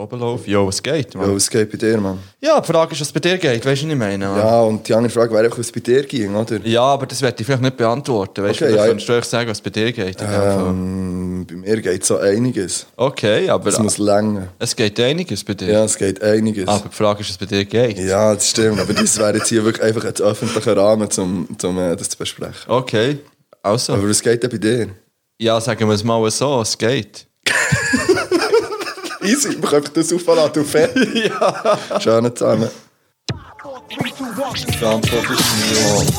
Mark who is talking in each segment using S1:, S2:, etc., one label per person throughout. S1: Probelauf, yo, es geht.
S2: Ja,
S1: Mann.
S2: was geht bei dir, Mann?
S1: Ja, die Frage ist, was bei dir geht, weißt du, was ich meine? Mann?
S2: Ja, und die andere Frage wäre einfach, was bei dir ging, oder?
S1: ja, aber das werde ich vielleicht nicht beantworten. Weißt
S2: Okay,
S1: du,
S2: ja.
S1: ja, kannst du euch sagen, was bei dir geht. in dem Fall.
S2: Ähm, bei mir geht so einiges.
S1: okay, aber
S2: Es muss länger.
S1: es geht einiges bei dir.
S2: Ja, es geht einiges.
S1: Aber die Frage ist, was bei dir geht.
S2: Ja, das stimmt. Aber das wäre jetzt hier wirklich einfach ein öffentlicher Rahmen, um zum, äh, das zu besprechen.
S1: Okay, also.
S2: Aber was geht denn bei dir?
S1: ja, sagen wir es mal so, es geht.
S2: Easy, man könnte das aufladen du fertig. ja. Schönen zusammen.
S1: Die Antwort ist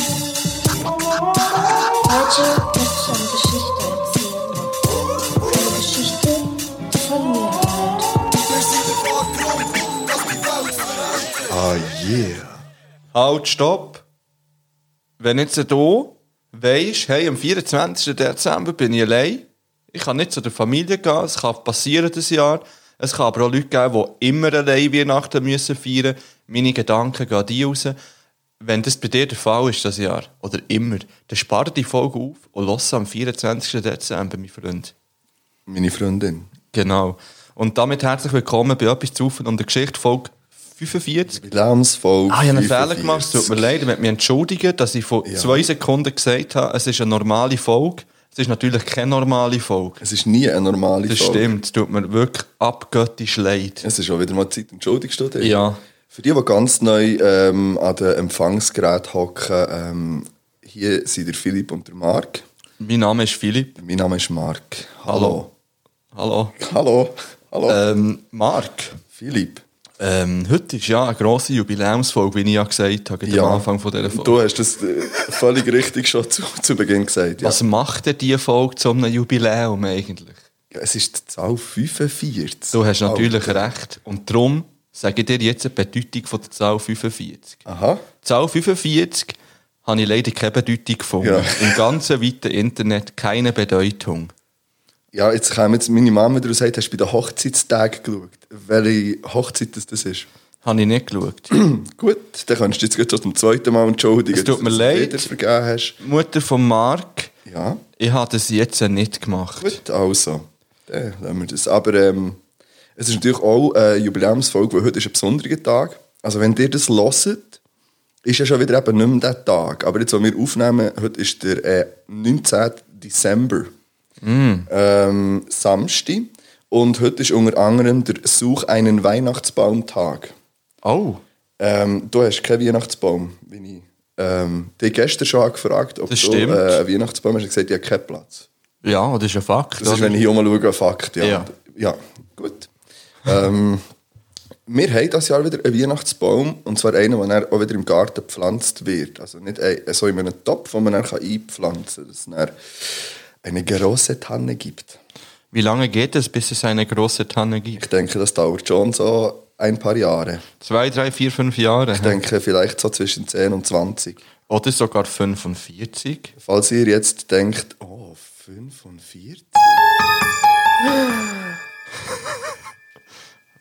S2: Ah,
S3: Heute möchte ich eine Geschichte erzählen. Eine Geschichte, die von mir handelt.
S2: Ah, yeah.
S1: Halt, stopp. Wenn jetzt du weisst, hey, am 24. Dezember bin ich allein, ich kann nicht zu der Familie gehen, es kann passieren das Jahr, es kann aber auch Leute geben, die immer allein Weihnachten müssen feiern meine Gedanken gehen die raus. Wenn das bei dir der Fall ist, das Jahr, oder immer, dann spar dir die Folge auf und lass am 24. Dezember, mein Freund.
S2: Meine Freundin.
S1: Genau. Und damit herzlich willkommen bei «Etwas zu und der Geschichte» Folge 45.
S2: Bilanzfolge.
S1: Ah, ich habe einen Fehler gemacht, es tut mir leid, ich möchte mich entschuldigen, dass ich vor
S2: Ja.
S1: zwei Sekunden gesagt habe, es ist eine normale Folge. Es ist natürlich keine normale Folge.
S2: Es ist nie eine normale
S1: Das
S2: Folge.
S1: stimmt, es tut mir wirklich abgöttisch leid.
S2: Es ist schon wieder mal Zeit, entschuldigst du dich?
S1: Ja.
S2: Für die, die ganz neu ähm, an den Empfangsgerät hocken, ähm, hier sind der Philipp und der Marc.
S1: Mein Name ist Philipp.
S2: Mein Name ist Marc.
S1: Hallo.
S2: Hallo. Hallo.
S1: Ähm, Marc,
S2: Philipp.
S1: ähm, heute ist ja eine grosse Jubiläumsfolge, wie ich ja gesagt habe, gleich am Anfang von dieser Folge.
S2: Du hast das äh, völlig richtig schon zu, zu Beginn gesagt. Ja.
S1: Was macht denn diese Folge zu einem Jubiläum eigentlich?
S2: Es ist die Zahl 45.
S1: Du hast natürlich recht. Und darum sage ich dir jetzt die Bedeutung von der Zahl 45. Die
S2: Aha.
S1: Zahl 45 habe ich leider keine Bedeutung gefunden.
S2: Ja.
S1: Im ganzen weiten Internet keine Bedeutung.
S2: Ja, jetzt kam jetzt meine Mama wieder und sagt, hast du bei den Hochzeitstagen geschaut? Welche Hochzeit das, das ist?
S1: Habe ich nicht geschaut.
S2: Gut, dann kannst du jetzt gleich schon zum zweiten Mal entschuldigen.
S1: Es tut mir
S2: dass du
S1: leid.
S2: wieder vergeben hast.
S1: Mutter von Mark,
S2: Ja,
S1: ich habe das jetzt nicht gemacht.
S2: gut, also. Dann lassen wir das. Aber ähm, es ist natürlich auch eine Jubiläumsfolge, weil heute ist ein besonderer Tag. Also wenn ihr das hört, ist ja schon wieder eben nicht mehr der Tag. Aber jetzt, wo wir aufnehmen, heute ist der äh, 19. Dezember.
S1: Mm.
S2: Ähm, Samstag. Und heute ist unter anderem der Such einen Weihnachtsbaum-Tag.
S1: Oh,
S2: Ähm, du hast keinen Weihnachtsbaum, wie ich. Ähm, die gestern schon gefragt, ob
S1: Das
S2: du
S1: stimmt.
S2: äh, einen Weihnachtsbaum hast. Ich gesagt, ich habe keinen Platz.
S1: ja, das ist ein Fakt. Also,
S2: Das ist,
S1: oder?
S2: wenn ich hier mal schaue, ein Fakt. Ja,
S1: Ja.
S2: ja gut. ähm, wir haben dieses Jahr wieder einen Weihnachtsbaum, und zwar einen, der dann auch wieder im Garten gepflanzt wird. Also nicht ein, so in einem Topf, den man dann kann einpflanzen kann, dass es dann eine große Tanne gibt.
S1: Wie lange geht es, bis es eine große Tanne gibt?
S2: Ich denke, das dauert schon so ein paar Jahre.
S1: Zwei, drei, vier, fünf Jahre.
S2: Ich denke, vielleicht so zwischen 10 und 20.
S1: Oder sogar 45.
S2: Falls ihr jetzt denkt, oh, 45?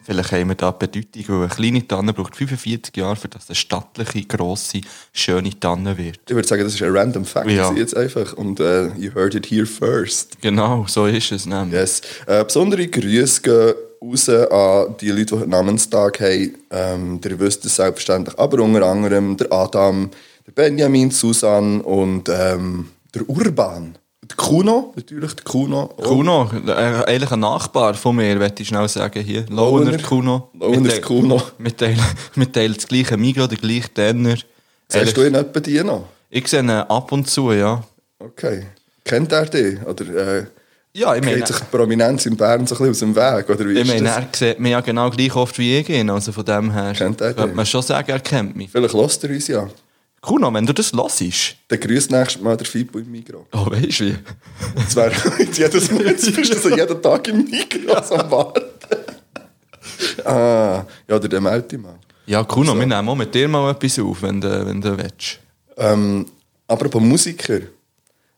S1: Vielleicht haben wir da die Bedeutung, weil eine kleine Tanne braucht 45 Jahre, für dass eine stattliche, grosse, schöne Tanne wird.
S2: Ich würde sagen, das ist ein random Fact.
S1: Ja.
S2: Jetzt einfach. Und äh, you heard it here first.
S1: Genau, so ist es nämlich.
S2: Yes. Äh, besondere Grüße gehen raus an die Leute, die heute Namenstag haben. Ähm, ihr wisst es selbstverständlich. Aber unter anderem der Adam, der Benjamin, Susan und ähm, der Urban. Der Kuno, natürlich der Kuno. Oh,
S1: Kuno, äh, eigentlich ein Nachbar von mir, möchte ich schnell sagen hier. Launer
S2: Launer.
S1: Kuno.
S2: Launer
S1: Wir te-
S2: Kuno.
S1: Wir teilen, wir teilen das gleiche Migros, den gleichen Tenner.
S2: Siehst
S1: Ehrlich,
S2: du ihn etwa die noch?
S1: Ich sehe ihn ab und zu, ja.
S2: Okay. Kennt er dich? Oder äh,
S1: Ja, ich meine,
S2: geht sich die Prominenz in Bern so ein bisschen aus dem Weg? Oder wie
S1: ich
S2: ist
S1: meine
S2: das?
S1: er sieht mich ja genau gleich oft wie ich ihn, also von dem her.
S2: Kennt er
S1: Könnte
S2: dich?
S1: man schon sagen, er kennt mich.
S2: Vielleicht lässt er uns ja.
S1: Kuno, wenn du das hörst,
S2: Dann grüßt nächstes Mal der Fibo im Mikro.
S1: oh, weißt du wie?
S2: Das wäre jetzt jedes Mal, jetzt bist du so jeden Tag im Migros am Warten. ah, ja, oder der melde ich mal.
S1: Ja, Kuno, wir nehmen auch mit dir mal etwas auf, wenn du, wenn du willst.
S2: Ähm, apropos Musiker.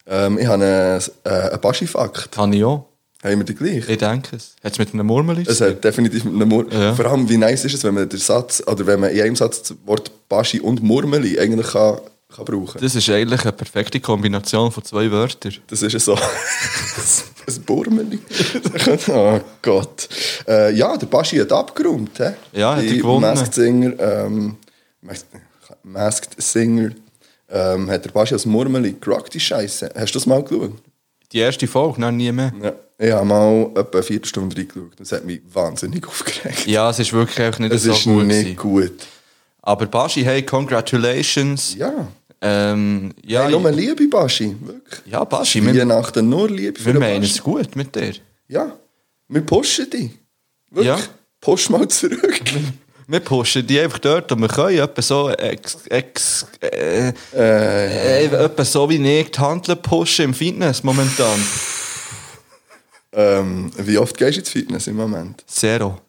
S2: Ähm, ich habe einen, äh, einen Baschifakt.
S1: Kann ich auch.
S2: Haben wir den gleich?
S1: Ich denke es. Hat es mit einem Murmelis?
S2: Es hat definitiv mit einem Mur
S1: Ja.
S2: Vor allem, wie nice ist es, wenn man den Satz, oder wenn man in einem Satz das Wort Baschi und Murmeli eigentlich kann, kann brauchen kann.
S1: Das ist eigentlich eine perfekte Kombination von zwei Wörtern.
S2: Das ist ja so. ein Burmeli. oh Gott. Äh, ja, der Baschi hat abgeräumt. He?
S1: Ja, hat er
S2: Die
S1: gewonnen.
S2: Masked Singer, ähm, Mas- Masked Singer, ähm, hat der Baschi als Murmeli gerockt, die Scheiße. Hast du das mal geschaut?
S1: Die erste Folge, noch nie mehr.
S2: Ja. Ich habe mal etwa eine Viertelstunde reingeschaut. Das hat mich wahnsinnig aufgeregt.
S1: Ja, es ist wirklich einfach nicht
S2: Es
S1: so
S2: ist
S1: gut.
S2: nicht
S1: gewesen.
S2: gut.
S1: Aber Baschi, hey, congratulations.
S2: Ja.
S1: Ähm, ja,
S2: Hey, nur Liebe, Baschi. Wirklich.
S1: ja, Baschi, wir,
S2: Weihnachten nur Liebe für
S1: wir
S2: den
S1: meinen
S2: Baschi.
S1: es gut mit dir.
S2: Ja, wir pushen dich. Wirklich.
S1: Ja.
S2: Push mal zurück.
S1: Wir pushen die einfach dort und wir können etwa so, ex, ex, äh, äh, etwa so wie nicht handeln pushen im Fitness momentan.
S2: ähm, wie oft gehst du ins Fitness im Moment?
S1: Zero.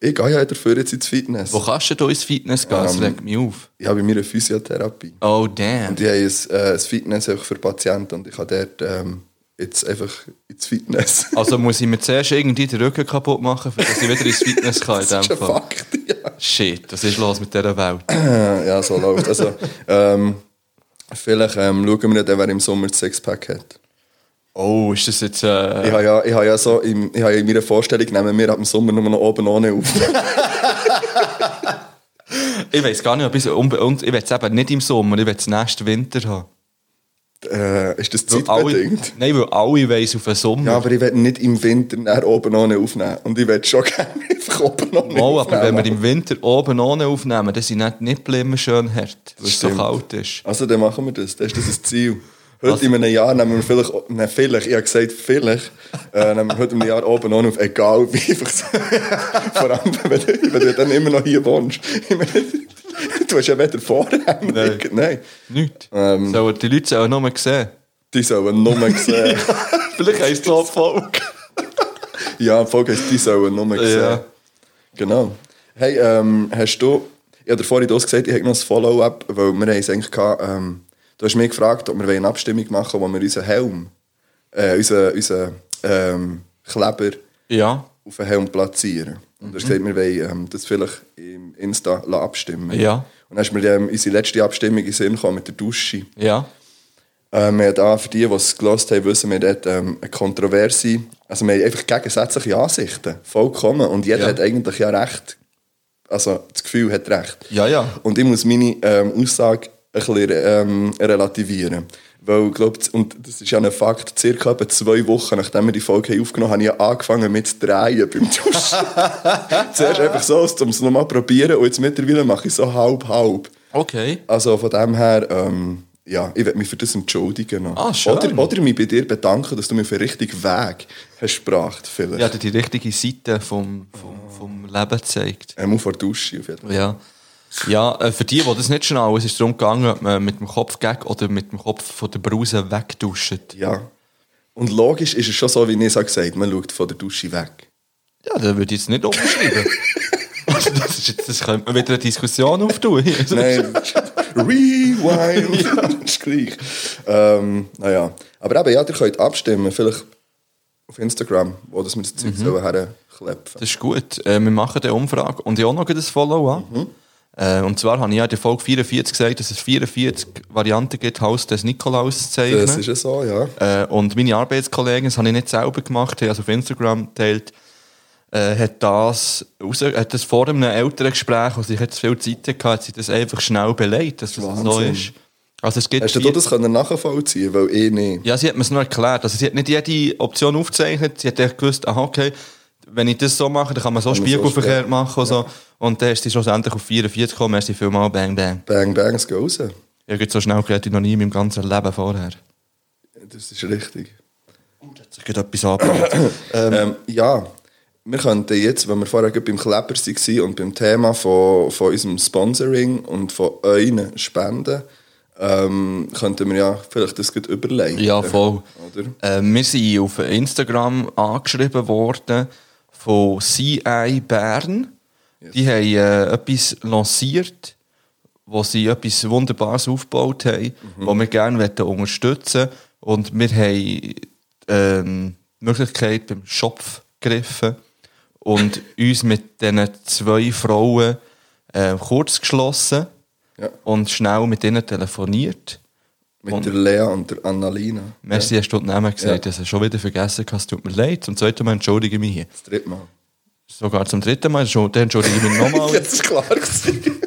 S2: Ich gehe ja dafür jetzt ins Fitness.
S1: Wo kannst du denn ins Fitness gehen? Das
S2: Ähm,
S1: regt mich auf.
S2: Ich habe in meiner Physiotherapie.
S1: Oh, damn.
S2: Und die haben ein, äh, ein Fitness einfach für Patienten und ich kann dort ähm, jetzt einfach ins Fitness.
S1: Also muss ich mir zuerst irgendwie den Rücken kaputt machen, damit ich wieder ins Fitness kann Ah, in
S2: das ist
S1: dem
S2: ein
S1: Fall.
S2: Fakt, ja.
S1: Shit, was ist los mit dieser Welt?
S2: Äh, ja, so läuft Also, ähm, vielleicht ähm, schauen wir dann, wer im Sommer das Sixpack hat.
S1: Oh, ist das jetzt... Äh,
S2: Ich habe ja, ich habe ja so, im, ich habe ja in meiner Vorstellung, nehmen wir ab dem Sommer nur noch oben ohne auf.
S1: Ich weiß gar nicht, ob ich es unbe- und Ich will es eben nicht im Sommer, ich will es nächsten Winter haben.
S2: äh, ist das
S1: Weil alle,
S2: zeitbedingt?
S1: nein, weil alle weiss auf den Sommer.
S2: Ja, aber ich will nicht im Winter nach oben ohne aufnehmen. Und ich will schon gerne einfach oben ohne
S1: Mal, aber wenn wir
S2: aufnehmen.
S1: im Winter oben ohne aufnehmen, dann sind die Nippel immer schön hart, weil es so
S2: stimmt.
S1: kalt ist.
S2: Also, dann machen wir das. Das ist das ein Ziel. Heute
S1: Also-
S2: in einem Jahr nehmen wir vielleicht, nein, vielleicht, ich habe gesagt, vielleicht, äh, nehmen wir heute in einem Jahr oben ohne auf, egal wie. Einfach so. Vor allem, wenn du, wenn du dann immer noch hier wohnst. Ich meine, du hast ja weder Vorhänge,
S1: Nein.
S2: nein. nein.
S1: Nicht.
S2: Ähm.
S1: Sollen die Leute sollen nur sehen.
S2: Die sollen nur sehen.
S1: Vielleicht heisst es auch Folge.
S2: Ja, die Folge heisst, die sollen nur sehen.
S1: Ja.
S2: Genau. Hey, ähm, hast du... Ich habe dir vorhin das gesagt, ich habe noch ein Follow-up, weil wir haben es eigentlich gehabt, ähm, Du hast mich gefragt, ob wir eine Abstimmung machen wollen, wo wir unseren Helm, äh, unseren, unseren ähm, Kleber
S1: Ja,
S2: auf den Helm platzieren. Und du hast
S1: Mhm.
S2: gesagt, wir wollen ähm, das vielleicht im Insta lassen abstimmen
S1: Ja.
S2: Und dann ist mir ähm, unsere letzte Abstimmung in den Sinn gekommen mit der Dusche.
S1: ja.
S2: Ähm, wir haben da, für die, die es gelost haben, wissen wir dort ähm, eine kontroverse, also wir haben einfach gegensätzliche Ansichten, vollkommen. Und jeder
S1: Ja.
S2: hat eigentlich ja recht, also das Gefühl hat recht.
S1: Ja, ja.
S2: Und ich muss meine ähm, Aussage ein bisschen ähm, relativieren. Weil, glaub, z- und das ist ja ein Fakt, circa etwa zwei Wochen, nachdem wir die Folge haben aufgenommen haben, habe ich ja angefangen mit zu drehen beim Duschen. Zuerst einfach so, um es nochmal zu probieren und jetzt mittlerweile mache ich so halb-halb.
S1: Okay.
S2: Also von dem her, ähm, ja, ich werde mich für das entschuldigen. noch.
S1: Ah, schön.
S2: Oder, oder mich bei dir bedanken, dass du mir auf den richtigen Weg hast gebracht vielleicht.
S1: Ja, die die richtige Seite vom, vom, vom Leben zeigt.
S2: Einmal vor der Dusche Ähm, auf jeden Fall.
S1: Ja. Ja, äh, für die, die das nicht schnallen, es ist darum gegangen, ob man mit dem Kopf gegen oder mit dem Kopf von der Brause wegduschen.
S2: Ja. Und logisch ist es schon so, wie Nisa gesagt hat, man schaut von der Dusche weg.
S1: Ja, dann würde ich jetzt nicht umschreiben. Also das, ist jetzt, das könnte man wieder eine Diskussion auftun. hier. Also,
S2: Nein, rewind. ist gleich. Ähm, naja. Aber eben, ja, ihr könnt abstimmen, vielleicht auf Instagram, wo das wir das Zeug mhm. herklepfen.
S1: Das ist gut. Äh, wir machen eine Umfrage. Und ich habe auch noch das Follow-up.
S2: Mhm.
S1: Äh, und zwar habe ich ja in der Folge 44 gesagt, dass es 44 Varianten gibt, Haus des Nikolaus zu zeichnen.
S2: Das ist ja so, ja.
S1: Äh, und meine Arbeitskollegen, das habe ich nicht selber gemacht, haben also auf Instagram geteilt, äh, hat, das raus, hat das vor einem älteren Gespräch, als ich jetzt viel Zeit hatte, hat sie das einfach schnell beleidigt, dass das so
S2: Wahnsinn.
S1: ist. Also es gibt
S2: Hast du
S1: vier-
S2: das können nachvollziehen können? Weil ich nicht.
S1: ja, sie hat mir es nur erklärt. Also sie hat nicht jede Option aufgezeichnet. Sie hat echt gewusst, aha, okay, wenn ich das so mache, dann kann man so
S2: man so
S1: Spiegelverkehr
S2: stellen.
S1: machen und so. Und dann ist sie schlussendlich auf 44 gekommen, merci vielmal, bang, bang.
S2: Bang, bang, es geht raus.
S1: Ich habe so schnell geredet wie noch nie in meinem ganzen Leben vorher.
S2: Das ist richtig.
S1: Jetzt hat sich gerade etwas angebracht.
S2: Ähm, ja, wir könnten jetzt, wenn wir vorher gerade beim Kleber waren und beim Thema von, von unserem Sponsoring und von euren Spenden, ähm, könnten wir ja vielleicht das gut überlegen.
S1: Ja, voll.
S2: Oder?
S1: Äh, wir sind auf Instagram angeschrieben worden von CI Bern. Die haben äh, etwas lanciert, wo sie etwas Wunderbares aufgebaut haben,
S2: Mhm.
S1: wo wir gerne möchten unterstützen möchten. Und wir haben ähm, die Möglichkeit beim Schopf gegriffen und uns mit diesen zwei Frauen äh, kurz geschlossen
S2: Ja.
S1: und schnell mit ihnen telefoniert.
S2: Mit
S1: Und-
S2: der Lea und der Annalena.
S1: Merci, hast du die Namen gesagt,
S2: Ja.
S1: das hast du schon wieder vergessen, gehabt, es tut mir leid. Zum zweiten Mal entschuldige ich mich hier.
S2: Das dritte Mal.
S1: Sogar zum dritten Mal, schon- dann entschuldige ich mich nochmal.
S2: Jetzt ist klar gewesen.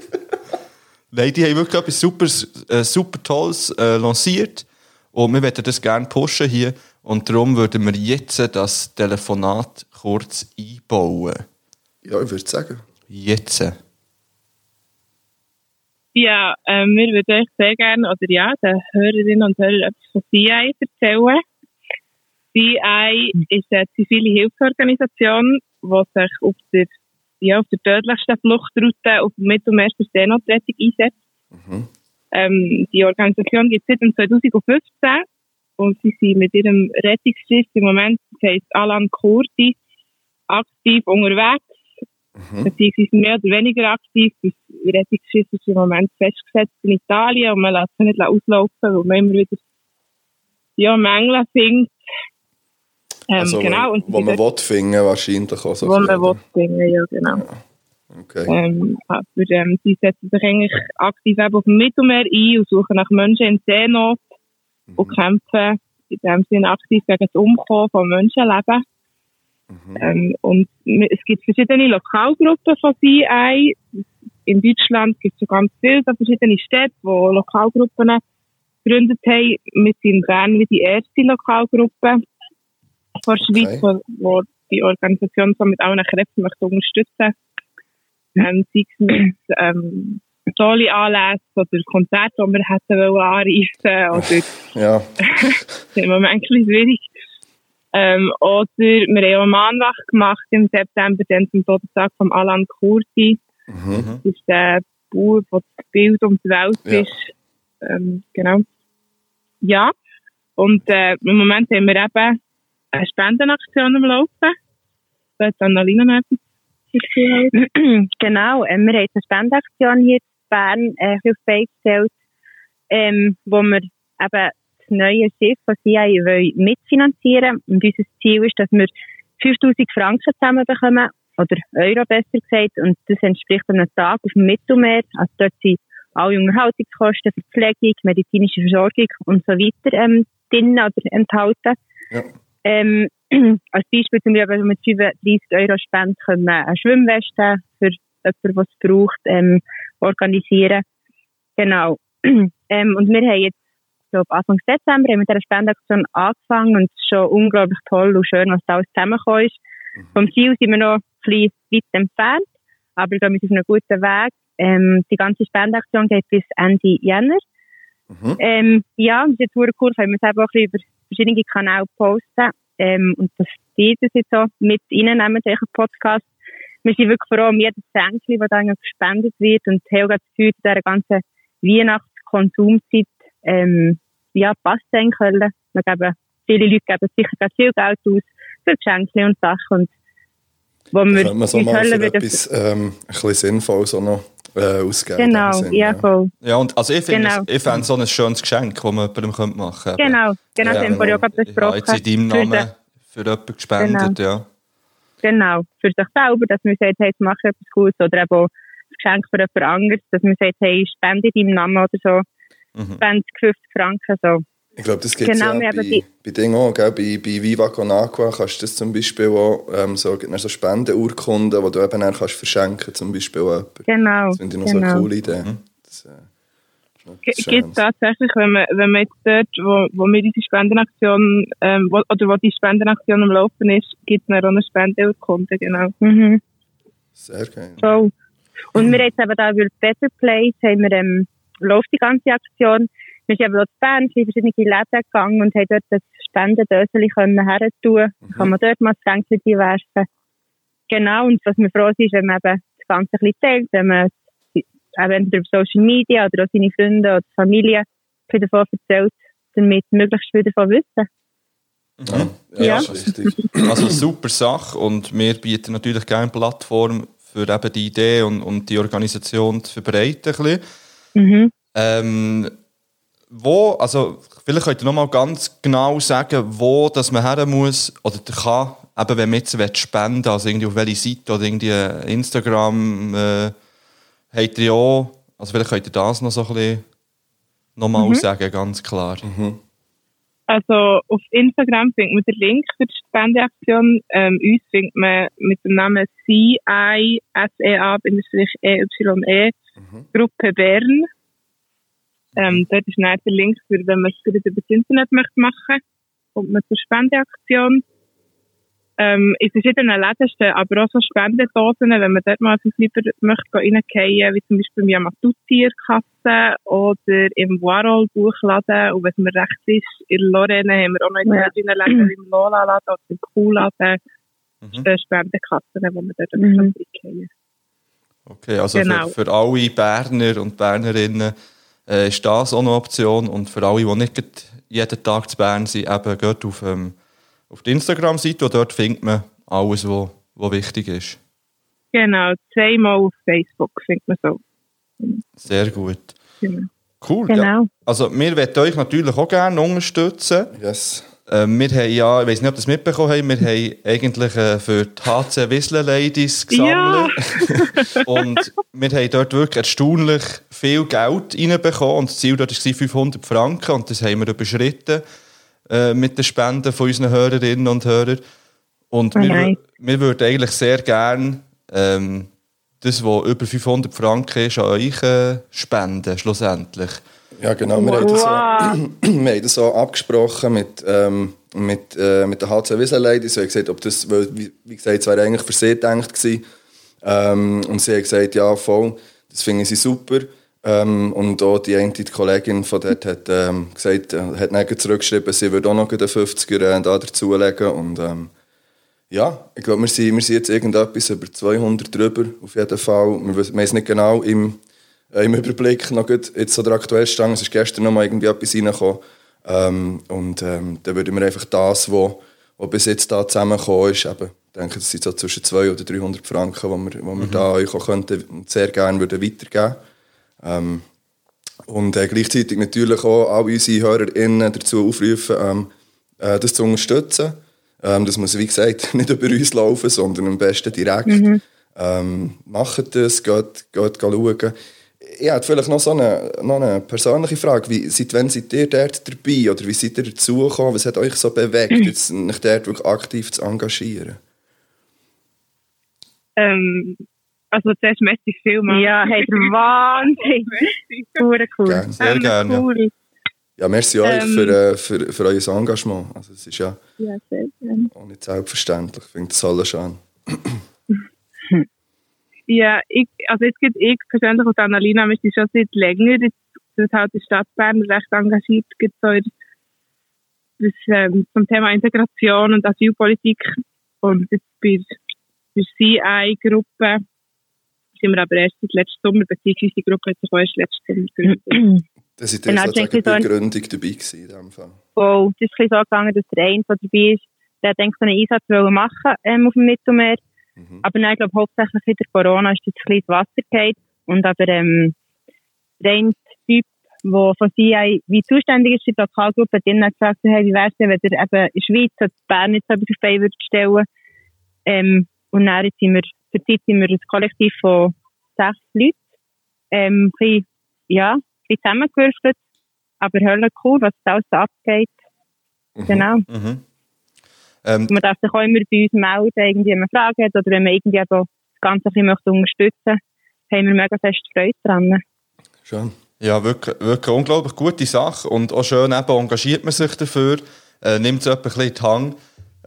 S1: Nein, die haben wirklich etwas super, äh, super Tolles äh, lanciert. Und wir würden das gerne pushen hier. Und darum würden wir jetzt das Telefonat kurz einbauen.
S2: Ja, ich würde sagen.
S1: Jetzt.
S4: Ja, ähm, wir würden euch sehr gerne, oder ja, den Hörerinnen und Hörern etwas von CI erzählen. CI ist eine zivile Hilfsorganisation, die sich auf der, ja, auf der tödlichsten Fluchtroute auf dem Mittelmeer für Seenotrettung einsetzt.
S2: Mhm.
S4: Ähm, die Organisation gibt es seit 2015 und sie sind mit ihrem Rettungsschiff im Moment, das heisst Alan Kurti, aktiv unterwegs.
S2: Mhm.
S4: beziehungsweise mehr oder weniger aktiv. Das Rettungsschiff ist im Moment festgesetzt in Italien und man lässt es nicht auslaufen, weil man immer wieder ja, Mängel findet. Ähm,
S2: Also,
S4: genau,
S2: wo,
S4: und
S2: wo
S4: sie
S2: man
S4: dort-
S2: will finden, wahrscheinlich auch so.
S4: wo man
S2: Fälle.
S4: will finden, ja genau.
S2: Okay.
S4: Ähm, aber ähm, sie setzen sich eigentlich aktiv eben auf dem Mittelmeer ein und suchen nach Menschen in Seenot und kämpfen in dem Sinne aktiv gegen das Umkommen von Menschenleben. Ähm, und mi- es gibt verschiedene Lokalgruppen von CI. In Deutschland gibt es so ganz viele so verschiedene Städte, die Lokalgruppen gegründet haben. Wir sind in Bern wie die erste Lokalgruppe von der Schweiz, wo, wo die Organisation so mit allen Kräften möchte unterstützen ähm, sei es mit ähm, tolle Anlässe oder Konzerte, die wir hätten wollen anreissen oder
S2: Ja,
S4: sind im Moment ein bisschen schwierig. Ähm, oder wir haben auch eine Mahnwache gemacht im September, dann zum Todestag von Alan Kurti.
S2: Mhm.
S1: Mhm.
S4: Das ist der Bauer, der das Bild um die Welt
S2: Ja.
S4: ist. Ähm, genau. Ja. Und äh, im Moment haben wir eben eine Spendenaktion am Laufen. Da hat Annalina noch etwas dazu haben.
S5: genau, ähm, wir haben eine Spendenaktion hier in Bern äh, ein bisschen auf die Beine gestellt, ähm, wo wir eben das neue Schiff von CI wollen mitfinanzieren Und unser Ziel ist, dass wir 5000 Franken zusammenbekommen, oder Euro besser gesagt, und das entspricht einem Tag auf dem Mittelmeer. Also dort sind alle Unterhaltungskosten, Verpflegung, medizinische Versorgung und so weiter ähm, drin oder enthalten.
S2: Ja.
S5: Ähm, als Beispiel zum Beispiel mit 35 Euro Spenden können wir eine Schwimmweste für jemanden, der es braucht, ähm, organisieren. Genau. ähm, und wir haben jetzt, ich glaube, Anfang Dezember haben wir mit dieser Spendenaktion angefangen und es ist schon unglaublich toll und schön, was da alles zusammengekommen ist. Vom Ziel sind wir noch ein bisschen weit entfernt, aber ich glaube, wir sind auf einem guten Weg. Ähm, die ganze Spendenaktion geht bis Ende Jänner.
S2: Mhm.
S5: Ähm, ja, und jetzt wurde cool, haben wir es eben auch ein bisschen über verschiedene Kanäle posten. Ähm, und dass die das jetzt auch mit reinnehmen, solchen Podcast. Wir sind wirklich froh um jedes Zänkchen, das da irgendwie gespendet wird. Und Helga hat das Gefühl, in dieser ganzen Weihnachtskonsumzeit, ähm, ja, passt es in Köln. Wir geben, viele Leute geben sicher ganz viel Geld aus für Geschenke und Sachen. Und wo wir
S2: könnte man so
S5: in
S2: mal für
S5: Köln wieder-
S2: etwas ähm, ein bisschen sinnvoll so noch äh, ausgeben. in
S5: Genau,
S2: dem Sinn,
S5: ja, voll.
S1: Ja, und also ich finde
S5: Genau.
S1: es- ich fände so ein schönes Geschenk, das man jemandem könnte machen könnte.
S5: Genau, genau,
S1: Ja,
S5: das haben wir ja gerade
S1: Ich habe
S5: besprochen.
S1: jetzt in deinem
S5: Für den-
S1: Namen für jemanden gespendet, ja.
S5: Genau, für sich selber, dass man sagt, hey, jetzt mache ich etwas Gutes oder eben auch ein Geschenk für jemand anderes, dass man sagt, hey, spende deinem Namen oder so,
S2: Mhm.
S5: 20, 50 Franken, so.
S2: Ich glaube, das gibt es
S5: Genau, wir
S2: ja
S5: haben
S2: bei,
S5: die-
S2: bei Dingen auch. Gell? Bei, bei Viva Con Aqua kannst du das zum Beispiel auch, ähm, so, gibt dann so Spendenurkunden, die du eben dann kannst verschenken zum Beispiel an jemanden.
S5: Genau,
S2: Das finde ich noch so eine
S5: genau.
S2: coole Idee. Das, äh, ist noch etwas
S4: gibt es
S2: Schönes.
S4: tatsächlich, wenn man, wenn man jetzt dort, wo, wo wir diese Spendenaktion, ähm, wo, oder wo die Spendenaktion am Laufen ist, gibt es dann auch eine Spendeurkunde, genau.
S5: Mhm,
S2: Sehr geil.
S5: so. Und wir haben jetzt eben da über Better Place, haben wir, ähm, läuft die ganze Aktion. Wir sind eben dort in Bern, in verschiedene Läden gegangen und haben dort das Spendendöseli können her tun. Dann Kann man dort mal das Geschenkchen reinwerfen. Genau, und was wir froh sind, ist, wenn man eben das Ganze ein bisschen teilt, wenn man auch entweder über Social Media oder auch seine Freunde oder Familie ein bisschen davon erzählt, damit möglichst viele davon wissen.
S2: Ja,
S5: Ja.
S2: Das ist richtig.
S1: Also super Sache und wir bieten natürlich gerne Plattform für eben die Idee und, und die Organisation zu verbreiten. Ein bisschen. Ähm, wo, also vielleicht könnt ihr nochmal ganz genau sagen, wo dass man her muss oder kann, eben wenn man jetzt will, spenden will, also irgendwie auf welche Seite oder irgendwie Instagram, äh, habt ihr ja auch Also vielleicht könnt ihr das noch so ein bisschen nochmal sagen, ganz klar.
S4: Also auf Instagram findet man den Link für die Spendeaktion. Ähm, uns findet man mit dem Namen CISEA-EYE E Gruppe Bern. Ähm, dort ist dann der Link für, wenn man es gerade über das Internet möchte machen, kommt man zur Spendeaktion. Ähm, in verschiedenen Läden stehen aber auch so Spendendosen, wenn man dort mal etwas lieber möchte gehen reingehen, eh, wie zum Beispiel im Yamatuti-Kasse oder im Warhol-Buchladen. Und wenn es mir recht ist, in Lorraine haben wir auch noch in
S5: Ja.
S4: verschiedenen Läden, im Lola-Laden oder im Kuhladen,
S1: Mhm.
S4: stehen Spendenkassen, wo man dort
S5: Mhm.
S4: mhm. reingehen
S1: Okay, also
S4: Genau.
S1: für, für alle Berner und Bernerinnen äh, ist das auch eine Option. Und für alle, die nicht gerade jeden Tag zu Bern sind, eben geht auf, ähm, auf die Instagram-Seite und dort findet man alles, was wo, wo wichtig ist.
S4: Genau, zweimal auf Facebook findet man so.
S1: Sehr gut.
S4: Genau.
S1: Cool. Ja.
S5: Genau.
S1: Also wir wollen euch natürlich auch gerne unterstützen.
S2: Yes.
S1: Ähm, wir haben ja, ich weiß nicht, ob ihr das mitbekommen habt, wir haben eigentlich äh, für die HC Whistler Ladies gesammelt. und wir haben dort wirklich erstaunlich viel Geld reinbekommen. Und das Ziel dort war 500 Franken. Und das haben wir überschritten äh, mit den Spenden von unseren Hörerinnen und Hörern. Und
S5: Oh
S1: wir,
S5: nein.
S1: wür- wir würden eigentlich sehr gerne ähm, das, was über 500 Franken ist, an euch äh, spenden, schlussendlich.
S2: Ja, genau. Wir,
S1: eh,
S2: haben das so, wir haben das so abgesprochen mit, ähm, mit, äh, mit der HC Wiesenlady. Sie haben gesagt, ob das, weil, wie, wie gesagt, es wäre eigentlich für sie gedacht gewesen. Ähm, und sie haben gesagt, ja, voll, das finden sie super. Ähm, und auch die eine die Kollegin von dort hat ähm, gesagt, äh, hat dann gleich zurückgeschrieben, sie würde auch noch gleich den 50er äh, da dazulegen. Und ähm, ja, ich glaube, wir sind, wir sind jetzt irgendetwas über 200 drüber, auf jeden Fall. Wir wissen wir haben es nicht genau im, äh, im Überblick noch gut, jetzt so der aktuelle Stand. Es ist gestern noch mal irgendwie etwas reingekommen. Ähm, und ähm, dann würden wir einfach das, was was bis jetzt da zusammengekommen ist, eben, ich denke, das sind so zwischen 200 oder 300 Franken, die wir, wo wir da euch auch könnten und sehr gerne würden weitergeben und äh, gleichzeitig natürlich auch alle unsere HörerInnen dazu aufrufen, ähm, äh, das zu unterstützen. Ähm, das muss, wie gesagt, nicht über uns laufen, sondern am besten direkt. Ähm, macht das, geht, geht schauen. Ich hätte vielleicht noch so eine, noch eine persönliche Frage. Wie, seit wann seid ihr dort dabei? Oder wie seid ihr dazugekommen? Was hat euch so bewegt, jetzt nicht dort wirklich aktiv zu engagieren?
S4: Ähm, also zuerst möchte ich vielmals.
S5: Ja, hey, der Wahnsinn. Hure cool.
S2: Gerne.
S1: Sehr
S4: Ähm,
S1: gerne. ja.
S5: Cool.
S2: Ja, merci euch
S4: Ähm.
S2: für, äh, für, für euer Engagement. Also, es ist ja
S4: Ja, sehr gerne.
S2: auch nicht selbstverständlich. Ich finde das alles an.
S4: Ja, ich, also jetzt geht ich persönlich und Annalina, wir sind schon seit länger, jetzt sind halt die Stadt Bern recht engagiert, gibt so in- das, ähm, zum Thema Integration und Asylpolitik und jetzt bei, bei CI-Gruppe sind wir aber erst seit letztem Sommer, beziehungsweise die Gruppe hat sich auch erst letzten Sommer gegründet.
S2: Das ist
S5: Genau,
S2: genau,
S5: check
S2: sozusagen
S5: it
S2: bei
S5: on.
S2: der Gründung dabei gewesen, in dem Fall.
S5: Wow, das ist ein bisschen so gegangen, dass der eine, der dabei ist, der hat eigentlich so einen Einsatz wollen machen ähm, auf dem Mittelmeer.
S2: Mhm.
S5: Aber nein, ich glaube, hauptsächlich in der Corona ist jetzt ein bisschen ins Wasser gefallen. Und aber ähm, der eine Typ, der von CI wie zuständig ist für die Lokalgruppe, hat ihm dann gesagt, hey, wie wär's denn, wenn ihr eben in der Schweiz oder in Bern jetzt etwas auf die Beine würdet stellen ähm, Und dann jetzt sind wir, zurzeit sind wir ein Kollektiv von sechs Leuten. Ähm, ein bisschen, ja, ein bisschen zusammengewürfelt. Aber hölle cool, was da alles so abgeht. Genau.
S1: Mhm. Ähm,
S5: Man darf sich auch immer bei uns melden, irgendwie, wenn man Fragen hat oder wenn man irgendwie eben das Ganze ein bisschen möchte unterstützen möchte. Da haben wir mega fest Freude dran.
S2: Schön.
S1: Ja, wirklich, wirklich eine unglaublich gute Sache. Und auch schön eben engagiert man sich dafür, äh, nimmt so etwas ein bisschen in die Hand.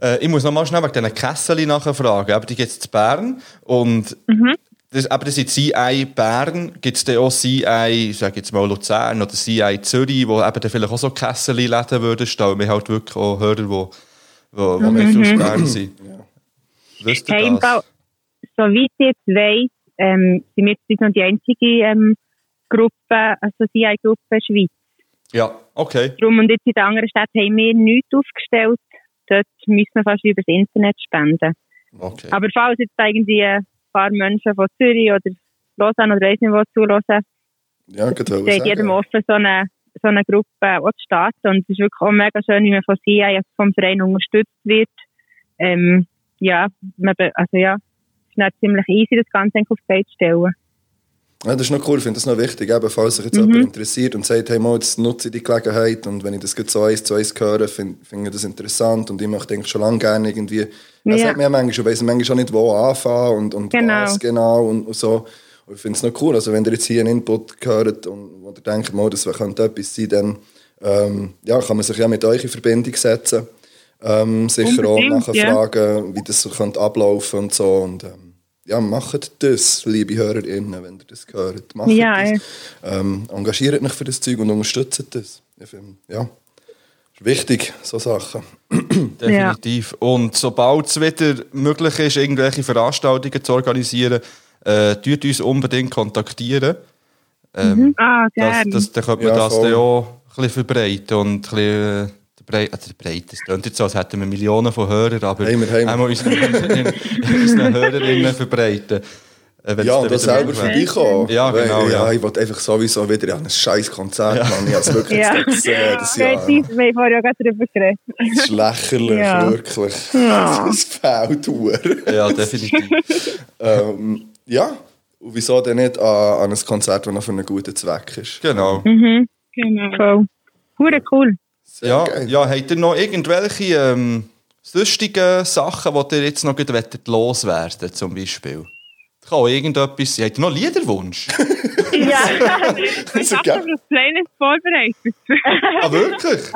S1: Äh, ich muss noch mal schnell wegen diesen Kesseln nachfragen. Aber die gibt es in Bern. Und
S5: Mhm.
S1: das, aber das sind CI Bern. Gibt es dann auch CI, ich sag jetzt mal Luzern oder CI Zürich, wo eben dann vielleicht auch so Kesselläden würden stehen. Wir haben halt wirklich auch Hörer, die wo, wo, wo nicht aus Bern sind. Wisst ihr
S5: Mhm. Hey, im Fall,
S1: das?
S5: soweit ich jetzt weiss, ähm, sind wir jetzt noch die einzige ähm, Gruppe, also CI-Gruppe Schweiz.
S1: Ja, okay.
S5: Darum und jetzt in den anderen Städten haben wir nichts aufgestellt. Dort müssen wir fast über das Internet spenden.
S1: okay.
S5: Aber falls jetzt irgendwie ein paar Menschen von Zürich oder Lausanne oder weiss nicht wo zulassen,
S2: Ja, gerade wollte ich
S5: steht
S2: sagen.
S5: jedem offen, so eine, so eine Gruppe auch zu starten. Und es ist wirklich auch mega schön, wie man von CIA jetzt vom Verein unterstützt wird. Ähm, ja, man, be- also ja, es ist nicht ziemlich easy, das Ganze eigentlich auf die Beine zu stellen.
S2: Ja, das ist noch cool, ich finde das noch wichtig. Eben, falls sich jetzt jemand interessiert und sagt, hey, mal, jetzt nutze ich die Gelegenheit und wenn ich das gerade so eins zu eins höre, finde find ich das interessant und ich möchte eigentlich schon lange gerne irgendwie... Ja. Das
S5: Ja.
S2: hat mir ja manchmal schon, weiss manchmal schon nicht, wo anfangen und, und
S5: Genau.
S2: was genau und, und so. Und ich finde es noch cool, also wenn ihr jetzt hier einen Input hört und wo ihr denkt, mal, das könnte etwas sein, dann ähm, ja, kann man sich ja mit euch in Verbindung setzen. Ähm, sicher auch
S4: Unbedingt,
S2: nachher
S4: ja.
S2: fragen, wie das so könnte ablaufen und so. Und, ähm, ja, macht das, liebe HörerInnen, wenn ihr das hört. Macht
S5: Ja,
S2: das. Ähm, engagiert euch für das Zeug und unterstützt das. Ich finde, ja, ist wichtig, so Sachen.
S1: Definitiv. Und sobald es wieder möglich ist, irgendwelche Veranstaltungen zu organisieren, äh, tut uns unbedingt kontaktieren. Ähm,
S4: Ah,
S1: das,
S4: gerne.
S1: das, dann könnte man
S2: Ja,
S1: das
S2: voll.
S1: dann auch ein bisschen verbreiten und ein bisschen, äh, der Brei, also der Breite, es klingt jetzt so, als hätten wir Millionen von Hörern, aber
S2: Haben wir, haben wir.
S1: einmal unseren, unseren Hörerinnen verbreiten. Äh, wenn
S2: Ja,
S1: es dann
S2: und auch
S1: wieder
S2: selber
S1: möglich wäre.
S2: vorbeikommen.
S1: Ja, genau,
S2: Weil,
S1: ja.
S2: Ich wollte einfach sowieso wieder an ein scheiß Konzert, Mann. Ich habe es wirklich jetzt
S5: Ja.
S2: nicht gesehen, das
S5: Ja.
S2: Jahr.
S5: Wir haben vorher ja gerade darüber geredet.
S2: Das ist lächerlich,
S5: Ja.
S2: wirklich. Das fehlt hure.
S1: Ja, definitiv.
S2: ähm, Ja, und wieso denn nicht an, an ein Konzert, das noch für einen guten Zweck ist?
S1: genau.
S4: Genau.
S5: Voll. Hure cool.
S1: Ja,
S2: geil.
S1: ja, habt ihr noch irgendwelche ähm, sonstigen Sachen, die ihr jetzt noch gut wollt loswerden zum Beispiel? Kann auch irgendetwas sein. Habt ihr noch Liederwunsch?
S5: Ja.
S4: Ich habe
S2: geil.
S4: das Playlist vorbereitet.
S1: ah, wirklich?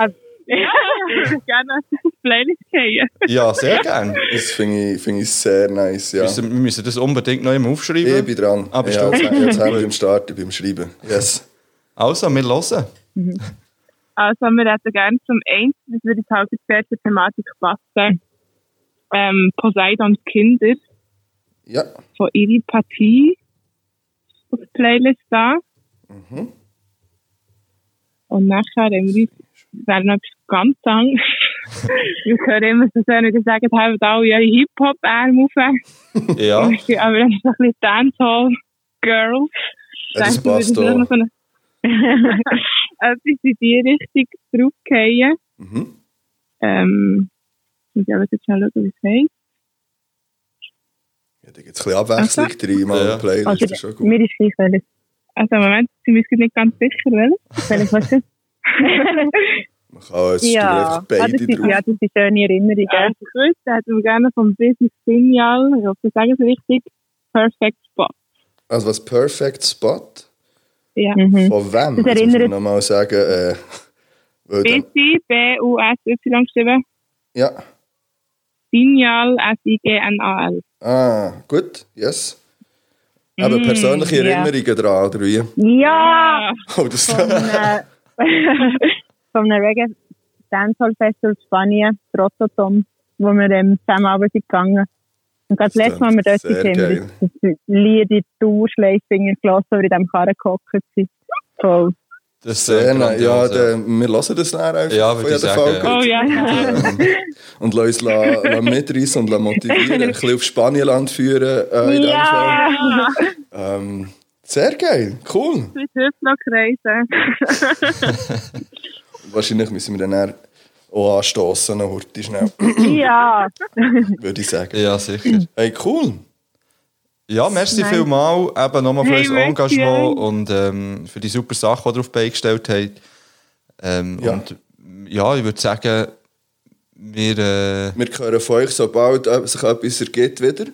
S4: ja, ich würde gerne das Playlist gehen.
S1: Ja, sehr gerne.
S2: Das finde ich, finde ich sehr nice, ja.
S1: Wir müssen das unbedingt noch einmal
S2: Ich
S1: aufschreiben.
S2: bin dran.
S1: Ah, bist
S2: ja,
S1: du?
S2: jetzt, jetzt haben
S1: Gut.
S2: wir beim Start, beim Schreiben. Yes.
S1: Also, wir hören.
S4: Also, wir hätten gerne zum einen, das würde jetzt halt sehr zur Thematik passen, ähm, Poseidons Kinder
S2: Ja.
S4: von Iri Partie auf die Playlist da.
S2: Mhm.
S4: Und nachher haben wir uns, wäre noch etwas ganz anderes. ich höre immer so schön, wie gesagt, haben alle ihre Hip-Hop-Arme auf.
S1: Ja.
S4: Ich bin aber so ein bisschen Dancehall-Girl.
S2: Ja, das
S4: Denke, wir
S2: passt
S4: würden
S2: auch.
S4: noch so eine- Etwas in die Richtung draufgehen.
S2: Mhm.
S4: Ähm, muss ich aber jetzt schnell schauen, wie es heißt.
S2: Ja, da gibt es ein bisschen Abwechslung drin, mal
S1: Ja.
S2: eine Playlist,
S5: Also,
S2: das ist schon gut.
S5: mir ist gleich welches.
S4: Also im Moment sind wir uns gerade nicht ganz sicher, weil
S5: Welches was ist
S2: Man kann auch jetzt
S5: Ja.
S2: ja.
S5: Ah, das
S2: beide
S5: ist,
S2: drauf.
S5: ja, das ist eine schöne Erinnerung.
S4: ja.
S5: Ja.
S4: also kurz, da hätten wir gerne vom Business Signal, ich hoffe, ich sage es richtig, Perfect Spot.
S2: Also was Perfect Spot?
S4: Ja.
S5: Mhm.
S2: Von wem? nou
S5: Das
S2: Jetzt muss ich
S5: erinnert-
S2: nochmal sagen. Äh, weil dann,
S4: Busy, B-U-S-Y geschrieben,
S2: ja.
S4: Signal, S-I-G-N-A-L.
S2: Ah, gut. Yes. Aber persönliche
S5: Mm, ja.
S2: Erinnerungen dran, oder wie?
S5: Ja.
S2: Oh, das
S5: Von, äh, von einem Reggae Dancehall Festival in Spanien, Rototom, wo wir ähm, zusammen runter sind gegangen. Und gerade das letzte Mal, als wir dort
S2: Sehr
S5: sind, haben
S2: geil.
S5: wir das- das Lied in Dus die Tourschleifinger gelassen, weil wir in diesem Karren gehockt sind. Voll.
S1: Das ist
S2: Sehr
S1: äh,
S2: nice. Ja,
S1: grandios, ja.
S2: der, wir lassen das dann einfach
S1: Ja,
S2: von
S1: würde ich
S2: jeder
S1: sagen,
S2: Folge.
S4: Oh ja, ja.
S2: Und lass uns la- la mitreißen und la motivieren. Ein bisschen auf Spanienland führen. Äh, in dem Fall.
S5: Ja!
S2: Ähm, sehr geil, cool.
S4: mit Hüpflock reisen.
S2: Wahrscheinlich müssen wir dann eher auch anstoßen, noch heute schnell,
S5: Ja!
S2: würde ich sagen.
S1: ja, sicher.
S2: Hey, cool.
S1: Ja, merci vielmal eben nochmal für
S4: Hey,
S1: unser
S4: merci
S1: Engagement
S4: euch.
S1: und ähm, für die super Sachen, die ihr auf die Beine gestellt habt. Ähm,
S2: Ja.
S1: Und ja, ich würde sagen, wir. Äh,
S2: Wir hören von euch, sobald äh, sich etwas ergibt wieder.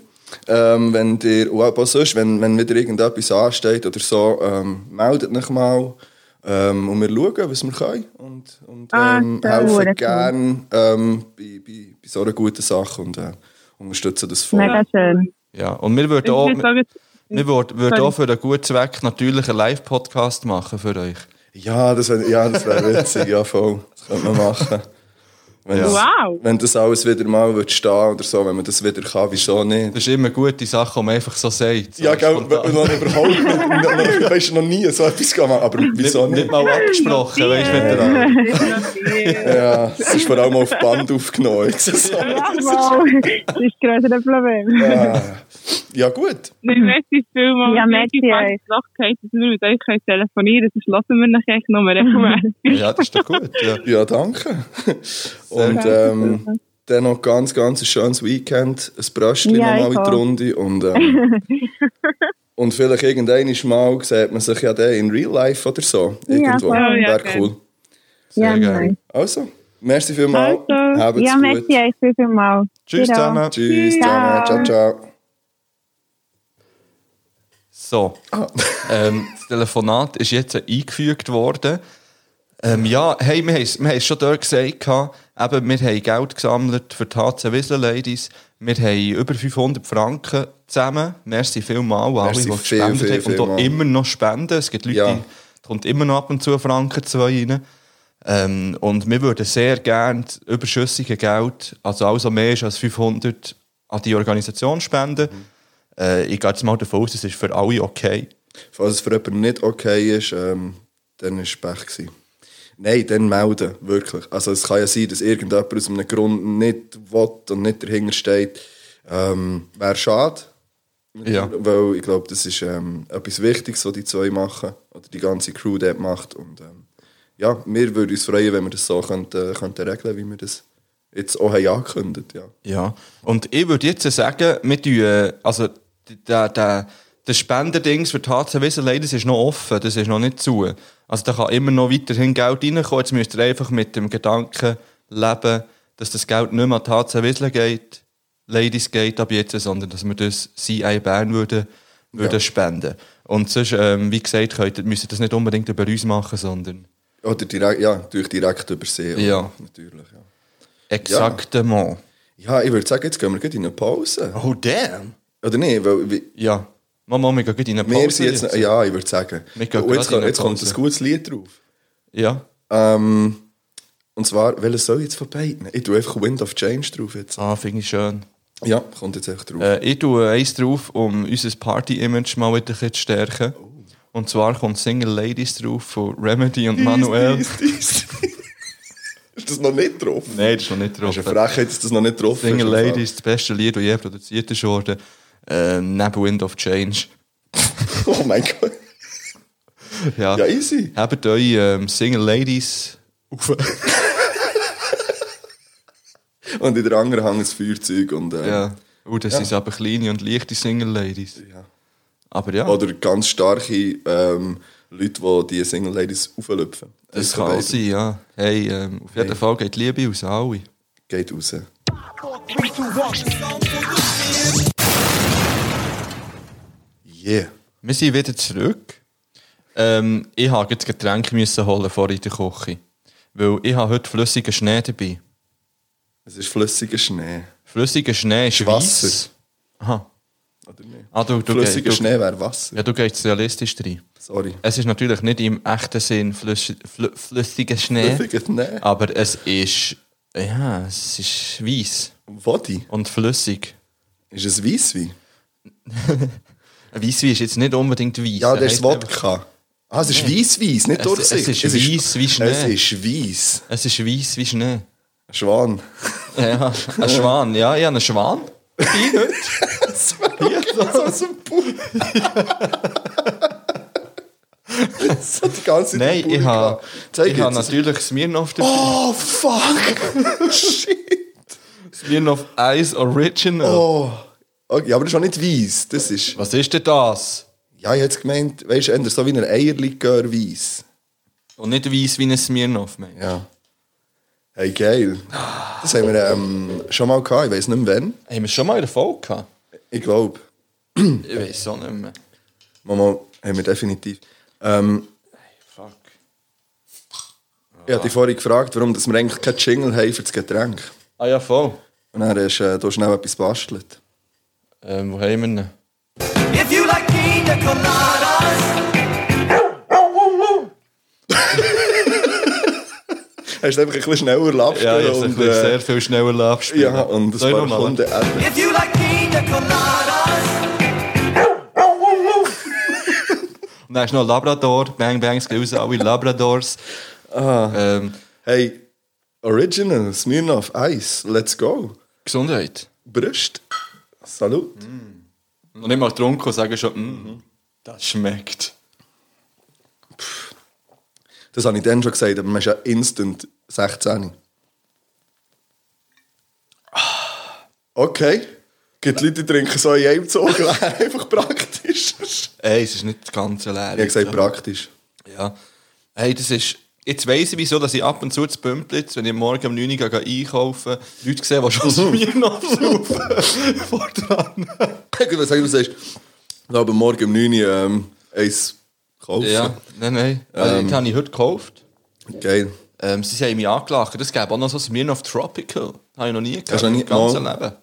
S2: Ähm, wenn ihr, und auch sonst, wenn, wenn wieder irgendetwas ansteht oder so, ähm, meldet euch mal. Ähm, und wir schauen, was wir können. Und, und
S5: Ah,
S2: ähm,
S5: sehr
S2: helfen
S5: cool.
S2: gerne ähm, bei, bei, bei so einer guten Sache und äh, unterstützen das voll.
S5: Mega schön.
S1: ja, und wir würden
S4: Ich
S1: auch,
S4: würde
S1: wir,
S4: sagen,
S1: wir würden, würden
S4: Sorry.
S1: auch für einen guten Zweck natürlich einen Live-Podcast machen für euch.
S2: Ja, das wäre ja, das wär witzig, ja voll. Das könnte man machen. Wenn, das,
S4: Wow.
S2: wenn das alles wieder mal wird stehen oder so, wenn man das wieder kann, wieso nicht?
S1: Das ist immer eine gute Sache, die man einfach so sagt. So
S2: Ja, gell, wenn
S1: spontan.
S2: man überhaupt nicht, noch- noch- weißt du, noch nie so etwas gemacht, aber wieso
S1: nicht, nicht
S2: nicht?
S1: mal abgesprochen, weißt du, miteinander.
S2: Ja, es ist vor allem auf Band aufgenommen. jetzt. So.
S5: Wow! Dus Das ist größer ein Problem.
S2: Ah. Ja, gut.
S4: Nein, merci vielmals.
S5: Mhm. Ja, merci
S4: Ich habe
S5: euch.
S4: das Loch gehabt, dass wir mit euch können telefonieren können. Das lassen wir nachher echt nochmal regelmässig.
S1: Ja, das ist doch gut. Ja.
S2: Ja, danke. Und ähm, dann noch ganz, ganz ein schönes Weekend. Ein Bröstchen
S5: Ja,
S2: nochmal
S5: ich
S2: in die Runde.
S5: auch.
S2: Und, ähm, Und vielleicht irgendein Mal sieht man sich ja dann in Real Life oder so. Irgendwo.
S5: voll.
S4: Oh, ja,
S2: Wäre
S4: okay.
S2: cool.
S1: Sehr
S5: ja,
S1: geil.
S5: nein.
S2: Also, merci vielmals.
S5: Also,
S2: Habt's
S5: ja, merci euch vielmals.
S1: Tschüss
S5: Genau.
S1: zusammen.
S2: Tschüss
S5: Ciao.
S2: zusammen. Ciao, ciao.
S1: So.
S2: Ah.
S1: Ähm, das Telefonat ist jetzt eingefügt worden. Ähm, ja, hey, wir haben es- wir haben es schon dort gesagt, gehabt, eben, wir haben Geld gesammelt für die HC Wiesel Ladies. Wir haben über 500 Franken zusammen. Merci vielmals, alle,
S2: Merci
S1: die
S2: viel,
S1: gespendet
S2: viel,
S1: haben und auch
S2: vielmals.
S1: immer noch spenden. Es gibt Leute,
S2: Ja.
S1: die da kommt immer noch ab und zu Franken zwei rein. Ähm, und wir würden sehr gerne das überschüssige Geld, also also mehr ist als 500, an die Organisation spenden. Äh, ich gehe jetzt mal davon aus, es ist für alle okay.
S2: Falls es für jemanden nicht okay ist, ähm, dann war es Pech. gewesen. Nein, dann melden, wirklich. Also es kann ja sein, dass irgendjemand aus einem Grund nicht will und nicht dahinter steht. Ähm, Wäre schade,
S1: Ja.
S2: weil ich glaube, das ist ähm, etwas Wichtiges, was die zwei machen oder die ganze Crew dort macht. Und ähm, ja, wir würden uns freuen, wenn wir das so könnten, könnten regeln, wie wir das jetzt auch haben angekündigt. Ja.
S1: Ja. Und ich würde jetzt sagen, wir tun, äh, also, der, der, der Spenderdings für die HC Wiesel Ladies ist noch offen, das ist noch nicht zu. Also, da kann immer noch weiterhin Geld reinkommen. Jetzt müsst ihr einfach mit dem Gedanken leben, dass das Geld nicht mehr an die HC Wiesel geht, Ladies geht ab jetzt, sondern dass wir das CI Bern würden, würden
S2: Ja.
S1: spenden. Und sonst, ähm, wie gesagt, könnt, ihr- müsst ihr das nicht unbedingt über uns machen, sondern
S2: Oder direkt, ja, natürlich direkt übersehen.
S1: Ja.
S2: Natürlich, ja.
S1: exactement.
S2: ja, ich würde sagen, jetzt gehen wir gleich in eine Pause.
S1: Oh, damn!
S2: Oder nicht? Weil, wie-
S1: Ja. Mama, wir gehen gleich in eine
S2: Wir
S1: Pause
S2: sind jetzt, ja, ich würde sagen.
S1: Wir gehen
S2: Und
S1: gerade in
S2: jetzt, kommt-
S1: eine
S2: jetzt kommt
S1: Pause.
S2: ein gutes Lied drauf.
S1: ja.
S2: Ähm, und zwar, welches soll ich jetzt von beiden? Ich tue einfach Wind of Change drauf jetzt.
S1: Ah, finde ich schön.
S2: Ja, kommt jetzt echt drauf.
S1: Äh, ich tue eins drauf, um unser Party-Image mal wieder ein bisschen zu stärken.
S2: Oh.
S1: Und zwar kommt Single Ladies drauf von Remedy und Manuel.
S2: Dies, dies, dies. ist das noch nicht drauf?
S1: Nein, das ist noch nicht drauf.
S2: Das ist eine Frechheit, dass das noch nicht drauf
S1: Single
S2: ist.
S1: Ladies, das beste Lied, das je produziert ist worden. Äh, neben Wind of Change.
S2: Oh mein Gott.
S1: Ja,
S2: Ja, easy.
S1: Habt eure ähm, Single Ladies auf.
S2: Und in der anderen hängt ein Feuerzeug. Und, ähm,
S1: ja. Oh, das sind aber kleine und leichte Single Ladies.
S2: Ja.
S1: Aber ja,
S2: Oder ganz starke ähm, Leute, die die Single Ladies auflöpfen.
S1: das kann auch sein, ja. Hey, ähm, auf jeden Fall geht die Liebe aus, alle.
S2: Geht raus. Yeah.
S1: Wir sind wieder zurück. Ähm, ich habe jetzt Getränke müssen holen vor in der Küche. Weil ich habe heute flüssigen Schnee dabei.
S2: Es ist flüssiger Schnee.
S1: Flüssiger Schnee ist
S2: Wasser.
S1: weiss. Aha.
S2: Oder nicht?
S1: Ah, du, du
S2: flüssiger
S1: du,
S2: Schnee wäre Wasser.
S1: Ja, Äh, du gehst realistisch rein.
S2: Sorry.
S1: Es ist natürlich nicht im echten Sinn flüss, flü, flüssiger Schnee.
S2: Flüssiger Schnee.
S1: Aber es ist. Ja, es ist weiss.
S2: Woddy?
S1: Und flüssig.
S2: Ist es Weisswein?
S1: Weiss wie ist jetzt nicht unbedingt weiss.
S2: Ja,
S1: Er
S2: das ist
S1: heisst einfach-
S2: Wodka. Ah, es ist Weissweiss, nicht
S1: Es-
S2: durchsichtig.
S1: es ist weiss wie Schnee.
S2: Es ist Weiss.
S1: Es ist weiss wie Schnee.
S2: Schwan.
S1: Ja, ein Schwan. Ja, ich habe einen Schwan.
S2: Das wäre okay, so aus dem Bauch. so die ganze Zeit
S1: Nein,
S2: im
S1: ich
S2: Bauch
S1: habe,
S2: gehabt. Zeig
S1: ich habe
S2: jetzt.
S1: natürlich Smirnoff dabei.
S2: Oh, fuck! Shit!
S1: Smirnoff Ice Original.
S2: Oh. Okay, aber das ist auch nicht weiss. Das ist...
S1: Was ist denn das?
S2: Ja, ich hätte gemeint, weißt du, eher so wie ein Eierlikör weiss.
S1: Und nicht weiss wie ein Smirnoff, Mensch.
S2: Ja. Hey, geil. Das haben wir ähm, schon mal gehabt, ich weiß nicht mehr wann.
S1: Haben wir schon mal in der Folge gehabt?
S2: Ich glaube,
S1: Ich weiß auch nicht mehr.
S2: Mama haben wir definitiv. Ähm,
S1: Fuck.
S2: ich hatte dich vorhin gefragt, warum dass wir eigentlich keinen Jingle haben für das Getränk.
S1: Ah ja, voll.
S2: Und dann hast äh, du schnell etwas bastelt.
S1: Ähm, wo haben wir ihn?
S6: If you like pina coladas,
S2: Hast du einfach ein bisschen schneller Lapfen
S1: Ja, ich habe
S2: und,
S1: sehr
S2: äh,
S1: viel schneller abgespielt.
S2: ja, und ein
S1: Soll ich
S2: paar
S1: noch mal?
S2: Kunden Äpfel.
S6: if you like pina coladas,
S1: Und dann ist noch Labrador. Bang Bangs gehen raus, alle Labradors.
S2: Ah.
S1: Ähm,
S2: Hey, Original, Smirnoff, Eis, let's go.
S1: Gesundheit.
S2: Brust. Salut.
S1: Noch nicht mal getrunken und sagen schon, mm, das schmeckt.
S2: Das habe ich dann schon gesagt, aber man ist ja instant 16. Okay. Gibt Leute, die trinken so in einem Zug leer, einfach praktisch.
S1: Ey, es ist nicht das ganze leer.
S2: Ich habe gesagt, praktisch.
S1: Ja. Hey, das ist. Jetzt weiss ich, wieso dass ich ab und zu zu Pümplitz, wenn ich morgen um 9 Uhr gehe einkaufen Leute sehe, die schon zu mir
S2: Mhm.
S1: nachlaufen. Vor dran.
S2: Ich würde sagen, du sagst, ich habe morgen um 9 Uhr ähm, eins kaufen.
S1: Ja, nein, nein. Also, die habe ich heute gekauft.
S2: Geil.
S1: Ähm, sie haben mich angelacht. Das gäbe auch noch so Smirnoff Tropical. Habe ich noch nie gehört.
S2: Hast du noch nie-
S1: Im ganzen
S2: Mal.
S1: Leben.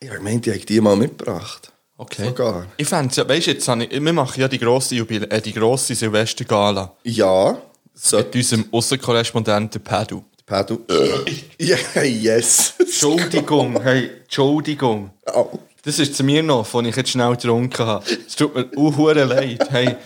S2: Ich meinte, ich hätte die mal mitgebracht.
S1: Okay.
S2: Sogar.
S1: Ich fände ja, weißt du, jetzt habe ich, wir machen ja die grosse, Jubil äh, die grosse Silvestergala
S2: Ja,
S1: mit
S2: sollte
S1: unserem Aussenkorrespondenten Pedro.
S2: Pedro. Ja, yes. Oh.
S1: Entschuldigung, hey, Entschuldigung.
S2: Au.
S1: Das ist zu mir noch, von ich jetzt schnell getrunken habe. Es tut mir auch hure leid. Hey,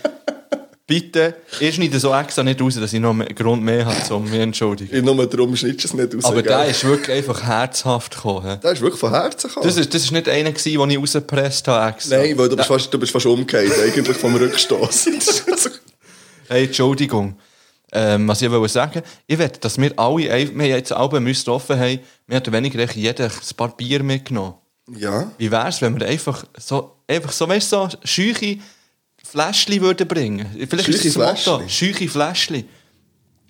S1: bitte, ich schneide so extra nicht raus, dass ich noch einen Grund mehr habe, um mich entschuldigen.
S2: Ich nur darum schnittst du es nicht raus.
S1: Aber
S2: gell?
S1: der ist wirklich einfach herzhaft gekommen. he.
S2: der ist wirklich von Herzen gekommen.
S1: Das ist, das ist nicht einer, gewesen, den ich rausgepresst habe. Extra.
S2: Nein, weil du bist, fast, du bist fast umgekehrt, eigentlich vom Rückstoß. Das ist so-
S1: Hey, Entschuldigung. Ähm, was ich wollte sagen, ich wette, dass wir alle, ein- wir haben jetzt alle müssen offen haben, wir hatten weniger echt jeder ein paar Bier mitgenommen.
S2: ja.
S1: Wie wär's, wenn wir einfach so, einfach so, weißt du, so scheuche Fläschchen würden bringen? Vielleicht ist das
S2: Scheuche
S1: das Motto,
S2: Fläschchen?
S1: scheuche Fläschchen.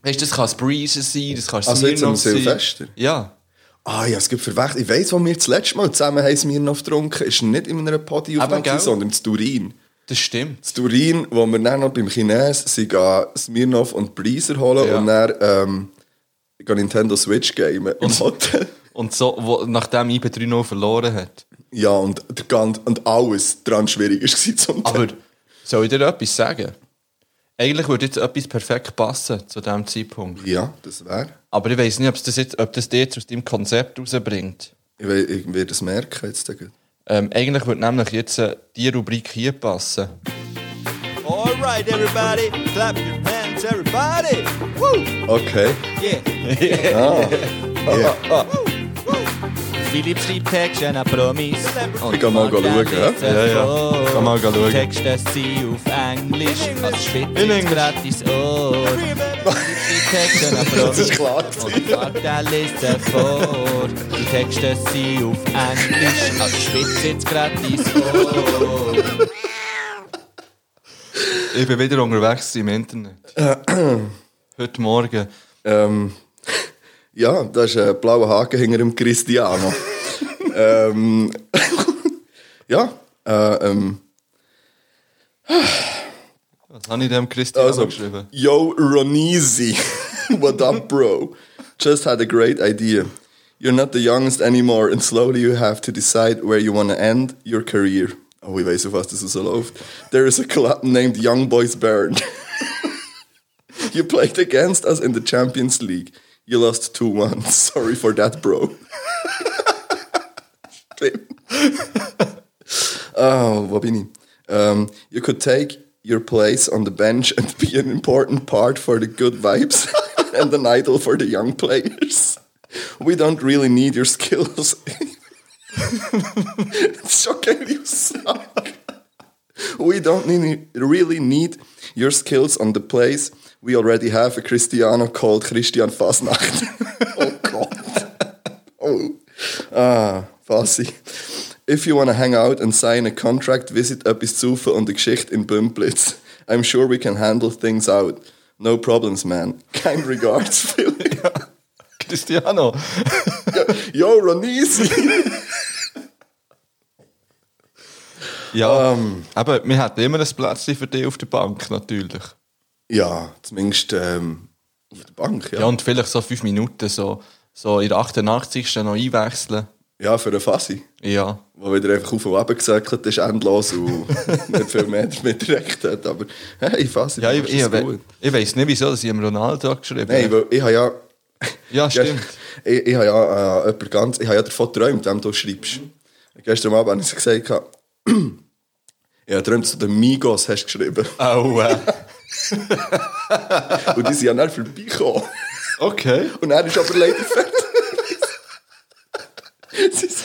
S1: Weißt du, das kann ein Breezer sein, das kann ein
S2: Also jetzt am
S1: Smirnoff sein.
S2: Silvester?
S1: Ja.
S2: Ah ja, es gibt verwechselt. Ich weiss, wo wir das letzte Mal zusammen haben Smirnoff getrunken ist nicht in einer Party
S1: Aber,
S2: auf
S1: gell?
S2: dem sondern in Turin.
S1: Das stimmt.
S2: In Turin, wo wir dann noch beim Chines sind, gehen Smirnoff und Breezer holen
S1: Ja.
S2: und dann ähm, gehen Nintendo Switch gamen im Hotel.
S1: Und so, wo, nachdem IB 3-0 verloren hat.
S2: Ja, und, der ganze, und alles dran schwierig war zum Teil.
S1: Aber soll ich dir etwas sagen? Eigentlich würde jetzt etwas perfekt passen zu diesem Zeitpunkt.
S2: Ja, das wäre.
S1: Aber ich weiß nicht, ob das, jetzt, ob das dir jetzt aus deinem Konzept rausbringt.
S2: Ich, we- ich werde es merken jetzt. da gleich.
S1: Ähm, eigentlich würde nämlich jetzt äh, die Rubrik hier passen.
S6: Alright, everybody, clap your hands, everybody.
S2: Okay.
S6: Philipp schreibt Texte an Promis. Und
S2: Ich kann
S1: Oh,
S2: mal
S6: Morgan
S2: schauen, ja?
S6: ist er
S1: Ja, ja.
S6: froh.
S1: Kann mal schauen.
S6: Texte sie auf Englisch. Als
S1: In
S6: Schwitz
S1: Englisch.
S6: gratis oh. Ohr. Die Texte an
S2: Das ist
S6: Promis.
S2: klar.
S6: Und Kartell ist er vor. Die Texte sie auf Englisch. Als Schwitz jetzt gratis oh. Ohr.
S1: Ich bin wieder unterwegs im Internet. Äh, Heute Morgen.
S2: Ähm, ja, da ist ein blauer Haken hinter dem Cristiano. ähm, ja, äh, ähm,
S1: Was habe ich dem Christian
S2: also,
S1: geschrieben?
S2: yo Ronisi, what up, bro? Just had a great idea. You're not the youngest anymore and slowly you have to decide where you want to end your career. Oh, ich weiß, auf was das so läuft. There is a club named Young Boys Bern. you played against us in the Champions League. You lost 2-1. Sorry for that, bro. Oh, wo bin ich? Um, you could take your place on the bench and be an important part for the good vibes and an idol for the young players. We don't really need your skills. das ist schon keine Aussage. We don't need, really need your skills on the place. We already have a Cristiano called Christian Fasnacht. oh Gott. Oh. Ah, Fassi. If you want to hang out and sign a contract, visit Öppis Zufa und die Geschichte in Bümplitz. I'm sure we can handle things out. No problems, man. Kind regards, Philly.
S1: Cristiano!
S2: Yo, Ronisi!
S1: Ja, aber wir hatten immer ein Plätzchen für dich auf der Bank, natürlich.
S2: ja, zumindest ähm, auf der Bank,
S1: Ja,
S2: ja.
S1: und vielleicht so fünf Minuten, so, so in der 88. noch einwechseln.
S2: Ja, für einen Fassi.
S1: Ja.
S2: Wo wieder einfach auf und runter gesäckelt ist, endlos und nicht viel mehr damit direkt hat. Aber hey, Fassi,
S1: Ja,
S2: du
S1: ich,
S2: machst
S1: ich,
S2: das
S1: we
S2: gut.
S1: ich weiß nicht, wieso dass ich im Ronaldo geschrieben
S2: Nein, weil ich habe ja.
S1: Ja, Ah, stimmt.
S2: ich, ich habe ja äh, jemand ganz. Ich habe ja davon geträumt, wem du schreibst. Gestern Abend habe ich es gesagt. gehabt. Ich habe geträumt, dass du den Migos hast geschrieben.
S1: Au, äh.
S2: Und die sind ja dann vorbeigekommen.
S1: Okay.
S2: Und er ist aber leider fertig. Es ist-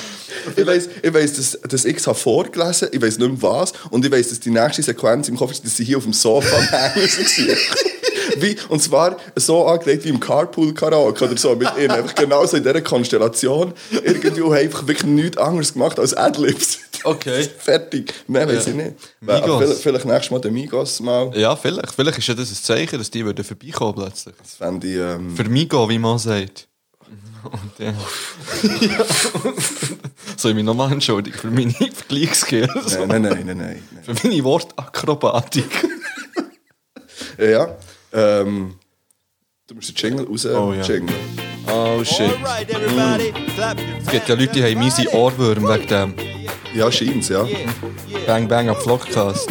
S2: Ich weiss, ich weiss dass, dass ich es habe vorgelesen habe, ich weiss nicht mehr was. Und ich weiss, dass die nächste Sequenz im Kopf ist, dass sie hier auf dem Sofa am Hängen waren. Wie, und zwar so angelegt wie im Carpool-Karaoke oder so. Mit ihnen. Einfach genauso in dieser Konstellation. Irgendwie haben einfach wirklich nichts anderes gemacht als Adlibs.
S1: Okay.
S2: Fertig. Mehr weiß ich nicht. Weil-
S1: Migos.
S2: Vielleicht, vielleicht nächstes Mal den Migos mal.
S1: Ja, vielleicht. Vielleicht ist ja das ein Zeichen, dass die würden vorbeikommen plötzlich.
S2: Das fände ich. Ähm,
S1: Für Migo, wie man sagt. Und, äh, ja. Soll ich mich nochmal entschuldigen für meine Vergleichskills?
S2: nein, nein, nein, nein, nein. nein.
S1: Für meine Wortakrobatik.
S2: Ja, Äh, ja. Ähm, du musst den Jingle raus.
S1: Oh, ja.
S2: Jingle.
S1: Oh shit. Mm.
S6: Alright, everybody, clap your
S1: Es gibt ja Leute, die haben miese Ohrwürm wegen dem
S2: Ja, scheint's, ja.
S1: Bang Bang am Vlogcast.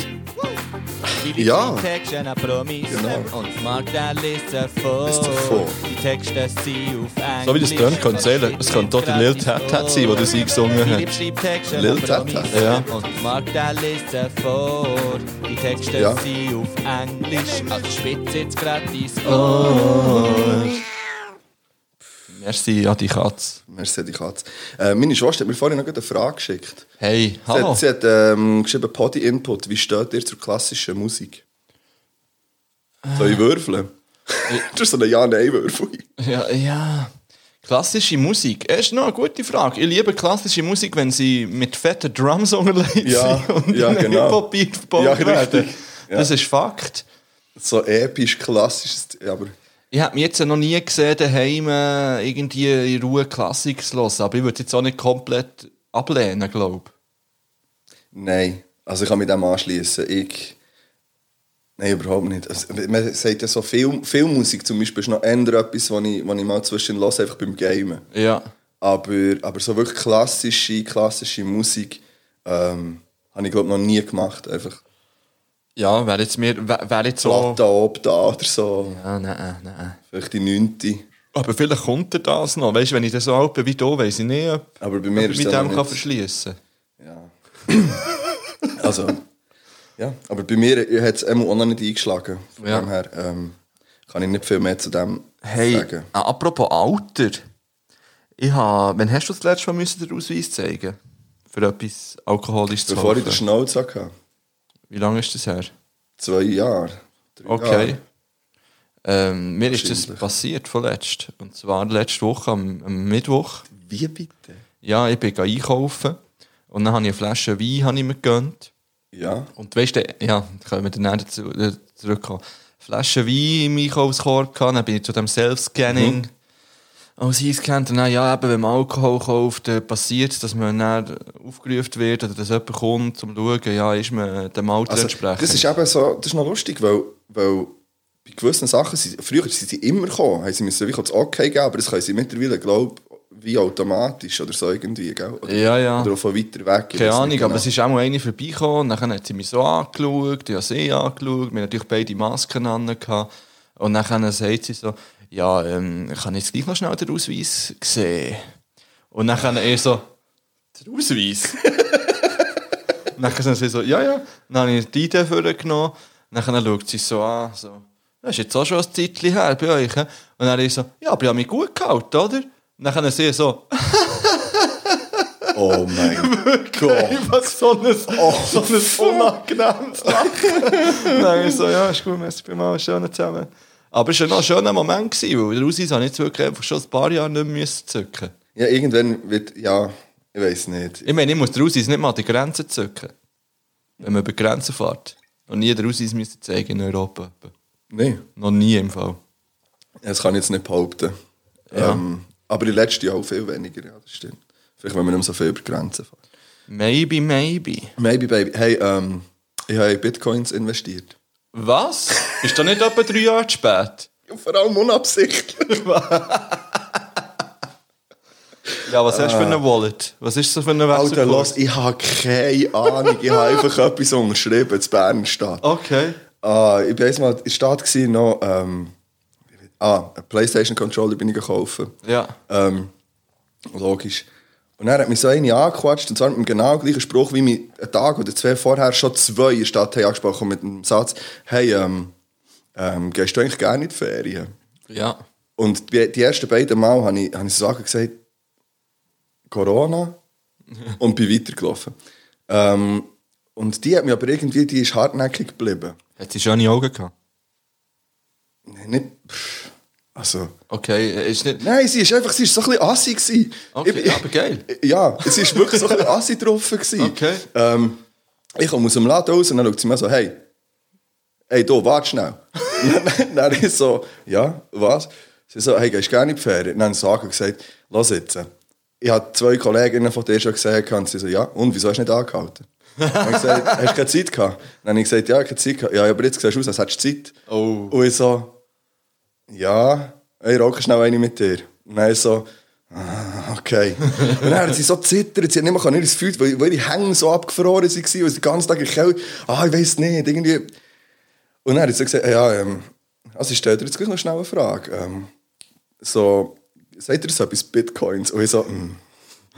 S2: Ja. Genau.
S6: Genau. Und Mark der Liste vor.
S2: Liste vor.
S6: Die Texte sind auf Englisch.
S1: So wie das tönt, könnte es sein, es könnte auch der Lil Tat Tat sein, der das eingesungen hat.
S6: Lil
S2: Lil Tat Tat?
S1: Ja.
S6: Und Mark der Liste vor. Die Texte
S2: Ja.
S6: sind auf Englisch. Also spitz jetzt gerade dein Ohr.
S1: Merci an die Katze.
S2: Merci an die Katze. Äh, meine Schwester hat mir vorhin noch gerade eine Frage geschickt.
S1: Hey,
S2: Sie
S1: hallo.
S2: hat, sie hat ähm, geschrieben, Podi-Input, wie steht ihr zur klassischen Musik?
S1: Äh.
S2: Soll ich würfeln? du hast so einen Ja-Nein-Würfel.
S1: Ja, ja. Klassische Musik. Das ist noch eine gute Frage. Ich liebe klassische Musik, wenn sie mit fetten Drums unterlegt
S2: Ja,
S1: sind und
S2: ja,
S1: in einem
S2: genau.
S1: Hip-Hop eingebaut
S2: Ja,
S1: werden.
S2: richtig. Ja.
S1: Das ist Fakt.
S2: So episch, klassisch. Aber
S1: Ich habe mich jetzt noch nie gesehen, daheim äh, irgendwie in Ruhe Klassik zu hören. Aber ich würde jetzt auch nicht komplett ablehnen, glaube
S2: nein. Also ich kann mich dem anschließen. Ich... Nein, überhaupt nicht. Also, man sagt ja so, Film, Filmmusik zum Beispiel ist noch eher etwas, was ich, was ich mal zwischendurch höre, einfach beim Gamen.
S1: ich. Ja.
S2: Aber, aber so wirklich klassische, klassische Musik ähm, habe ich, glaube noch nie gemacht. Einfach
S1: Ja, wäre jetzt mir, wär, wär jetzt so...
S2: Platte ob da oder so.
S1: Ah, nein, nein.
S2: Vielleicht die neunte.
S1: Aber vielleicht kommt er das noch. Weißt du, wenn ich das so alt bin wie du, weiss ich nicht, ob
S2: Aber bei
S1: ich
S2: mir
S1: mich
S2: ist
S1: mit
S2: es ja
S1: dem
S2: noch
S1: kann
S2: nicht-
S1: verschliessen kann.
S2: Ja. also, ja. Aber bei mir hat es auch noch nicht eingeschlagen. Von
S1: Ja.
S2: dem her ähm, kann ich nicht viel mehr zu dem
S1: Hey,
S2: sagen.
S1: ah, apropos Alter. Ich habe, wann hast du das letzte Mal müssen den Ausweis zeigen Für etwas Alkoholisches zu
S2: Bevor ich
S1: kaufen?
S2: den Schnauze hatte.
S1: Wie lange ist das her?
S2: Zwei Jahre. Drei
S1: Okay.
S2: Jahre.
S1: Ähm, mir ist das
S2: Wahrscheinlich.
S1: passiert vorletzt. Und zwar letzte Woche am, am Mittwoch.
S2: Wie bitte?
S1: Ja, ich bin einkaufen. Und dann habe ich eine Flasche Wein habe ich mir gegönnt.
S2: Ja.
S1: Und weißt du, ja, da können wir dann auch dazu, äh, zurückkommen. Flasche Wein im Einkaufskorb gehabt, dann bin ich zu dem Self-Scanning.
S2: Mhm.
S1: Als ich es kennt, dann, ja, eben, wenn man Alkohol kauft, äh, passiert es, dass man dann aufgerufen wird oder dass jemand kommt, um zu schauen, ja, ist man dem Alter
S2: Also,
S1: entsprechend.
S2: das ist eben so, das ist noch lustig, weil, weil bei gewissen Sachen, sind, früher sind sie immer gekommen, haben sie müssen wirklich das Okay geben, aber das können sie mittlerweile, glaube wie automatisch oder so irgendwie, gell? Oder,
S1: Ja, ja.
S2: Oder auch von weiter weg. ich
S1: Keine
S2: weiss
S1: Ahnung,
S2: nicht
S1: aber
S2: genau.
S1: es ist auch mal eine vorbeigekommen und dann hat sie mich so angeschaut, ich habe sie angeschaut, wir haben natürlich beide Masken an. gehabt. Und dann sagt sie so, ja, ähm, ich kann jetzt gleich noch schnell den Ausweis sehen. Und dann er so, der Ausweis? Und dann sind sie so, ja, ja. Dann habe ich die Idee vorgenommen. Dann schaut sie so an, so, das ist jetzt auch schon ein Zeitchen her bei euch. hä? Und dann ich so, ja, aber ich habe mich gut gehalten, oder? Und dann sie so,
S2: Oh mein Gott.
S1: was so ein,
S2: Oh,
S1: so ein unangenehmes Lachen. Nein, ich so, ja, ist gut, merci vielmals, schön zusammen. Aber es war noch ein schöner Moment, gewesen, weil der Ausweis habe ich jetzt wirklich einfach schon ein paar Jahre nicht mehr müssen zücken
S2: Ja, irgendwann wird, ja, ich weiß nicht.
S1: Ich meine, ich muss den Ausweis nicht mal an die Grenze zücken, wenn man über die Grenze fährt. Und nie den Ausweis müssen zeigen in Europa.
S2: Nein,
S1: Noch nie im Fall.
S2: das kann ich jetzt nicht behaupten. Ähm, aber die letzten Jahre auch viel weniger, ja, das stimmt. Vielleicht, wenn wir nicht mehr so viel über die Grenzen fahren.
S1: Maybe, maybe.
S2: Maybe, baby. Hey, ähm, ich habe in Bitcoins investiert.
S1: Was? Ist doch nicht etwa drei Jahre zu spät?
S2: Ja, vor allem unabsichtlich.
S1: Ja, was hast du für eine Wallet? Was ist so für eine
S2: Alter,
S1: Wechselkurs?
S2: los, ich habe keine Ahnung. Ich habe einfach etwas unterschrieben zu Bern statt.
S1: Okay.
S2: Ah, ich war mal in der Stadt gewesen, noch. Ähm, ah, einen PlayStation Controller bin ich gekauft.
S1: Ja.
S2: Ähm, logisch. Und dann hat mich so eine angequatscht, und zwar mit dem genau gleichen Spruch, wie mich einen Tag oder zwei vorher schon zwei in der Stadt haben angesprochen haben, mit dem Satz: Hey, ähm, ähm, gehst du eigentlich gerne in die Ferien?
S1: Ja.
S2: Und die, die ersten beiden Mal habe ich, habe ich so Sachen gesagt, Corona und bin weitergelaufen. Ähm, und die hat mich aber irgendwie, die ist hartnäckig geblieben.
S1: Hat sie schöne Augen gehabt?
S2: Nein, nicht. pff, Also.
S1: Okay, äh, ist nicht...
S2: Nein, sie ist einfach, sie ist so ein bisschen assi gewesen.
S1: Okay,
S2: Ich- ich-
S1: aber geil.
S2: Äh, Ja, es ist wirklich so ein bisschen assi drauf gewesen.
S1: Okay.
S2: Ähm, ich komme aus dem Laden raus und dann schaut sie mir so, hey, hey, du, warte schnell. Und dann- dann ist so, ja, was? Sie so, hey, gehst du gerne in die Ferien? Und dann habe ich gesagt, lass jetzt. Ich habe zwei Kolleginnen von dir schon gesehen und sie so, ja, und, wieso hast du nicht angehalten? Dann habe ich gesagt, hast du keine Zeit gehabt? Dann habe ich gesagt, ja, ich habe keine Zeit gehabt. Ja, aber jetzt siehst du aus, als hättest du Zeit.
S1: Oh.
S2: Und ich so, ja, ich rauche schnell eine mit dir. Und dann so, ah, okay. Und dann hat sie so zittert, sie hat nicht mehr kann ihres Gefühl, weil, weil die Hänge so abgefroren waren und den ganzen Tag in der Kälte, ah, ich weiß nicht, irgendwie. Und dann hat sie so gesagt, ja, ähm, also ich stelle dir jetzt gleich noch schnell eine Frage. Ähm, so, sagt ihr so etwas Bitcoins? Und ich so, hm.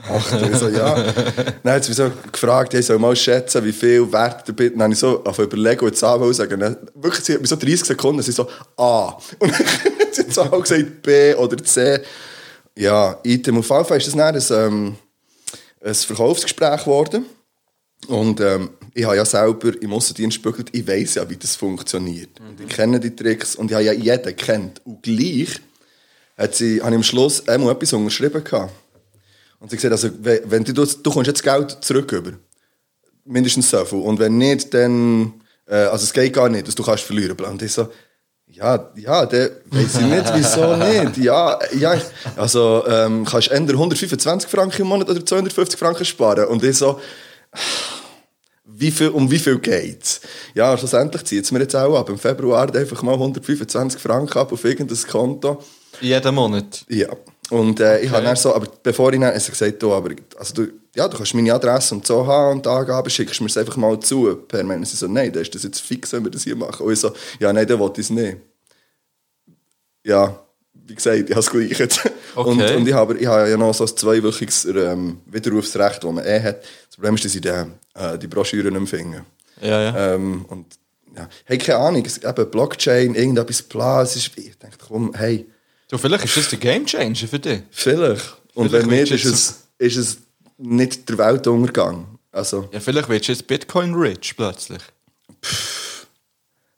S2: Ach, und ich so, ja. Dann hat sie mich so gefragt, ich soll mal schätzen, wie viel Wert der Bitcoin. Dann habe ich so auf überlegen und die Zahl wollte sagen. Dann, wirklich, sie hat mir so 30 Sekunden, sie so, A. Und dann hat sie die Zahl gesagt, B oder C. Ja, Item auf Alpha ist das dann ein, ähm, ein Verkaufsgespräch geworden. Und ähm, ich habe ja selber im Aussendienst gebügelt, ich weiß ja, wie das funktioniert. Und ich kenne die Tricks und ich habe ja jeden kennt. Und gleich hat sie, habe ich am Schluss einmal etwas unterschrieben. Gehabt. Und sie hat gesagt, also, we- wenn du, du kommst jetzt Geld zurück über. Mindestens so viel. Und wenn nicht, dann. Äh, also, es geht gar nicht, dass du kannst verlieren kannst. Und ich so, ja, ja, dann weiß ich nicht, wieso nicht. Ja, ja. Also, ähm, kannst entweder 125 Franken im Monat oder 250 Franken sparen. Und ich so, wie viel, um wie viel geht's? Ja, schlussendlich zieht es mir jetzt auch ab. Im Februar einfach mal 125 Franken ab auf irgendein Konto.
S1: Jeden Monat.
S2: Ja. Und äh, ich habe dann so, aber bevor ich dann, also gesagt, du, aber, also du, ja, du kannst meine Adresse und so haben und die Angaben, schickst mir es einfach mal zu. Per Mail. Und Sie so, nein, dann ist das jetzt fix, wenn wir das hier machen. Und ich so, ja, nein, dann wollte ich es nicht. Ja, wie gesagt, ich habe es gleich jetzt. Und, und ich habe, ich habe ja noch so ein zweiwöchiges ähm, Widerrufsrecht, das man eh hat. Das Problem ist, dass ich den, äh, die Broschüre nicht mehr finde.
S1: Ja, ja.
S2: Ähm, und ja, hey, keine Ahnung, es, eben Blockchain, irgendetwas, bla, es ist, ich denke, komm, hey,
S1: Du, vielleicht ist das der Gamechanger für dich.
S2: Vielleicht. Und
S1: Vielleicht
S2: wenn nicht,
S1: willst
S2: ist
S1: du
S2: es, ist es nicht der Weltuntergang. Also,
S1: Ja, vielleicht wirst du jetzt Bitcoin-rich plötzlich.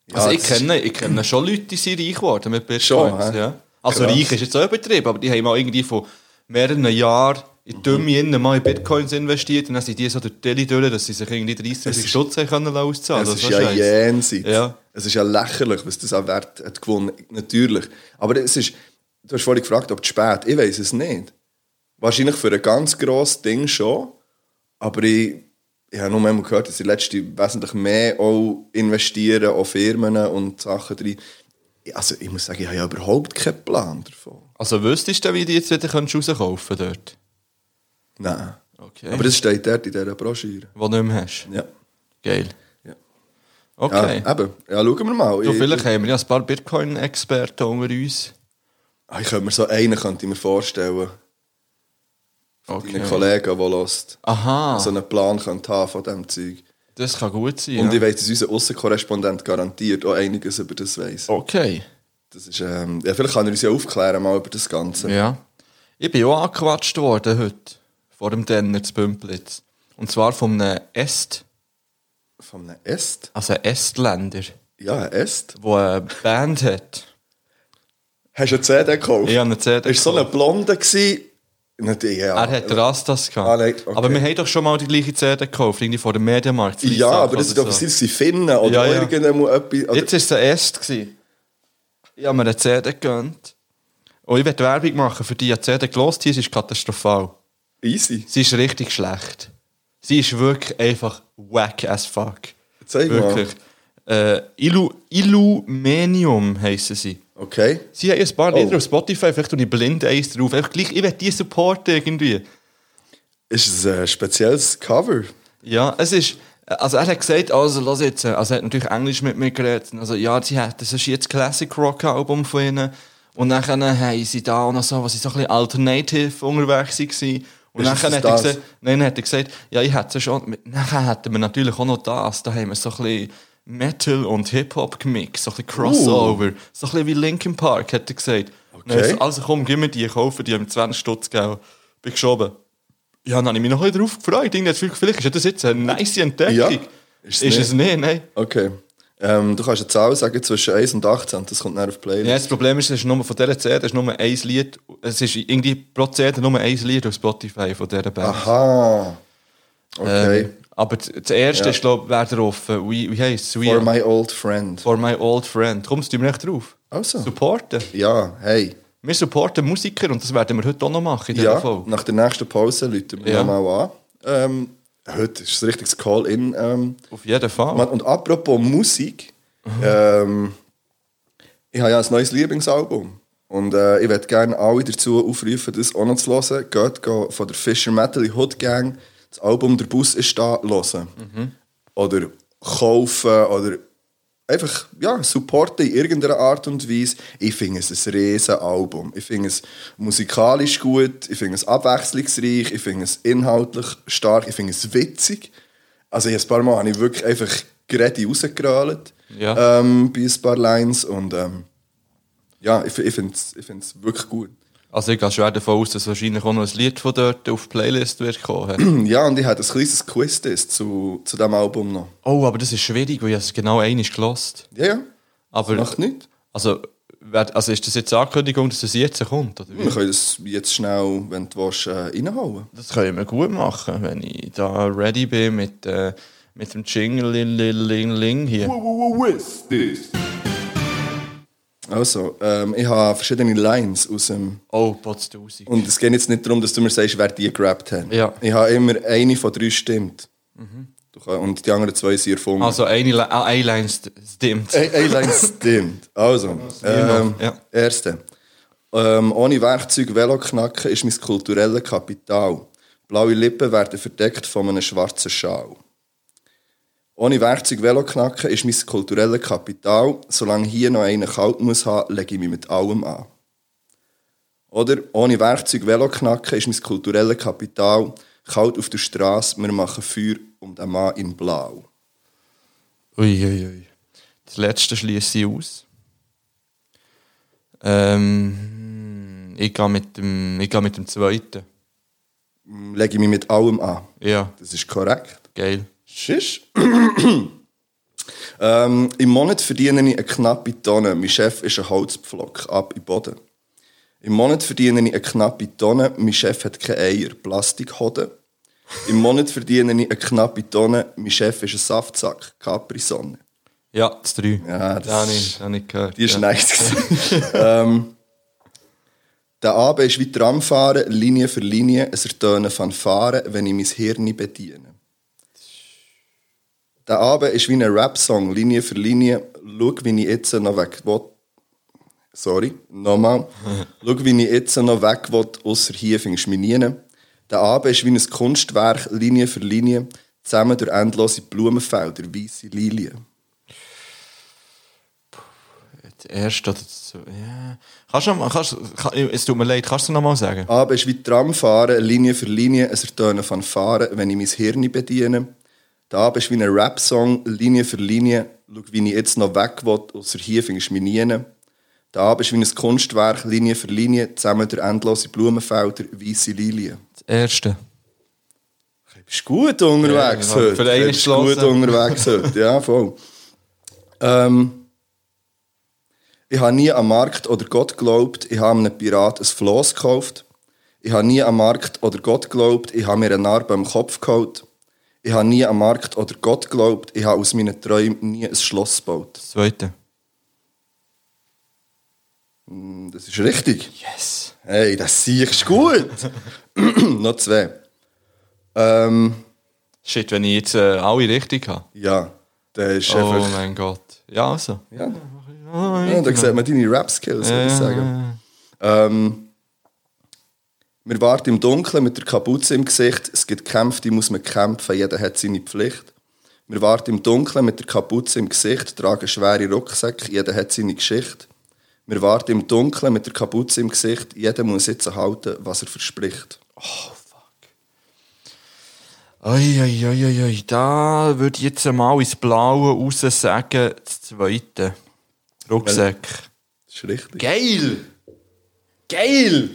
S2: ja,
S1: Also ich
S2: das ist-
S1: kenne, ich kenne schon Leute, die sind reich geworden mit Bitcoins.
S2: Schon, hä?
S1: ja. Also
S2: Krass.
S1: reich ist jetzt auch übertrieben, aber die haben mal irgendwie von mehreren Jahren in Dümme innen mal in Bitcoins investiert und dann sind die so durch die Tele durch, dass sie sich irgendwie 30 Stutz haben können lassen auszahlen.
S2: Es
S1: Das
S2: ist
S1: ist
S2: ja
S1: scheiss.
S2: jenseits.
S1: also, Ja.
S2: Es ist ja lächerlich, was das an Wert hat gewonnen. Natürlich. Aber es ist, du hast vorhin gefragt, ob es spät Ich weiß es nicht. Wahrscheinlich für ein ganz grosses Ding schon. Aber ich, ich habe nur einmal gehört, dass die Letzten wesentlich mehr auch investieren, auch Firmen und Sachen drin. Also ich muss sagen, ich habe ja überhaupt keinen Plan davon.
S1: Also wüsstest du, wie die jetzt wieder könntest rauskaufen dort?
S2: Nein.
S1: Okay.
S2: Aber das steht dort in dieser Broschüre.
S1: Wo du nicht mehr hast.
S2: Ja.
S1: Geil.
S2: Ja.
S1: Okay.
S2: Ja, eben. Ja, schauen wir mal.
S1: du,
S2: ich,
S1: vielleicht haben wir ja ein paar Bitcoin-Experten unter uns.
S2: Ah, ich könnte mir so einen könnte ich mir vorstellen.
S1: Okay. Ah.
S2: Einen Kollegen, der lässt.
S1: Aha,
S2: So einen Plan könnte haben von diesem Zeug.
S1: das kann gut sein.
S2: Und
S1: ja.
S2: ich weiss, dass unser Aussenkorrespondent garantiert auch einiges über das weiss.
S1: Okay.
S2: Das ist, ähm, ja, vielleicht kann er uns ja aufklären mal über das Ganze.
S1: Ja. Ich bin auch angequatscht worden heute. Vor dem Denner zu Bümplitz. Und zwar von einem Est,
S2: Von einem Est?
S1: also einem Estländer,
S2: Ja, ein Est.
S1: der eine Band hat.
S2: Hast du eine CD gekauft?
S1: Ich habe eine CD.
S2: Ist so eine
S1: gekauft.
S2: Blonde gewesen? Natürlich, ja.
S1: er hat Rastas gehabt.
S2: Ah, nein, okay.
S1: Aber wir haben doch schon mal die gleiche CD gekauft, irgendwie vor dem Medienmarkt. in
S2: Ja,
S1: Lysak
S2: aber das ist
S1: oder
S2: doch,
S1: so.
S2: sie sind Finnen oder
S1: Ja, ja.
S2: irgendetwas. oder-
S1: Jetzt war es der erste. gewesen. Ich habe mir eine CD gegönnt. Und ich werde Werbung machen für die. Ich habe die CD gelost, die ist katastrophal.
S2: Easy.
S1: Sie ist richtig schlecht. Sie ist wirklich einfach wack as fuck.
S2: Zeig mal.
S1: wirklich. Äh, Illu Illumenium heissen sie.
S2: Okay.
S1: Sie haben ein paar
S2: Oh.
S1: Lieder auf Spotify, vielleicht tue ich blind eins drauf. Einfach gleich, ich will die supporten irgendwie.
S2: Ist es ein spezielles Cover?
S1: Ja, es ist. Also er hat gesagt, also lass jetzt, äh, also er hat natürlich Englisch mit mir geredet. Also ja, sie hat, das ist jetzt Classic Rock Album von ihnen. Und dann haben sie da auch noch so, was sie so ein bisschen alternative unterwegs waren. Und
S2: Ist
S1: dann
S2: es
S1: hat er
S2: das?
S1: gesagt, nein, dann hat er gesagt, ja, ich hätte sie schon. Nachher hätten wir natürlich auch noch das. Da haben wir so ein bisschen Metal und Hip-Hop gemixt, so ein bisschen Crossover. So ein bisschen wie Linkin Park, hat er gesagt. Und dann
S2: Uh. Okay.
S1: so, Also komm, gib mir die, ich kaufe die, haben 20 Stutz gegeben. Bin geschoben. Ja, dann habe ich mich noch ein bisschen drauf gefreut. Irgendwie hat das Gefühl, Vielleicht ist ja das jetzt eine nice Entdeckung.
S2: Ja,
S1: Ist es nicht, nein.
S2: Okay. Ähm, du kannst eine Zahl sagen zwischen 1 und 18, das kommt dann auf die
S1: Ja,
S2: Playlist.
S1: das Problem ist, es ist nur von dieser CD ist nur ein Lied. Es ist irgendwie pro CD nur ein Lied auf Spotify von dieser Band.
S2: Aha. Okay.
S1: Ähm, aber das das erste
S2: Ja.
S1: ist, glaube ich, wer drauf. äh, Wie, wie heisst es? We
S2: For
S1: Are-
S2: my old friend.
S1: For my old friend. Kommst du mir echt drauf?
S2: Also.
S1: Supporten.
S2: Ja, hey.
S1: Wir supporten Musiker und das werden wir heute auch noch machen in dieser
S2: Ja,
S1: Folge.
S2: nach der nächsten Pause läuten wir
S1: Ja.
S2: nochmal an. Ähm, heute ist ein richtiges Call-In. Ähm,
S1: Auf jeden Fall.
S2: Mann, Und apropos Musik, ähm, ich habe ja ein neues Lieblingsalbum. Und äh, ich würde gerne alle dazu aufrufen, das auch noch zu hören. Geht, geht von der Fisher Metal Hood Gang das Album Der Bus ist da hören. Oder kaufen oder einfach ja, supporten in irgendeiner Art und Weise. Ich finde es ein riesen Album. Ich finde es musikalisch gut, ich finde es abwechslungsreich, ich finde es inhaltlich stark, ich finde es witzig. Also ich, ein paar Mal habe ich wirklich einfach gerade rausgerahlt
S1: Ja.
S2: ähm, bei ein paar Lines und ähm, ja, ich, ich finde es ich find's wirklich gut.
S1: Also ich gehe schwer davon aus, dass wahrscheinlich auch noch ein Lied von dort auf die Playlist wird kommen.
S2: Ja, und ich hatte ein kleines Quiz zu, zu diesem Album noch.
S1: oh, aber das ist schwierig, weil ich es genau einmal gelost.
S2: Ja, ja,
S1: Aber
S2: macht nichts.
S1: also, wer- also ist das jetzt eine Ankündigung, dass es jetzt kommt? Oder wie?
S2: Wir können das jetzt schnell, wenn du willst, äh, reinhauen.
S1: Das können wir gut machen, wenn ich da ready bin mit, äh, mit dem Jingle Ling Ling hier.
S2: Also, ähm, ich habe verschiedene Lines aus dem...
S1: Oh, Potz 1000.
S2: Und es geht jetzt nicht darum, dass du mir sagst, wer die gerappt hat.
S1: Ja. Mhm.
S2: Ich habe immer eine von drei stimmt. Du kann- Und die anderen zwei sind erfunden.
S1: Also eine, Li- ah, eine Line st- stimmt.
S2: Ey, ey, nein, stimmt. Also, ähm,
S1: Ja.
S2: erste. Ähm, ohne Werkzeug Velo knacken ist mein kulturelles Kapital. Blaue Lippen werden verdeckt von einem schwarzen Schal. Ohne Werkzeug Velo knacken ist mein kulturelles Kapital. Solange hier noch einer kalt muss haben, lege ich mich mit allem an. Oder ohne Werkzeug Velo knacken ist mein kulturelles Kapital. Kalt auf der Straße, wir machen Feuer um den Mann in Blau.
S1: Uiuiui. Das letzte schließe ich aus. Ähm, ich gehe mit, dem- ich gehe mit dem zweiten.
S2: Lege ich mich mit allem an.
S1: Ja,
S2: Das ist korrekt.
S1: geil.
S2: Schisch. ähm, Im Monat verdiene ich eine knappe Tonne. Mein Chef ist ein Holzpflock. Ab in den Boden. Im Monat verdiene ich eine knappe Tonne. Mein Chef hat keine Eier. Plastikhoden. Im Monat verdiene ich eine knappe Tonne. Mein Chef ist ein Saftsack. Capri-Sonne.
S1: Ja, das drei.
S2: Ja,
S1: das habe ich, das habe ich gehört.
S2: Die ist
S1: ja.
S2: nice. gewesen. ähm, der Abend ist wie Tramfahren, Linie für Linie. Es ertönen Fanfaren, wenn ich mein Hirn bediene. Der Abend ist wie ein Rap-Song, Linie für Linie. Schau, wie ich jetzt noch weg will. Sorry, nochmal. Schau, wie ich jetzt noch weg will, außer hier findest du mich nie. Der Abend ist wie ein Kunstwerk, Linie für Linie. Zusammen durch endlose Blumenfelder, weiße Lilien.
S1: Das erste oder das zweite. Ja. Kannst du noch mal, kannst, kann, es tut mir leid, kannst du noch mal sagen?
S2: Aber es ist wie Tramfahren, Linie für Linie, es ertönen Fanfaren, wenn ich mein Hirn bediene. Der Abend ist wie ein Rap-Song, Linie für Linie, schau, wie ich jetzt noch weg will, außer hier findest du mich nie. Der Abend ist wie ein Kunstwerk, Linie für Linie, zusammen durch endlose Blumenfelder, weiße Lilien.
S1: Das erste.
S2: Bist gut unterwegs
S1: Ja,
S2: heute.
S1: für einmal
S2: Bist gut
S1: geschlossen.
S2: unterwegs heute, ja, voll. Ähm, ich habe nie am Markt oder Gott geglaubt, ich habe einem Pirat ein Floß gekauft. Ich habe nie am Markt oder Gott geglaubt, ich habe mir eine Narbe am Kopf geholt. Ich habe nie am Markt oder Gott geglaubt, ich habe aus meinen Träumen nie ein Schloss gebaut.
S1: Das zweite.
S2: Das ist richtig.
S1: Yes.
S2: Hey, das siehst du gut. Noch zwei. Ähm,
S1: Shit, wenn ich jetzt äh, alle richtig habe.
S2: ja, der ist
S1: Oh
S2: einfach...
S1: mein Gott. Ja, also.
S2: Ja. Ja, da sieht man deine Rap-Skills, würde ich sagen. Ähm, wir warten im Dunkeln mit der Kapuze im Gesicht. Es gibt Kämpfe, die muss man kämpfen. Jeder hat seine Pflicht. Wir warten im Dunkeln mit der Kapuze im Gesicht, tragen schwere Rucksäcke. Jeder hat seine Geschichte. Wir warten im Dunkeln mit der Kapuze im Gesicht. Jeder muss jetzt halten, was er verspricht.
S1: Oh, Uiuiuiui, da würde ich jetzt mal ins Blaue raus sagen, das zweite. Rucksack.
S2: Das ist richtig.
S1: Geil! Geil!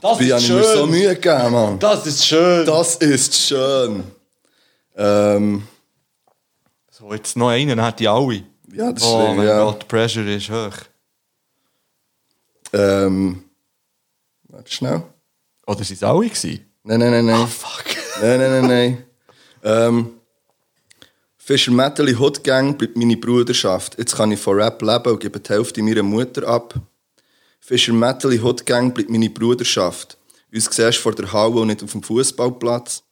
S1: Das
S2: Wie habe ich mir so Mühe gegeben, Mann.
S1: das ist schön!
S2: Das ist schön. Ähm, was
S1: So, jetzt noch einen, dann hat die alle.
S2: Ja, das ist
S1: oh
S2: schlimm,
S1: mein
S2: ja.
S1: Gott, die Pressure ist hoch.
S2: Ähm. Warte schnell.
S1: Oder sind es alle gewesen?
S2: Nein, nein, nein, nein.
S1: Fuck.
S2: Nein, nein, nein, nein. ähm, Fischer Metalli Hood Gang bleibt meine Bruderschaft. Jetzt kann ich von Rap leben und gebe die Hälfte meiner Mutter ab. Fischer Metalli Hood Gang bleibt meine Bruderschaft. Uns siehst du vor der Halle und nicht auf dem Fußballplatz.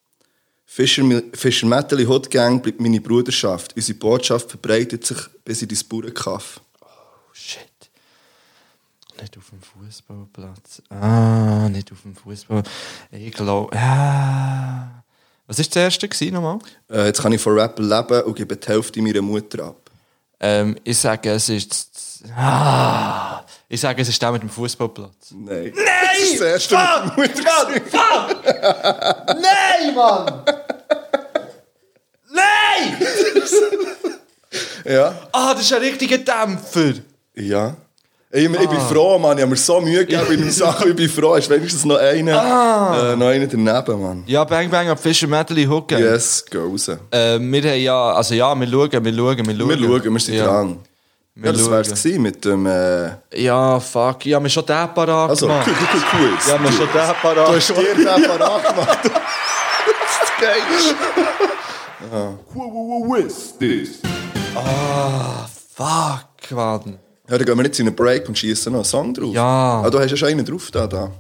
S2: Fischer, Fischer Metalli Hood Gang bleibt meine Bruderschaft. Unsere Botschaft verbreitet sich bis in dein Bauernkaff.
S1: Oh shit. Nicht auf dem Fußballplatz. Ah, nicht auf dem Fußball. Ich glaube. Ah. Was war das erste gewesen nochmal?
S2: Äh, jetzt kann ich von Rap leben und gebe die Hälfte meiner Mutter ab.
S1: Ähm, ich sage, es ist. Ah. Ich sage, es ist der mit dem Fußballplatz.
S2: Nein. Nein! Das ist das erste, was meine Mutter gesagt hat.
S1: Nein, Mann! Nein!
S2: Ja.
S1: Ah, das ist ein richtiger Dämpfer!
S2: Ja. Ich, ich bin
S1: Ah.
S2: froh, Mann. Ich habe mir so Mühe gegeben in meinen Sachen. Ich bin froh. Ist wenigstens noch einer,
S1: Ah.
S2: äh, noch einer daneben, Mann.
S1: Ja, Bang Bang ab Fischer Medley Hocken.
S2: Yes, go raus.
S1: Äh, wir haben ja, also ja, wir schauen, wir schauen, wir schauen.
S2: Wir schauen, wir sind
S1: ja.
S2: dran.
S1: Wir
S2: Ja, das
S1: schauen.
S2: wäre es mit dem... Äh,
S1: Ja, fuck. Ja, wir haben schon den parat
S2: also,
S1: gemacht.
S2: Kuckuckuckuck.
S1: Ja, wir haben schon den parat
S2: Du hast dir den parat gemacht. Das ist geil.
S1: Ah, Fuck, Mann.
S2: Ja, dann gehen wir jetzt in einen Break und schießen noch einen Song drauf.
S1: Ja.
S2: Ah, du hast ja schon einen drauf da, da.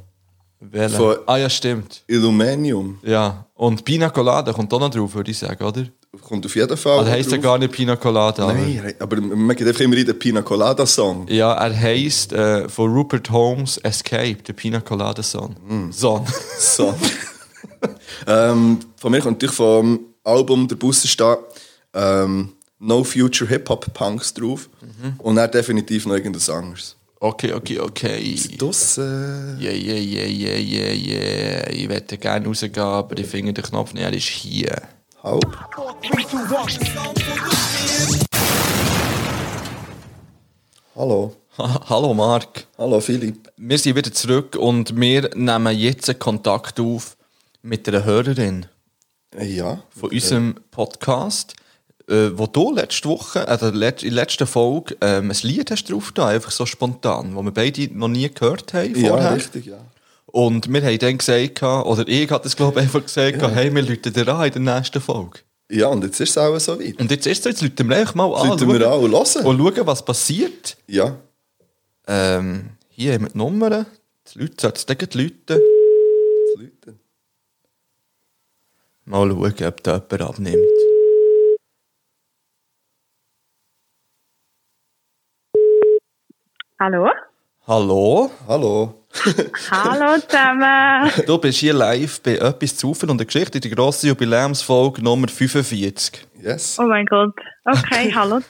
S1: Welcher?
S2: Von-
S1: Ah ja, stimmt.
S2: Illuminium.
S1: Ja. Und Pina Colada kommt auch noch drauf, würde ich sagen, oder?
S2: Kommt auf jeden Fall
S1: Also heisst er
S2: drauf.
S1: gar nicht Pina Colada. aber-
S2: Nein, aber man geht einfach immer in den Pina Colada Song.
S1: Ja, er heisst äh, von Rupert Holmes Escape, der Pina Colada Song. Song.
S2: So. ähm, von mir kommt natürlich vom Album Der Busse steht ähm, No Future Hip-Hop Punks drauf.
S1: Mhm.
S2: Und er definitiv noch irgendwas anderes.
S1: Okay, okay, okay.
S2: Das, äh,
S1: Yeah, yeah, yeah, yeah, yeah, yeah. Ich würde gerne rausgehen, aber ich finde den Knopf nicht, er ist hier.
S2: halb. Hallo.
S1: Ha- Hallo Marc.
S2: Hallo Philipp.
S1: Wir sind wieder zurück und wir nehmen jetzt Kontakt auf mit einer Hörerin.
S2: Äh, Ja.
S1: von unserem Podcast, äh, wo du letzte Woche, äh, der let- in der letzten Folge, ähm, ein Lied hast drauf da, einfach so spontan, wo wir beide noch nie gehört haben
S2: Ja,
S1: vorher.
S2: richtig, ja.
S1: und wir haben dann gesagt, oder ich hatte es glaube ich einfach gesagt, hey, wir läuten dir an in der nächsten Folge.
S2: Ja, und jetzt ist es auch so weit.
S1: Und jetzt ist es so, jetzt läuten wir einfach mal an,
S2: Sollten wir auch hören?
S1: Ah, und schauen, was passiert.
S2: ja.
S1: Ähm, hier haben wir die Nummern, die Leute sollten es dann gleich läuten.
S2: Das Läuten.
S1: Mal schauen, ob da jemand abnimmt.
S5: Hallo?
S1: Hallo?
S2: Hallo.
S5: Hallo zusammen!
S1: Du bist hier live bei «Etwas zu und der Geschichte» in der grossen Jubiläumsfolge Nummer 45.
S2: Yes.
S5: Oh mein Gott. Okay, hallo.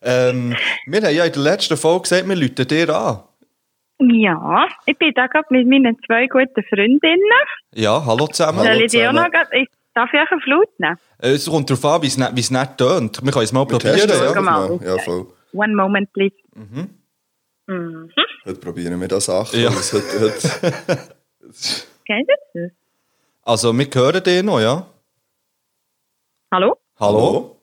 S1: Ähm, wir haben ja in der letzten Folge gesagt, wir rufen dir an.
S5: Ja, ich bin da gerade mit meinen zwei guten Freundinnen.
S1: Ja, hallo zusammen.
S5: Soll ich die auch
S2: zusammen.
S5: noch grad- ich- Darf ich euch einen Flut nehmen?
S1: Äh, Es kommt darauf an, wie es nicht, wie es nicht ne tönt. Wir können es mal probieren.
S2: Testen,
S1: Ja.
S5: Schau mal.
S2: genau. Ja, voll.
S5: One moment, please.
S2: Heute probieren wir das auch.
S1: Ja.
S2: Ja. Heute, heute,
S5: Kennt ihr das?
S1: Also, wir hören dich noch, ja?
S5: Hallo?
S1: Hallo?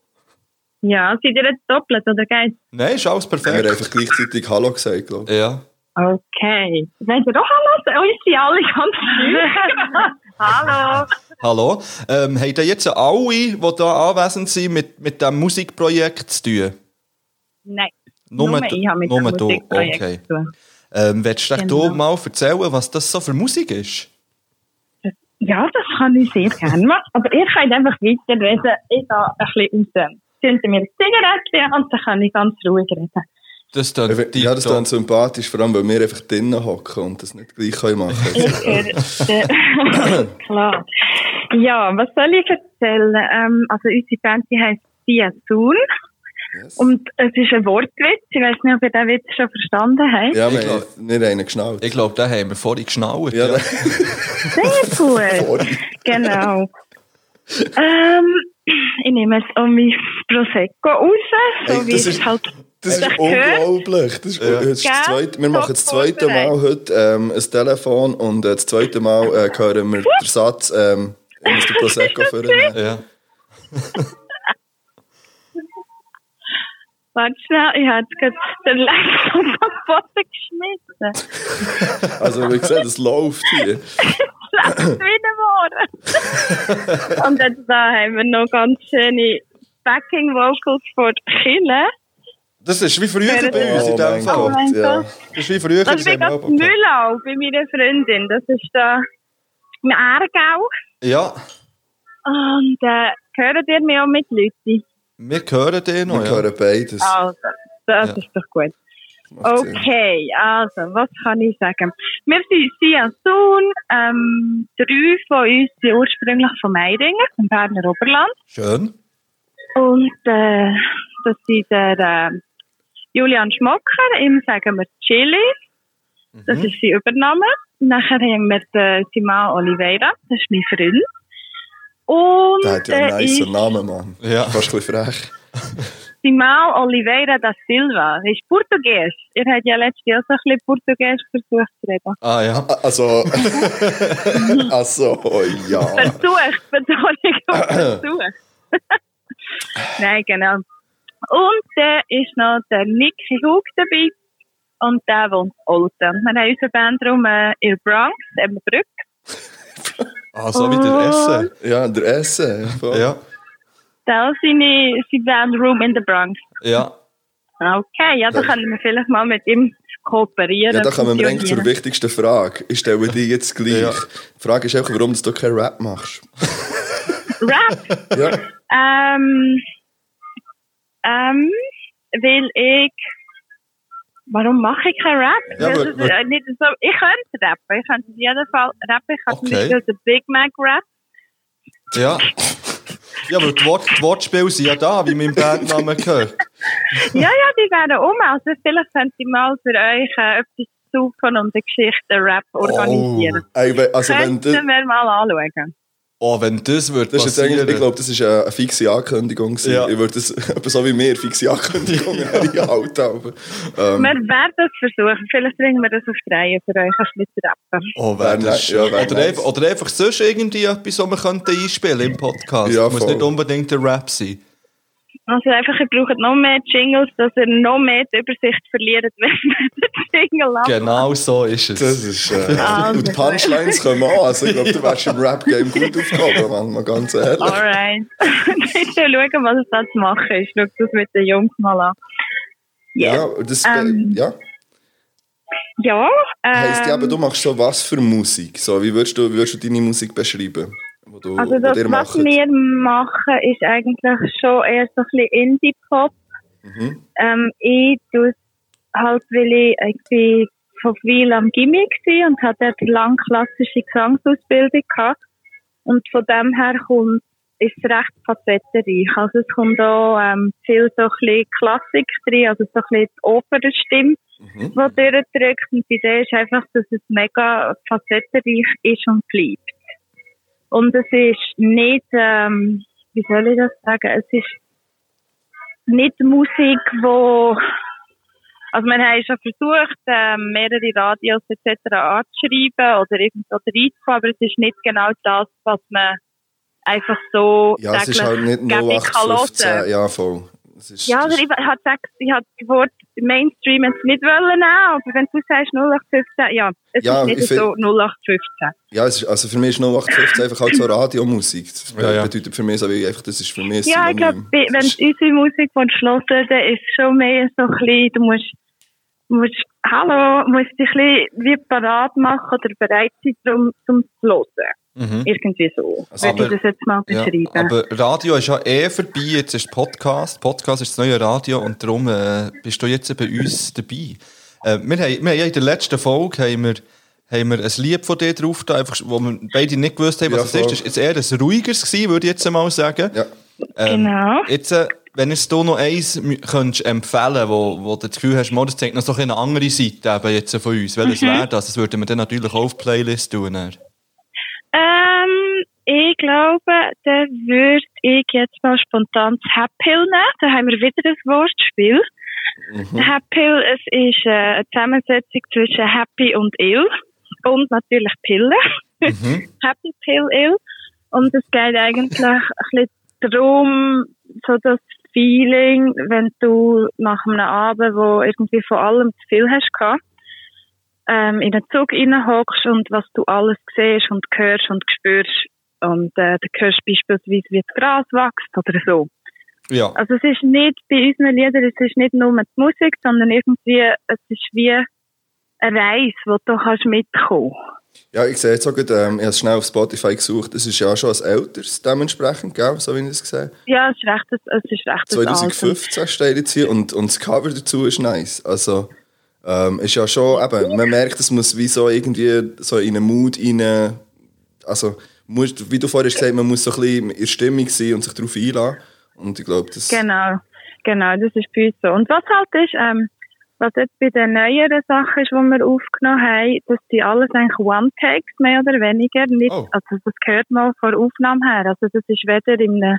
S5: Ja, seid ihr jetzt doppelt, oder geht's?
S1: Nein, ist alles
S2: Wir haben
S1: perfekt.
S2: einfach gleichzeitig Hallo gesagt, glaube
S1: Ja.
S5: Okay. Seid ihr doch hallo? Oh, ich sind alle ganz schön. hallo.
S1: Hallo. Ähm, haben denn jetzt alle, die hier anwesend sind, mit, mit diesem Musikprojekt zu tun?
S5: Nein.
S1: Nur du-
S5: ich habe mit
S1: nur
S5: dem
S1: du,
S5: Musikprojekt
S1: okay.
S5: zu tun.
S1: Ähm, willst du
S5: Genau.
S1: genau. mal erzählen, was das so für Musik ist?
S5: Ja, das kann ich sehr gerne machen. Aber ihr könnt einfach weiterreden. Ich gehe ein bisschen raus. Zünden Sie mir ein Zigarettchen und dann kann ich ganz ruhig reden.
S1: Das tönt
S2: ich. Ja, das
S1: tiptop.
S2: klingt sympathisch, vor allem, weil wir einfach drinnen hocken und das nicht gleich können machen
S5: Ich höre- Klar. Ja, was soll ich erzählen? Ähm, also unsere Band die heisst Diazun
S2: Yes.
S5: und es ist ein Wortwitz. Ich weiß nicht, ob ihr den Witz schon verstanden habt.
S2: Ja, wir,
S1: Ich
S2: haben- wir haben einen geschnallt.
S1: Ich glaube, den haben wir vorhin geschnallt.
S2: ja,
S1: ja.
S5: Sehr gut. genau. ähm, ich nehme jetzt auch mein Prosecco raus, so
S2: Ey,
S5: wie
S2: das
S5: es
S2: ist-
S5: halt
S2: das ist
S5: gehört.
S2: unglaublich. Das ist, das ist das
S5: Gell?
S2: zweite, wir machen das
S5: Top
S2: zweite Mal heute ähm, ein Telefon und äh, das zweite Mal äh, hören wir den Satz, ähm, ich muss den Prosecco führen.
S1: ja.
S5: Warte schnell, ich habe jetzt gerade den Laptop auf den Boden geschmissen.
S2: Also, wie gesagt, es läuft hier.
S5: Schlecht wieder geworden. Und jetzt da haben wir noch ganz schöne Backing Vocals von Kille.
S1: Das ist wie früher bei uns in dem Fall.
S5: Gott.
S2: Oh ja.
S1: Das ist wie früher
S5: Das ist wie
S1: in dem
S5: ganz
S1: Fall.
S5: Müllau bei meiner Freundin. Das ist da im Aargau.
S1: Ja,
S5: Und äh, hört ihr mich auch mit, Leute?
S1: wir hören den noch. Oh,
S2: Wir
S1: Ja.
S2: hören beides.
S5: Also, das
S1: Ja.
S5: ist doch gut.
S2: Macht Sinn.
S5: Okay, also, was kann ich sagen? Wir sind Sia Sohn, ähm, drei von uns sind ursprünglich von Meiringen, im Berner Oberland.
S1: Schön.
S5: Und äh, das sind der äh, Julian Schmocker, ihm sagen wir Chili. Das ist sein Übername. Nachher haben wir den Simon eh, Oliveira, das ist mein Freund. Und
S2: Der hat ja einen
S5: äh,
S2: nice
S5: ist
S2: Namen, Mann.
S1: Ja.
S2: Fast ein bisschen frech.
S5: Simão Oliveira da Silva. Er ist Portugies. Er hat ja letztes Jahr so ein bisschen Portugies versucht zu reden.
S1: Ah ja.
S2: Ah, Also. also, oh, ja.
S5: Versucht, Betonung auf versucht. Nein, genau. Und dann ist noch der Nicky Hug dabei. Und der wohnt in Olten. Wir haben unsere Band drum äh, in der Bronx, eben Brück.
S1: Ah, so wie der Essen.
S2: Ja, der Essen. voll.
S1: Ja.
S5: Da ist seine, seine Band Room in der Bronx.
S1: Ja.
S5: Okay, ja, da können wir vielleicht mal mit ihm kooperieren.
S2: Ja, da kommen wir eigentlich zur
S5: fusionieren.
S2: wichtigsten Frage. Ich stelle die jetzt gleich.
S1: Ja.
S2: Die Frage ist einfach, warum dass du keinen Rap machst.
S5: Rap!
S2: Ja,
S5: Ähm, ähm, weil ich. Warum mache ich keinen Rap?
S2: Ja,
S5: Weil
S2: aber-
S5: es ist, äh, nicht so, ich könnte rappen. Ich könnte in jedem Fall rappen. Ich habe
S1: Okay.
S5: zum Beispiel den Big Mac Rap.
S1: Ja. Ja, weil die, Wort, die Wortspiele sind ja da, wie mein Bandname gehört.
S5: ja, ja, die werden um. Also vielleicht könnt ihr mal für euch äh, etwas suchen und eine Geschichte einen Rap organisieren.
S2: Ey, we- also wenn das,
S5: Könnten wir mal anschauen.
S1: Oh, wenn das würde
S2: das ist jetzt eigentlich, ich
S1: passieren.
S2: glaube, das ist eine, eine fixe Ankündigung. gewesen.
S1: Ja.
S2: Ich würde das, etwa so wie mir, fixe Ankündigung ja. halt aber, ähm,
S5: Wir werden es versuchen. Vielleicht bringen wir das auf die Reihe für euch ein bisschen zu rappen.
S1: Oh, wär
S2: Wär
S1: das
S2: nice,
S1: schön.
S2: ja, wär
S1: oder,
S2: nice.
S1: einfach, oder einfach sonst irgendwie etwas, was wir könnten einspielen im Podcast.
S2: Ja,
S1: Muss
S2: voll.
S1: nicht unbedingt der Rap sein.
S5: Also einfach, ihr braucht noch mehr Jingles, dass ihr noch mehr die Übersicht verliert, wenn ihr den Jingle habt.
S1: Genau so ist es.
S2: das ist, äh,
S5: Also.
S2: und die Punchlines kommen an. Also ich glaube, du wärst im Rap-Game gut aufgehoben, Mann, mal ganz
S5: Ah,
S2: ehrlich.
S5: Alright. Ich soll schauen, was es da zu machen ist. Schaut das mit den Jungs mal an.
S2: Ja, das,
S5: Ähm.
S2: ja.
S5: Ja,
S2: Heisst ja, aber
S5: ähm,
S2: du machst so was für Musik? So, wie würdest du, wie würdest du deine Musik beschreiben? Wo du,
S5: also
S2: wo
S5: das,
S2: ihr
S5: was
S2: macht?
S5: wir machen, ist eigentlich schon eher so ein bisschen Indie-Pop. Ähm, ich tue es halt, weil ich, ich bin von viel am Gimmick war und hatte dort lang klassische Gesangsausbildung gehabt. Und von dem her kommt, ist es recht facettenreich. Also es kommt auch ähm, viel so ein bisschen Klassik drin, also so ein bisschen die Opernstimme, die durchdrückt. Und die Idee ist einfach, dass es mega facettenreich ist und bleibt. Und es ist nicht, ähm, wie soll ich das sagen, es ist nicht Musik, wo also wir haben schon versucht, ähm, mehrere Radios etc. anzuschreiben oder irgendwo reinzukommen, aber es ist nicht genau das, was man einfach so
S2: Ja, es ist halt nicht
S5: täglich kann hören.
S2: 0815. Ja, voll. Es ist,
S5: Ja,
S2: das
S5: oder
S2: ist-
S5: ich habe gesagt, ich habe das Wort Mainstream jetzt nicht wollen, nehmen, aber wenn du sagst 0815, ja, es
S2: Ja,
S5: ist nicht
S2: ich
S5: so 0815.
S2: ja es ist, also für mich ist 0815 einfach halt so Radiomusik. Das
S1: Ja, ja.
S2: bedeutet für mich so, wie einfach, das ist für mich ein
S5: Ja, ich glaube,
S2: Synonym.
S5: wenn
S2: Das
S5: du
S2: ist-
S5: unsere Musik hören willst, dann ist es schon mehr so ein bisschen, du musst, musst hallo, musst dich ein bisschen wie parat machen oder bereit sein, um, um zu hören. Irgendwie so.
S2: Also,
S5: würde ich
S1: aber-
S5: das jetzt mal
S1: Ja,
S5: beschreiben.
S1: aber Radio ist ja eh vorbei, jetzt ist Podcast. Podcast ist das neue Radio und darum äh, bist du jetzt bei uns dabei. Äh, wir, haben, wir haben ja in der letzten Folge haben wir, haben wir ein Lied von dir drauf, da, einfach, wo wir beide nicht gewusst haben, was
S2: Ja,
S1: es ist.
S2: voll.
S1: Das war jetzt eher ein ruhigeres, gewesen, würde ich jetzt mal sagen.
S2: Ja.
S1: Ähm,
S5: Genau.
S1: Jetzt, äh, wenn es du noch eins mü- könntest empfehlen wo, wo du das Gefühl hast, mal, das zeigt noch so ein bisschen eine andere Seite eben jetzt von uns. Welches
S5: Mhm.
S1: wäre das? Das würden wir dann natürlich auch auf die Playlist tun. dann.
S5: Ähm, ich glaube, dann würde ich jetzt mal spontan das Happy nehmen. Da haben wir wieder ein Wortspiel. Happy, es ist äh, eine Zusammensetzung zwischen Happy und Ill. Und natürlich Pille. Happy Pill Ill. Und es geht eigentlich ein bisschen darum, so das Feeling, wenn du nach einem Abend, wo irgendwie von allem zu viel hast gehabt, ähm, in einen Zug reinhockst und was du alles siehst und hörst und spürst. Und äh, du hörst beispielsweise, wie das Gras wächst oder so.
S1: Ja.
S5: Also es ist nicht bei unseren Liedern, es ist nicht nur die Musik, sondern irgendwie, es ist wie eine Reise, wo du kannst mitkommen
S2: Ja, ich sehe jetzt auch gut, ähm, ich habe es schnell auf Spotify gesucht. Es ist ja schon als älteres dementsprechend, gell? so wie ich es sehe.
S5: Ja, es ist recht, es ist recht ein Album.
S2: 2015 steht jetzt hier und, und das Cover dazu ist nice. Also, ähm, ist ja schon, eben, man merkt, es muss wie so irgendwie so in einen Mut rein, also, musst, wie du vorhin gesagt hast, man muss so ein bisschen in der Stimmung sein und sich darauf einladen. Und ich glaube, das...
S5: Genau, genau, das ist bei uns so. Und was halt ist, ähm, was jetzt bei den neueren Sachen ist, die wir aufgenommen haben, dass die alles eigentlich One-Takes, mehr oder weniger. Nicht,
S1: Oh.
S5: Also das gehört mal vor Aufnahme her. Also das ist weder in einem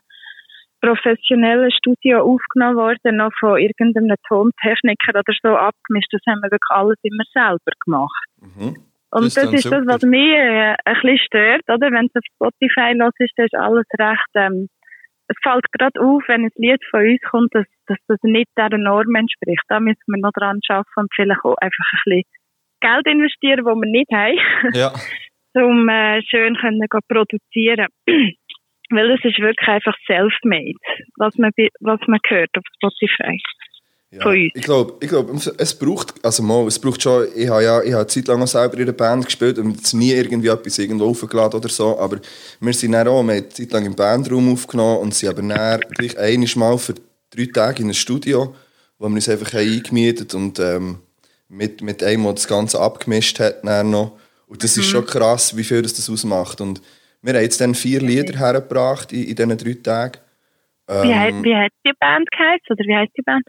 S5: professionellen Studio aufgenommen worden, noch von irgendeinem Tontechniker oder so abgemischt. Das haben wir wirklich alles immer selber gemacht.
S2: Mhm.
S5: Und
S1: Das ist
S5: das,
S1: dann
S5: ist
S1: super.
S5: das, was mich äh, ein bisschen stört, oder? Wenn es auf Spotify los ist, dann ist alles recht, ähm, es fällt gerade auf, wenn ein Lied von uns kommt, dass, dass das nicht der Norm entspricht. Da müssen wir noch dran arbeiten und vielleicht auch einfach ein bisschen Geld investieren, das wir nicht haben,
S1: Ja.
S5: um äh, schön können go produzieren. Weil es ist wirklich einfach self-made, was man, bei- was man hört auf Spotify.
S2: Ja.
S5: Von uns.
S2: Ich glaube, ich glaub, es braucht, also mal, es braucht schon, ich habe ja ich habe eine Zeit lang auch selber in der Band gespielt und jetzt nie irgendwie etwas irgendwo aufgeladen oder so, aber wir sind dann auch, wir haben eine Zeit lang im Bandraum aufgenommen und sind aber dann gleich einiges Mal für drei Tage in ein Studio, wo wir uns einfach haben eingemietet und ähm, mit, mit einem, der das Ganze abgemischt hat, dann noch. Und das ist schon krass, wie viel das, das ausmacht. Und wir haben jetzt dann vier Lieder hergebracht in, in diesen drei Tagen.
S5: Wie,
S2: Ähm.
S5: he- wie hat die Band geheißen? Oder wie heißt die Band?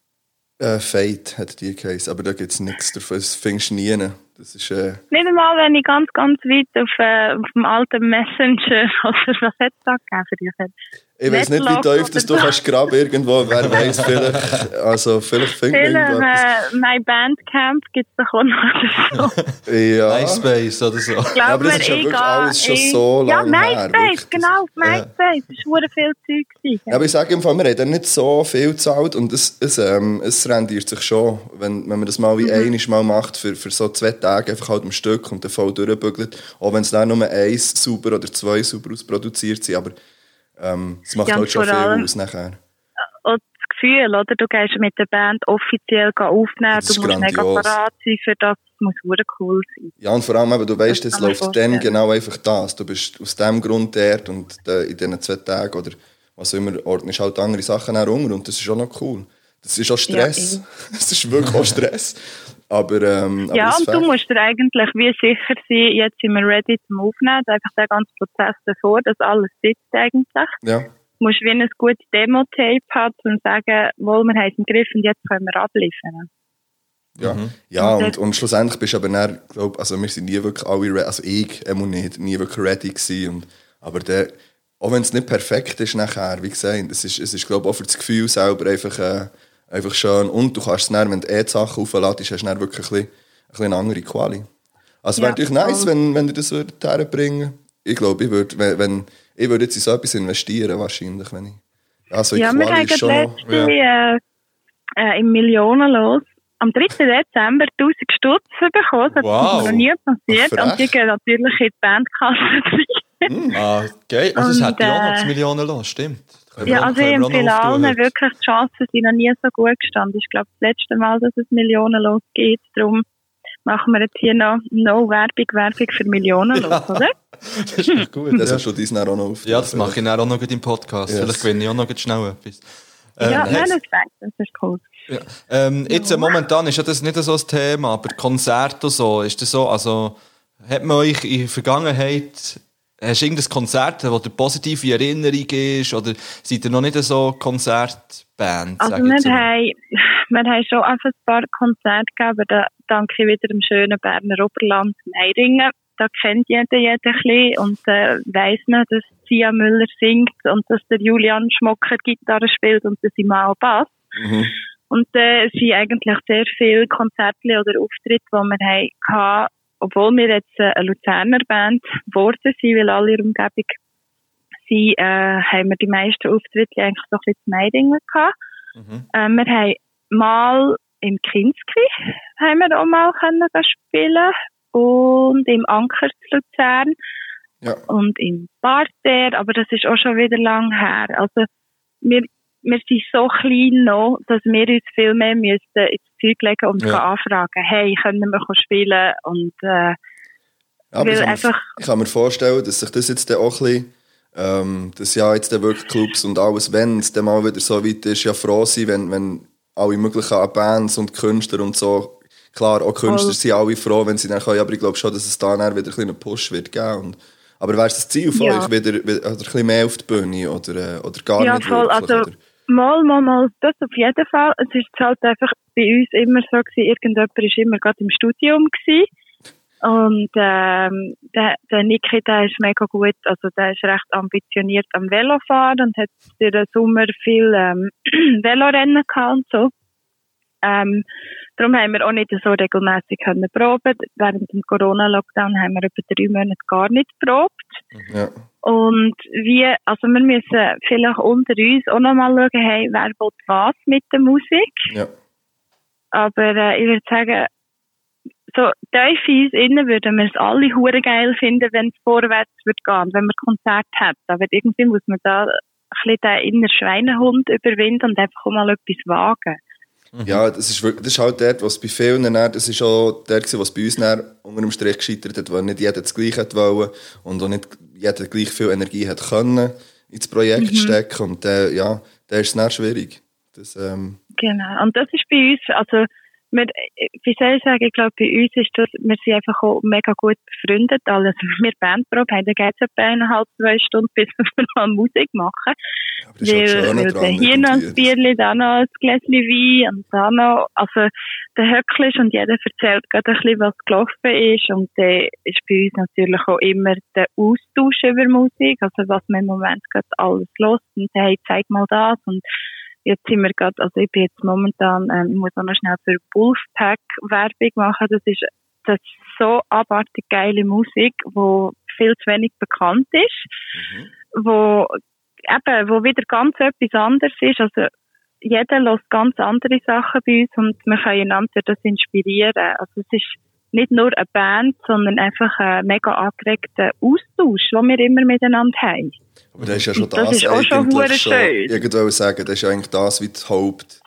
S2: Äh, Fate hat die geheißen, aber da gibt es nichts davon. Das findest du nie. rein. Das ist, äh,
S5: Nicht einmal, wenn ich ganz, ganz weit auf, äh, auf dem alten Messenger oder was hat es da gegeben für dich?
S2: ich weiß nicht, wie
S5: Netlock
S2: tief das
S5: oder
S2: du
S5: so.
S2: kannst graben irgendwo. Wer weiß, vielleicht. Also, vielleicht findet
S5: Film,
S2: man irgendwas.
S5: äh, My Bandcamp gibt es doch auch noch oder so.
S2: Ja.
S1: MySpace oder so.
S5: Glaub
S2: aber das
S5: mir,
S2: ist ja
S5: ich
S2: wirklich
S5: gehe-
S2: alles schon
S5: ich-
S2: so
S5: Ja,
S2: lange her,
S5: MySpace,
S2: wirklich.
S5: genau, MySpace. Das war verdammt viel Zeug. gewesen.
S2: Ja, aber ich sage im Fall, wir haben dann nicht so viel gezahlt und es, es, ähm, es rendiert sich schon, wenn, wenn man das mal wie einiges Mal macht, für, für so zwei Tage einfach halt am Stück und dann voll durchbügelt. Auch wenn es dann nur eins super oder zwei super ausproduziert sind, aber ähm, es macht
S5: Ja, und
S2: halt schon
S5: vor
S2: viel
S5: allem-
S2: aus nachher.
S5: Und das Gefühl, oder? Du gehst mit der Band offiziell gehen aufnehmen,
S2: Das ist
S5: du musst mega
S2: grandios.
S5: parat sein für das, das muss verdammt cool sein.
S2: Ja, und vor allem, eben, du weißt, es
S5: Das kann man
S2: läuft dann
S5: vorstellen.
S2: genau einfach das. Du bist aus dem Grund dort und äh, in diesen zwei Tagen oder was auch immer, ordnest halt andere Sachen herum und das ist auch noch cool. Das ist auch Stress.
S5: Ja,
S2: Es ist wirklich auch Stress. Aber, ähm,
S5: ja,
S2: aber
S5: und
S2: es
S5: du
S2: fängt-
S5: musst dir eigentlich wie sicher sein, jetzt sind wir ready zum Aufnehmen, einfach den ganzen Prozess davor, dass alles sitzt eigentlich.
S2: Ja.
S5: musst wie ein gutes Demo-Tape haben, um zu sagen, wohl, wir haben es im Griff und jetzt können wir abliefern.
S2: Ja,
S1: Mhm.
S2: ja
S5: Und
S2: und,
S5: dort-
S2: und schlussendlich bist du aber dann, glaub, also wir sind nie wirklich alle ready, also ich immer nicht, nie wirklich ready gewesen. Und, aber der, auch wenn es nicht perfekt ist nachher, wie gesagt, es ist, es ist glaube auch für das Gefühl selber einfach, äh, einfach schön. Und du kannst es dann, wenn du eh die Sachen aufladest, hast du dann wirklich ein bisschen, ein bisschen eine andere Quali. Also wäre
S5: Ja,
S2: natürlich nice, wenn, wenn du das würdet herbringen Ich glaube, ich würde wenn, wenn, ich würd jetzt in so etwas investieren, wahrscheinlich, wenn ich... Ja, so in
S5: ja, wir
S2: Quali
S5: haben
S2: ist schon noch...
S5: letzte äh, äh, im Millionenlos am 3. Dezember 1000 Stutz bekommen. Das
S1: Wow.
S5: ist noch nie passiert.
S2: Ach, frech. Hm,
S5: und die gehen natürlich in die Bandkasse rein.
S1: Ah, geil. Also, es
S5: Und,
S1: hat ja auch noch
S5: äh,
S1: das Millionenlos, stimmt. Können wir
S5: Ja,
S1: auch-
S5: also ich
S1: können wir auch noch
S5: empfehle allen
S1: aufschauen.
S5: wirklich, die Chancen sind noch nie so gut gestanden. Ich glaube, das letzte Mal, dass es Millionenlos gibt, darum machen wir jetzt hier noch no Werbung, Werbung für Millionenlos, oder?
S1: Das ist doch gut.
S2: Das
S1: ja.
S2: hast du diesen auch noch auf.
S1: ja, das mache ich dann auch noch gut im Podcast.
S2: Yes.
S1: Vielleicht gewinne ich auch noch gut schnell etwas.
S2: Äh,
S1: Ähm,
S5: Ja, nein,
S1: heißt-
S5: das, das ist cool.
S1: Ja. Ähm, jetzt äh, momentan ist ja das nicht so ein Thema, aber Konzerte und so, ist das so, also hat man euch in der Vergangenheit, hast du irgendein Konzert, wo dir positive Erinnerung ist oder seid ihr noch nicht so Konzertband?
S5: Also
S1: sag ich jetzt
S5: wir
S1: mal?
S5: haben, wir haben schon einfach ein paar Konzerte gegeben, aber da danke ich wieder dem schönen Berner Oberland Meiringen. Da kennt jeder jeden ein bisschen und äh, weiss noch, dass Sia Müller singt und dass der Julian Schmocker Gitarre spielt und dass ich mal Bass.
S2: Mhm.
S5: Und äh, es sind eigentlich sehr viele Konzerte oder Auftritte, die wir hatten, obwohl wir jetzt äh, eine Luzerner Band geworden sind, weil alle in der Umgebung sind, äh, haben wir die meisten Auftritte eigentlich so ein bisschen zu Meiringen gehabt. Ähm, wir haben mal im Kinski haben wir auch mal können gehen spielen und im Anker zu Luzern
S2: Ja.
S5: und im Parterre, aber das ist auch schon wieder lang her. Also wir, wir sind so klein noch, dass wir uns viel mehr müssten ins Zeug legen und
S1: Ja.
S5: ja. anfragen, hey, können wir spielen und äh,
S2: Aber
S5: Weil
S2: ich, kann mir,
S5: einfach-
S2: ich kann mir vorstellen, dass sich das jetzt dann auch ein bisschen, ähm, dass ja jetzt dann wirklich Clubs und alles, wenn es dann mal wieder so weit ist, ja froh sein, wenn, wenn alle möglichen Bands und Künstler und so, klar, auch Künstler
S5: Voll.
S2: sind alle froh, wenn sie dann können, Ja, aber ich glaube schon, dass es da dann wieder ein bisschen einen Push wird geben. Und, aber wäre es das Ziel von
S5: Ja.
S2: euch, wieder, wieder oder ein bisschen mehr auf die Bühne oder, äh, oder gar
S5: Ja,
S2: nicht
S5: voll,
S2: wirklich?
S5: also-
S2: oder?
S5: Mal, mal, mal, das auf jeden Fall. Es ist halt einfach bei uns immer so gewesen, irgendjemand war immer gerade im Studium gewesen. Und ähm, der, der Niki, der ist mega gut, also der ist recht ambitioniert am Velofahren und hat durch den Sommer viel ähm, Velorennen gehabt und so. Ähm, darum haben wir auch nicht so regelmäßig können proben. Während dem Corona-Lockdown haben wir über drei Monate gar nicht probt.
S2: Ja.
S5: Und wie, also wir müssen vielleicht unter uns auch nochmal schauen, hey, wer will was mit der Musik.
S2: Ja.
S5: Aber äh, ich würde sagen, so tief in uns innen würden wir es alle hure geil finden, wenn es vorwärts wird gehen, und wenn wir Konzerte hätten. Aber irgendwie muss man da ein bisschen den inneren Schweinehund überwinden und einfach auch mal etwas wagen.
S2: Ja, das ist, wirklich, das ist halt dort, was bei vielen dann, das ist auch der, gewesen, was bei uns dann unter dem Strich gescheitert hat, weil nicht jeder das Gleiche hat wollen und auch nicht jeder gleich viel Energie hat können, ins
S5: Mhm.
S2: Projekt stecken. Und äh, ja, da ist es dann schwierig. Das, ähm,
S5: Genau. Und das ist bei uns, also, wir, wie soll ich sagen, ich glaube, bei uns ist das, wir sind einfach auch mega gut befreundet. Also, wenn wir Bandprobe haben, dann geht es etwa eineinhalb, zwei Stunden, bis wir mal Musik machen.
S2: aber das ist auch das Schöne
S5: weil
S2: dran.
S5: dann hier noch ein
S2: irgendwie.
S5: Bierli, da noch ein Gläschen Wein und da noch, also, der Höckl ist und jeder erzählt gerade ein bisschen, was gelaufen ist. Und dann ist bei uns natürlich auch immer der Austausch über Musik, also was man im Moment gerade alles los und hey, zeig mal das und jetzt sind wir gerade, also ich bin jetzt momentan, ähm, ich muss auch noch schnell für Wolfpack Werbung machen. Das ist, das ist so abartig geile Musik, wo viel zu wenig bekannt ist,
S2: Mhm.
S5: wo eben, wo wieder ganz etwas anderes ist. Also jeder lässt ganz andere Sachen bei uns und wir können einander durch das inspirieren. Also es ist nicht nur eine Band, sondern einfach ein mega angeregter Austausch, den wir immer miteinander haben.
S2: Aber das ist ja schon
S5: Das
S2: das,
S5: ist auch schon hure
S2: eigentlich schon,
S5: schön.
S2: ich würde sagen, das ist ja eigentlich das wie das Haupt,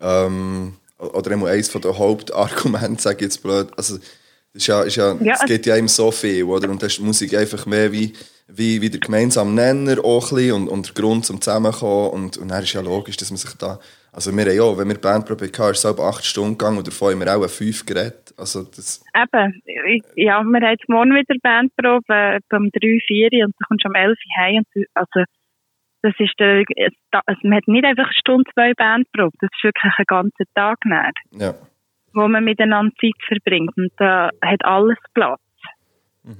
S2: ähm, oder einmal eines von der Hauptargumente, sage ich jetzt blöd. Also, das ist ja, ist ja,
S5: Ja,
S2: es geht ja ihm so viel, oder? Und das ist die Musik einfach mehr wie, wie, wie der gemeinsame Nenner auch ein bisschen und, und der Grund zum Zusammenkommen. Und, und dann ist ja logisch, dass man sich da, also wir haben ja, auch, wenn wir die Bandprobe hatten, ist es halb acht Stunden gegangen und davon haben wir auch fünf geredet. Also, das,
S5: Eben, ich- ja, wir haben jetzt morgen wieder Bandprobe, äh, etwa um 3, 4 und dann kommst du um 11 Uhr heim. Und, du- also, das ist der, es- da- also, man hat nicht einfach eine Stunde, zwei Bandprobe, das ist wirklich ein ganzer Tag näher,
S2: ja.
S5: wo man miteinander Zeit verbringt und da hat alles Platz.
S1: Äh,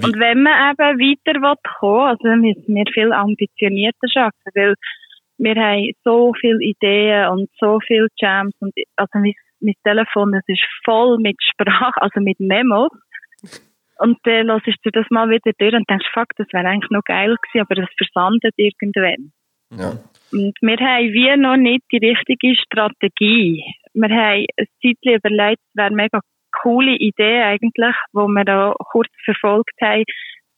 S1: wie-
S5: Und wenn man eben weiter will kommen, also dann müssen wir viel ambitionierter schaffen, weil wir haben so viele Ideen und so viele Jams und also mein, mein Telefon, das ist voll mit Sprache, also mit Memos. Und dann hörst du das mal wieder durch und denkst, fuck, das wäre eigentlich noch geil gewesen, aber das versandet irgendwann.
S2: ja.
S5: Und wir haben wie noch nicht die richtige Strategie. Wir haben ein Zeitchen überlegt, es wäre eine mega coole Idee eigentlich, wo wir da kurz verfolgt haben,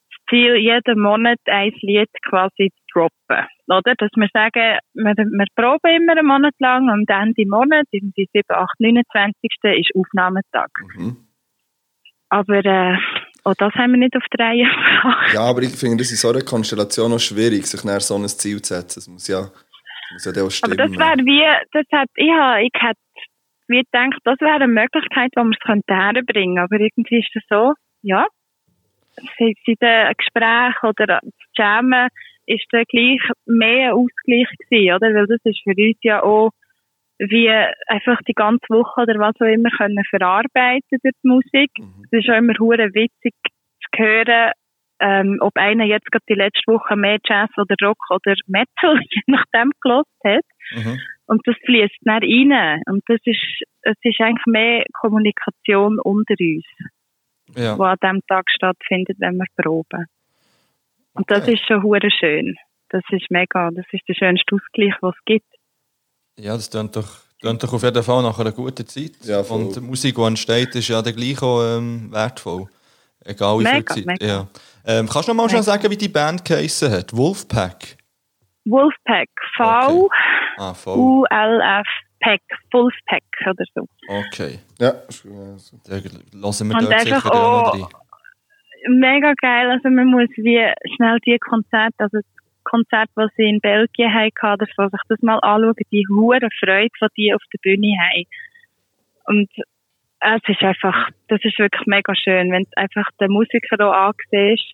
S5: das Ziel, jeden Monat ein Lied quasi zu droppen. Oder? Dass wir sagen, wir, wir proben immer einen Monat lang und am Ende Monat, irgendwie 7, 8, 29. ist Aufnahmetag.
S2: Mhm.
S5: Aber äh, auch das haben wir nicht auf die Reihe gebracht.
S2: Ja, aber ich finde, das ist in so einer Konstellation auch schwierig, sich nach so ein Ziel zu setzen. Es muss ja, es muss ja dann auch
S5: Aber
S2: stimmen.
S5: das wäre wie, das hat, ich habe, ich hätte wie gedacht, das wäre eine Möglichkeit, wo wir es könnte herbringen. Aber irgendwie ist das so, ja. Sei es in den Gesprächen oder das Jammen ist dann gleich mehr ein Ausgleich gewesen, oder? Weil das ist für uns ja auch wie einfach die ganze Woche oder was auch immer können verarbeiten durch die Musik. Es ist auch immer hure witzig zu hören, ähm, ob einer jetzt gerade die letzte Woche mehr Jazz oder Rock oder Metal, je nachdem, gelost hat.
S1: Mhm.
S5: Und das fließt dann rein. Und das ist, es ist eigentlich mehr Kommunikation unter uns,
S1: ja.
S5: die an diesem Tag stattfindet, wenn wir proben. Und das
S1: Okay.
S5: ist schon hure schön. Das ist mega, das ist der schönste Ausgleich, was es gibt.
S1: Ja, das klingt doch, klingt doch auf jeden Fall nach einer guten Zeit.
S2: Ja, voll.
S1: Und die Musik, die entsteht, ist ja dann gleich auch ähm, wertvoll. Egal wie viel
S5: Mega,
S1: Zeit.
S5: mega.
S1: Ja. Ähm, kannst du noch mal schnell sagen, wie die Band geheissen hat? Wolfpack.
S5: Wolfpack,
S1: Okay. Ah, voll.
S5: V-U-L-F-Pack, Wolfpack oder so.
S1: Okay.
S2: Ja, ist gut, ja, so.
S1: Dann hören wir
S5: Und
S1: dort sicher
S5: einfach
S1: auch noch
S5: auch-
S1: rein.
S5: Mega geil, also man muss wie schnell die Konzerte, also das Konzert, das sie in Belgien hatten, dass man sich das mal anschauen, die hohe Freude, die die auf der Bühne haben. Und es ist einfach, das ist wirklich mega schön, wenn du einfach den Musiker hier ansiehst,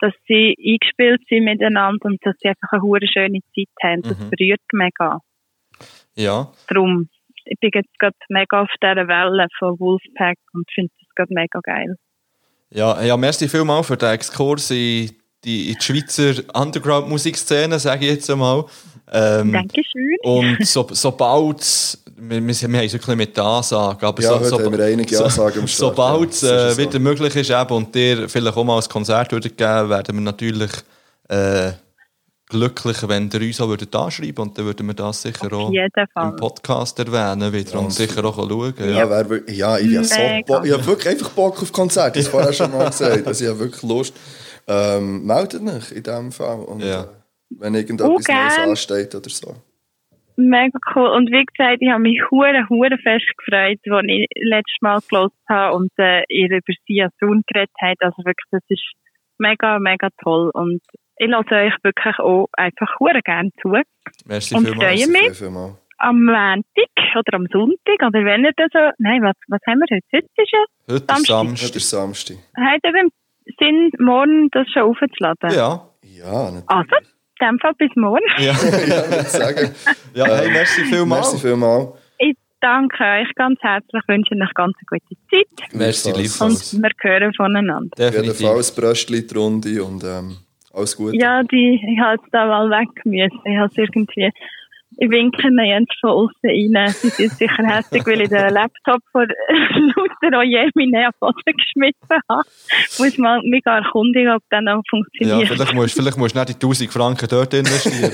S5: dass sie eingespielt sind miteinander und dass sie einfach eine hure schöne Zeit haben. Das
S1: Mhm.
S5: berührt mega.
S1: Ja.
S5: Drum, ich bin jetzt gerade mega auf dieser Welle von Wolfpack und finde das gerade mega geil.
S1: Ja, ja, merci vielmals für den Exkurs in die, in die Schweizer Underground-Musikszene, sage ich jetzt einmal. Ähm,
S5: Dankeschön.
S1: Und so, sobald es, wir, wir, wir haben es wirklich mit der Ansage, aber
S2: Ja,
S1: so,
S2: heute
S1: so,
S2: haben wir einige Ansagen am Start,
S1: Sobald es
S2: ja, das
S1: äh,
S2: ist
S1: wieder
S2: so.
S1: möglich ist eben, und dir vielleicht auch mal ein Konzert würdet geben, werden wir natürlich äh, glücklich, wenn ihr uns auch würdet anschreiben und dann würden wir das sicher auch
S5: jeden Fall.
S1: Oh, im Podcast erwähnen wieder und sicher auch schauen.
S2: Ja,
S1: Ja.
S2: wer will- ja, ich, hab so
S5: Mega.
S2: Bock, ich hab wirklich einfach Bock auf Konzerte. Das vorher schon mal gesagt. Also ich hab wirklich Lust. Ähm, meldet mich in diesem Fall. Und,
S1: Ja.
S2: äh, wenn irgendetwas
S5: Oh,
S2: Neues
S5: gern.
S2: ansteht oder so.
S5: Mega cool. Und wie gesagt, ich habe mich hure, hure fest gefreut, als ich letztes Mal gelesen habe und äh, ihr über Sia Sohn geredet habt. Also wirklich, das ist mega, mega toll. Und ich lasse euch wirklich auch einfach hure gerne zu.
S1: Merci
S5: Und
S1: vielmals.
S5: freue mich.
S2: Vielen, vielen Mal.
S5: Am Montag oder am Sonntag oder wenn ihr das so... Nein, was, was haben wir heute? Heute ist ja...
S1: Heute ist
S2: Heute
S1: Samstag.
S2: ist Samstag.
S5: Habt ihr im Sinn, morgen das schon aufzuladen?
S1: Ja,
S2: Ja, nicht.
S5: Also, in dem Fall bis morgen.
S1: ja,
S2: ja, würde ich sagen.
S1: ja hey, merci vielmals.
S2: Merci vielmals.
S5: Ich danke euch ganz herzlich, wünsche euch ganz eine gute Zeit
S1: Merci,
S5: und
S1: liebfalls.
S5: wir hören voneinander.
S2: Auf jeden
S1: Definitiv.
S2: Fall ein Bröstchen die Runde und ähm, alles Gute.
S5: Ja, die, ich habe jetzt da mal weg müssen. Ich habe irgendwie, ich winke ihnen jetzt von außen rein. Sie sind sicher hässlich, weil ich den Laptop von lauter Ojemine auf den Boden geschmissen habe. Ich muss mal mich gar erkundigen, ob das noch
S1: Ja,
S5: funktioniert.
S1: vielleicht musst, vielleicht musst du nicht die 1000 Franken dort investieren.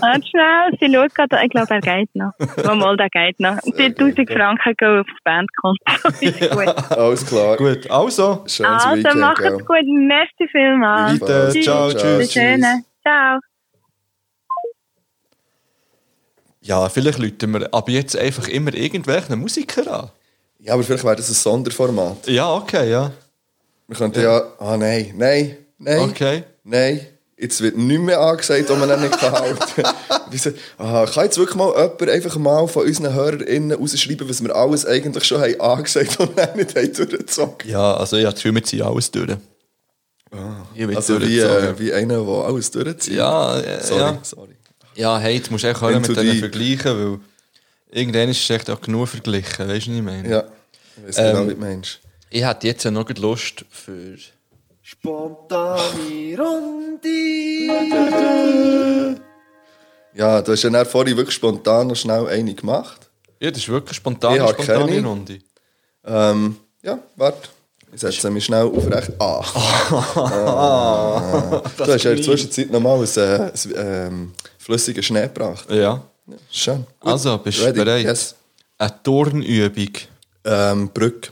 S5: Warte schnell, sie schauen gerade, ich glaube, er geht noch. Mal, mal, der geht noch. Und die 1000 Franken gehen auf das Bandkonto. Ist gut.
S2: Alles klar.
S1: Gut, also.
S2: Schönes
S5: Also,
S2: Weekend.
S5: macht's
S2: gell?
S5: gut. Merci vielmals.
S1: Bitte,
S2: Tschüss.
S1: ciao,
S2: Ciao,
S1: tschüss.
S5: Das Schöne. Ciao.
S1: Ja, vielleicht läuten wir ab jetzt einfach immer irgendwelchen Musiker an.
S2: Ja, aber vielleicht wäre das ein Sonderformat.
S1: Ja, okay, ja.
S2: Wir könnten ja... Ah, nein, nein, nein.
S1: Okay.
S2: Nein, jetzt wird nicht mehr angesagt, wo man ihn nicht halten kann. Wieso- ah, kann jetzt wirklich mal jemand einfach mal von unseren HörerInnen rausschreiben, was wir alles eigentlich schon haben angesagt und dann nicht haben durchgezogen
S1: Ja, also ich habe das Gefühl, wir ziehen alles durch. Ah, Ich will
S2: Also wie, äh,
S1: durchgezogen.
S2: wie einer, der alles durchzieht.
S1: Ja, äh,
S2: Sorry,
S1: ja.
S2: sorry.
S1: Ja, hey, jetzt musst du echt hören
S2: Into
S1: mit denen
S2: deep.
S1: vergleichen, weil irgendwann ist es echt auch genug verglichen, weißt du, was ich meine?
S2: Ja, ich weiß
S1: Ähm,
S2: genau, wie du meinst.
S1: Ich hätte jetzt ja noch gut Lust für...
S2: Ja, du hast ja dann vorhin wirklich spontan noch schnell eine gemacht.
S1: Ja, das ist wirklich spontan,
S2: Ich habe
S1: spontane
S2: keine.
S1: Runde.
S2: Ähm, ja, warte. Ich setze mich schnell aufrecht. Ah! Ah. Du hast ja in der Zwischenzeit nochmal einen, äh, einen ähm, flüssigen Schnee gebracht.
S1: Ja.
S2: Schön. Gut.
S1: Also, bist du
S2: Ready?
S1: bereit?
S2: Yes.
S1: Eine Turnübung.
S2: Ähm, Brücke,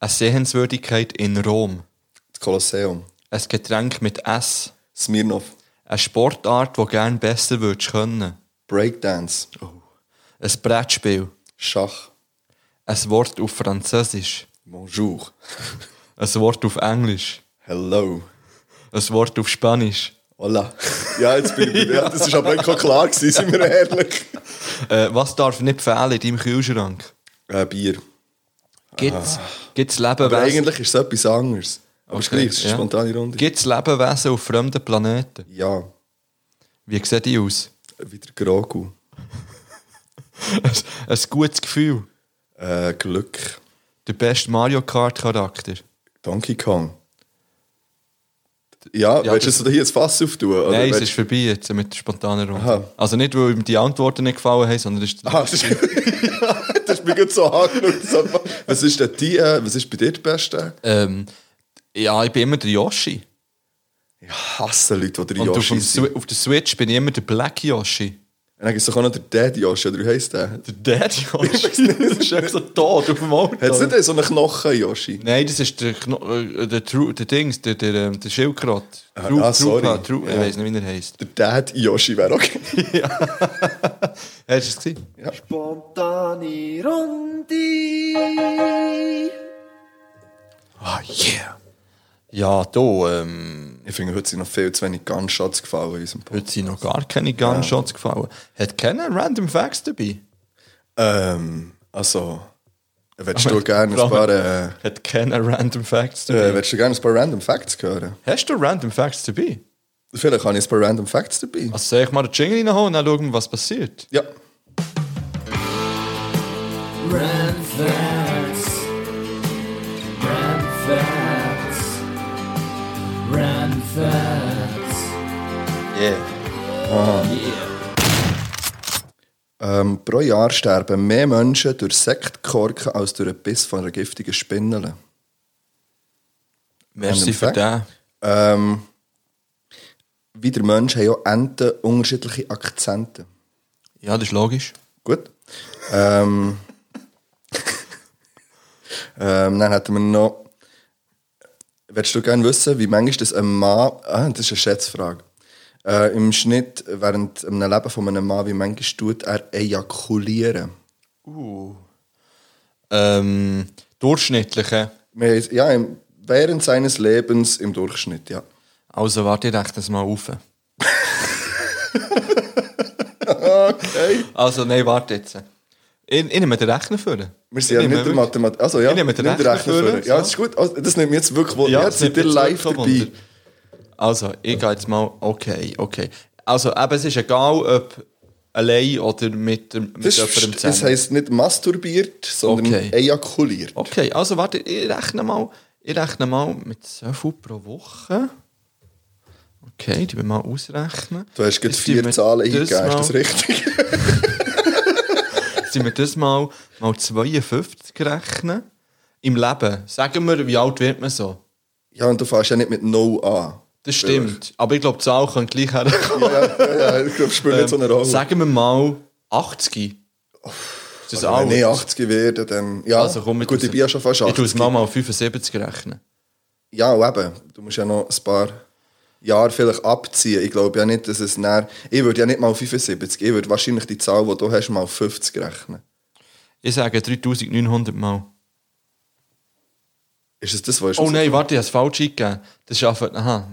S1: Eine Sehenswürdigkeit in Rom.
S2: das Kolosseum,
S1: Ein Getränk mit S.
S2: Smirnov,
S1: Eine Sportart, die gerne besser würdest können.
S2: Breakdance,
S1: Oh. Ein Brettspiel.
S2: Schach,
S1: Ein Wort auf Französisch.
S2: Bonjour,
S1: Ein Wort auf Englisch.
S2: Hello,
S1: Ein Wort auf Spanisch.
S2: Hola. Ja, jetzt bin ich ja. Das ist aber nicht klar gewesen, sind wir ehrlich.
S1: Äh, was darf nicht fehlen in deinem Kühlschrank?
S2: Äh, Bier.
S1: Gibt's, gibt's
S2: Aber
S1: Lebewesen?
S2: eigentlich ist es etwas anderes. Aber es ist
S1: Okay,
S2: gleich, es ist eine
S1: ja.
S2: spontane Runde.
S1: Gibt's Lebewesen auf fremden Planeten?
S2: ja,
S1: Wie sehen die aus?
S2: wieder Grogu.
S1: ein, ein gutes Gefühl.
S2: Äh, Glück.
S1: Der beste Mario Kart Charakter.
S2: Donkey Kong. Ja,
S1: Ja,
S2: willst du
S1: das-
S2: jetzt hier ein Fass auftun? oder
S1: Nein, es
S2: willst-
S1: ist vorbei jetzt mit der spontanen Runde.
S2: Aha.
S1: Also nicht, weil ihm die Antworten nicht gefallen haben, sondern es ist
S2: Ah, das ist, das ist mir gerade so angeschaut. So, Was ist denn die, äh, was ist bei dir die Beste?
S1: Ähm, ja, ich bin immer der Yoshi.
S2: Ich hasse Leute, die der
S1: Und auf,
S2: Yoshi
S1: dem
S2: sind.
S1: Swi- auf der Switch bin ich immer der Black Yoshi.
S2: dann gibt es doch auch noch den Daddy Josh, oder wie heisst der?
S1: Der Dad Josh. das ist echt so tot auf dem Auto.
S2: Hat es nicht so einen Knochen, Yoshi?
S1: Nein, das ist der, Kno äh, der, Tru der Dings, der, der, ähm, der Schildkrott.
S2: Ah,
S1: Tru-
S2: ah, sorry.
S1: Trupa, Tru Ich
S2: Ja.
S1: weiß nicht, wie er heisst.
S2: Der Daddy Yoshi wäre okay.
S1: Hast du es gesehen?
S7: Spontane Runde.
S1: Ah, yeah. Ja, da, ähm,
S2: Ich finde, heute sind noch viel zu wenig Gunshots gefallen in unserem Podcast.
S1: heute sind noch gar keine Gunshots gefallen. Hat keine Random Facts dabei?
S2: Ähm, also, würdest du gerne ein
S1: Frage.
S2: paar, äh, äh,
S1: Hat keine Random Facts dabei?
S2: würdest du gerne ein paar Random Facts hören?
S1: Hast du Random Facts dabei?
S2: Vielleicht habe ich ein paar Random Facts dabei.
S1: Also soll ich mal den Jingle reinhauen und dann schauen wir, was passiert?
S2: Ja.
S1: Yeah.
S2: Ähm, pro Jahr sterben mehr Menschen durch Sektkorken als durch einen Biss von einer giftigen Spinne.
S1: Merci
S2: Random
S1: für
S2: Fact.
S1: den.
S2: Ähm, wie der Mensch haben ja Enten unterschiedliche Akzente.
S1: Ja, das ist logisch.
S2: Gut. Ähm, ähm, dann hätten wir noch. Würdest du gerne wissen, wie manchmal das ein Mann. Ah, das ist eine Schätzfrage. Äh, Im Schnitt während einem Leben von einem Mann, wie manchmal tut er ejakulieren?
S1: Ähm, durchschnittliche.
S2: Wir haben- Ja, im, während seines Lebens im Durchschnitt, ja.
S1: Also warte, ich rechne das mal auf. okay. Also nein, warte jetzt. Ich, ich nehme den Rechner für.
S2: Wir sind ja nicht der Mathematik. Also, ja,
S1: Ich nehme den
S2: nicht
S1: Rechner
S2: Rechner
S1: vor,
S2: vor. Ja,
S1: so.
S2: das ist gut. Also, das nimmt mir jetzt wirklich wohl. Ja, jetzt seid ihr
S1: nimmt
S2: live
S1: wirklich
S2: dabei.
S1: Wunder. Also, ich gehe jetzt mal, okay, okay. Also, eben, es ist egal, ob allein oder mit, dem- mit
S2: Das,
S1: jemandem
S2: ist- das heisst nicht masturbiert, sondern
S1: Okay.
S2: ejakuliert.
S1: Okay, also warte, ich rechne mal, ich rechne mal mit so viel pro Woche. Okay, die will mal ausrechnen.
S2: Du hast gerade
S1: Jetzt tun
S2: vier
S1: wir
S2: Zahlen eingegeben,
S1: das
S2: ist das
S1: mal-
S2: richtig?
S1: Jetzt sind wir das mal, mal 52 rechnen. Im Leben. Sagen wir, wie alt wird man so?
S2: Ja, und du fährst ja nicht mit No an.
S1: Das stimmt. Aber ich glaube, die Zahl kann gleich herkommen.
S2: Ja, ja, ich glaube, spielt nicht so eine Rolle.
S1: Sagen wir mal 80. Ist das
S2: also,
S1: alt?
S2: wenn ich 80 werde, dann... Ja,
S1: Also komm,
S2: gut,
S1: tu's-
S2: ich bin ja schon fast
S1: Ich tue es
S2: 80.
S1: mal mal 75 rechnen.
S2: Ja, und eben, du musst ja noch ein paar Jahre vielleicht abziehen. Ich glaube ja nicht, dass es näher... Ich würde ja nicht mal 75, ich würde wahrscheinlich die Zahl, die du hast, mal 50 rechnen.
S1: Ich sage 3900 Mal.
S2: Ist es das, was
S1: Oh nein, warte, ich habe es falsch eingegeben. Das arbeitet. Aha.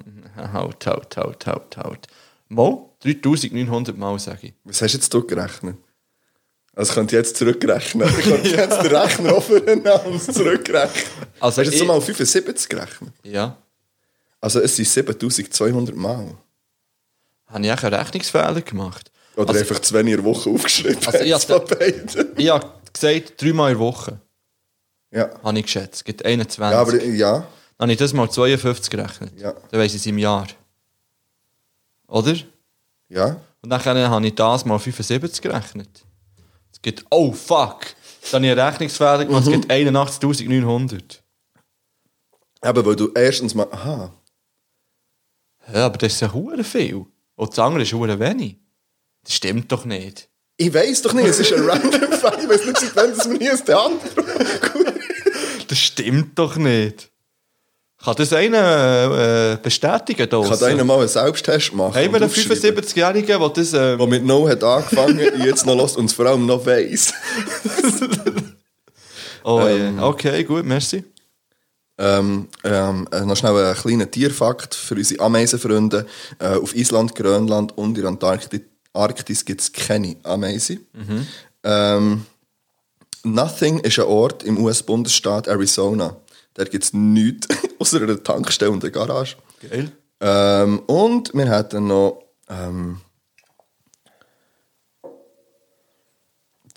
S1: Haut, haut, haut, haut, haut. Mal? 3900 Mal, sage ich.
S2: Was hast jetzt du gerechnet? Also ich könnte jetzt zurückrechnen. Ich könnte jetzt den Rechner offen haben und zurückrechnen.
S1: Also
S2: Also hast du jetzt
S1: ich-
S2: mal 75 gerechnet?
S1: Ja.
S2: Also es sind 7200 Mal.
S1: Habe ich auch einen Rechnungsfehler gemacht?
S2: Oder
S1: Also-
S2: einfach zu wenig in der Woche aufgeschrieben.
S1: Also ich
S2: Jetzt
S1: hatte-
S2: von beiden.
S1: Ich habe gesagt, dreimal in der Woche
S2: ja.
S1: habe ich geschätzt. Es gibt 21.
S2: ja, aber ja.
S1: Dann habe ich das mal 52 gerechnet.
S2: Ja.
S1: Dann weiss ich es im Jahr. Oder?
S2: Ja.
S1: Und dann habe ich das mal 75 gerechnet. Es gibt, oh fuck! Dann habe ich einen Rechnungsfehler gemacht,
S2: Mhm.
S1: es gibt 81.900.
S2: Aber weil du erstens mal. Aha.
S1: Ja, aber das ist ja hure viel. Und das andere ist hure wenig. Das stimmt doch nicht.
S2: Ich weiß doch nicht, es ist ein random Fall. Ich weiß nicht, seit wann das mir hier ist der andere.
S1: Das stimmt doch nicht. Kann das einer äh, bestätigen? Da
S2: Kann einer mal einen Selbsttest machen?
S1: Haben wir
S2: und
S1: einen
S2: aufschreiben,
S1: 75-Jährigen, der das...
S2: Der
S1: Ähm,
S2: mit No hat angefangen, jetzt noch los und es vor allem noch weiss.
S1: oh, yeah. Okay, gut, merci.
S2: Ähm, ähm, äh, noch schnell ein kleiner Tierfakt für unsere Ameisenfreunde. Äh, auf Island, Grönland und in der Antarktis, Arktis gibt es keine Ameisen. Ähm, Nothing ist ein Ort im US-Bundesstaat Arizona. Da gibt es nichts außer einer Tankstelle und einer Garage.
S1: Geil.
S2: Ähm, und wir hatten noch ähm,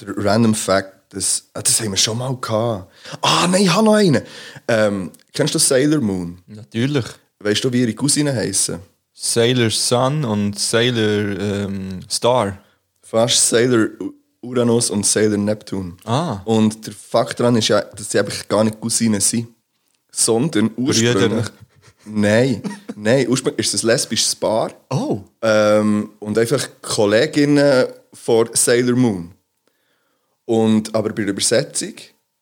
S2: der Random Fact, das, ah, das haben wir schon mal gehabt. Ah, nein, ich habe noch einen. Ähm, kennst du Sailor Moon?
S1: Natürlich.
S2: Weißt du, wie ihre Cousinen heißen?
S1: Sailor Sun und Sailor ähm, Star.
S2: Fast Sailor U- Uranus und Sailor Neptun.
S1: Ah.
S2: Und der Fakt daran ist ja, dass sie eigentlich gar nicht Cousinen sind, sondern ursprünglich. Nein, nein, ursprünglich ist es ein lesbisches Paar
S1: Oh.
S2: ähm, und einfach Kolleginnen von Sailor Moon. Und, aber bei der Übersetzung,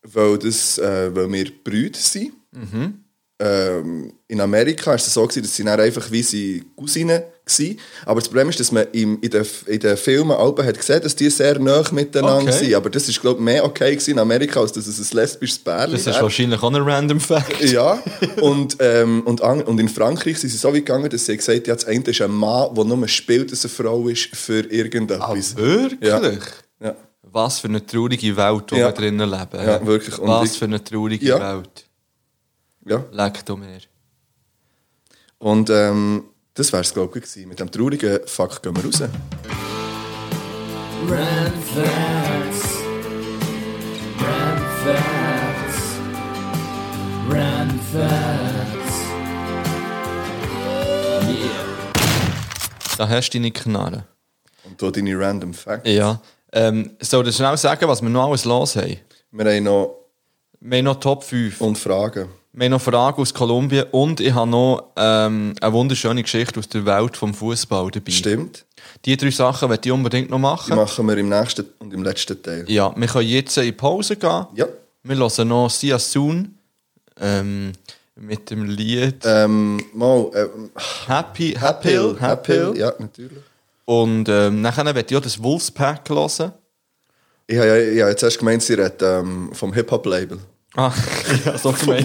S2: weil, das, äh, weil wir Brüder sind,
S1: Mhm.
S2: ähm, in Amerika war es so, gewesen, dass sie dann einfach wie sie Cousinen waren. Aber das Problem ist, dass man im, in, den, in den Filmen Alben hat gesehen, dass die sehr nah miteinander
S1: Okay.
S2: sind. Aber das ist glaube ich, mehr okay gewesen in Amerika, als dass es ein lesbisches Pärchen
S1: Das ist
S2: wäre.
S1: wahrscheinlich auch ein random Fact.
S2: Ja, und, ähm, und, an, und in Frankreich sind sie so weit gegangen, dass sie gesagt haben, ja, das eine ist ein Mann, der nur spielt, dass eine Frau ist für irgendetwas.
S1: Wirklich?
S2: Ja.
S1: Was für eine traurige Welt, wo
S2: Ja.
S1: wir drinnen leben.
S2: Ja, wirklich. Und
S1: Was
S2: ich-
S1: für eine traurige
S2: Ja.
S1: Welt.
S2: Ja.
S1: Leck du mir.
S2: Und ähm, das wäre es, glaube ich, gewesen. Mit dem traurigen Fakt gehen wir raus.
S1: Da hast du deine Knarre.
S2: Und hier deine random Facts.
S1: Ja. Ähm, soll ich dir schnell sagen, was wir noch alles los haben?
S2: Wir haben noch
S1: Wir haben noch Top 5.
S2: und Fragen.
S1: Wir haben noch Fragen aus Kolumbien und ich habe noch ähm, eine wunderschöne Geschichte aus der Welt vom Fußball dabei.
S2: Stimmt.
S1: Die drei Sachen möchte ich unbedingt noch
S2: Die
S1: machen.
S2: machen wir im nächsten und im letzten Teil.
S1: Ja, wir können jetzt in die Pause gehen.
S2: Ja.
S1: Wir hören noch Sia Soon ähm, mit dem Lied
S2: Ähm, mal, ähm,
S1: Happy, Happy
S2: Happy
S1: Hill. Happy Hill.
S2: Ja, natürlich.
S1: Und ähm, nachher werde ich auch das Wolfspack hören.
S2: Ich habe ja, ich habe jetzt erst gemeint, sie redet ähm, vom Hip-Hop-Label.
S1: Ah, ja, so gemeint.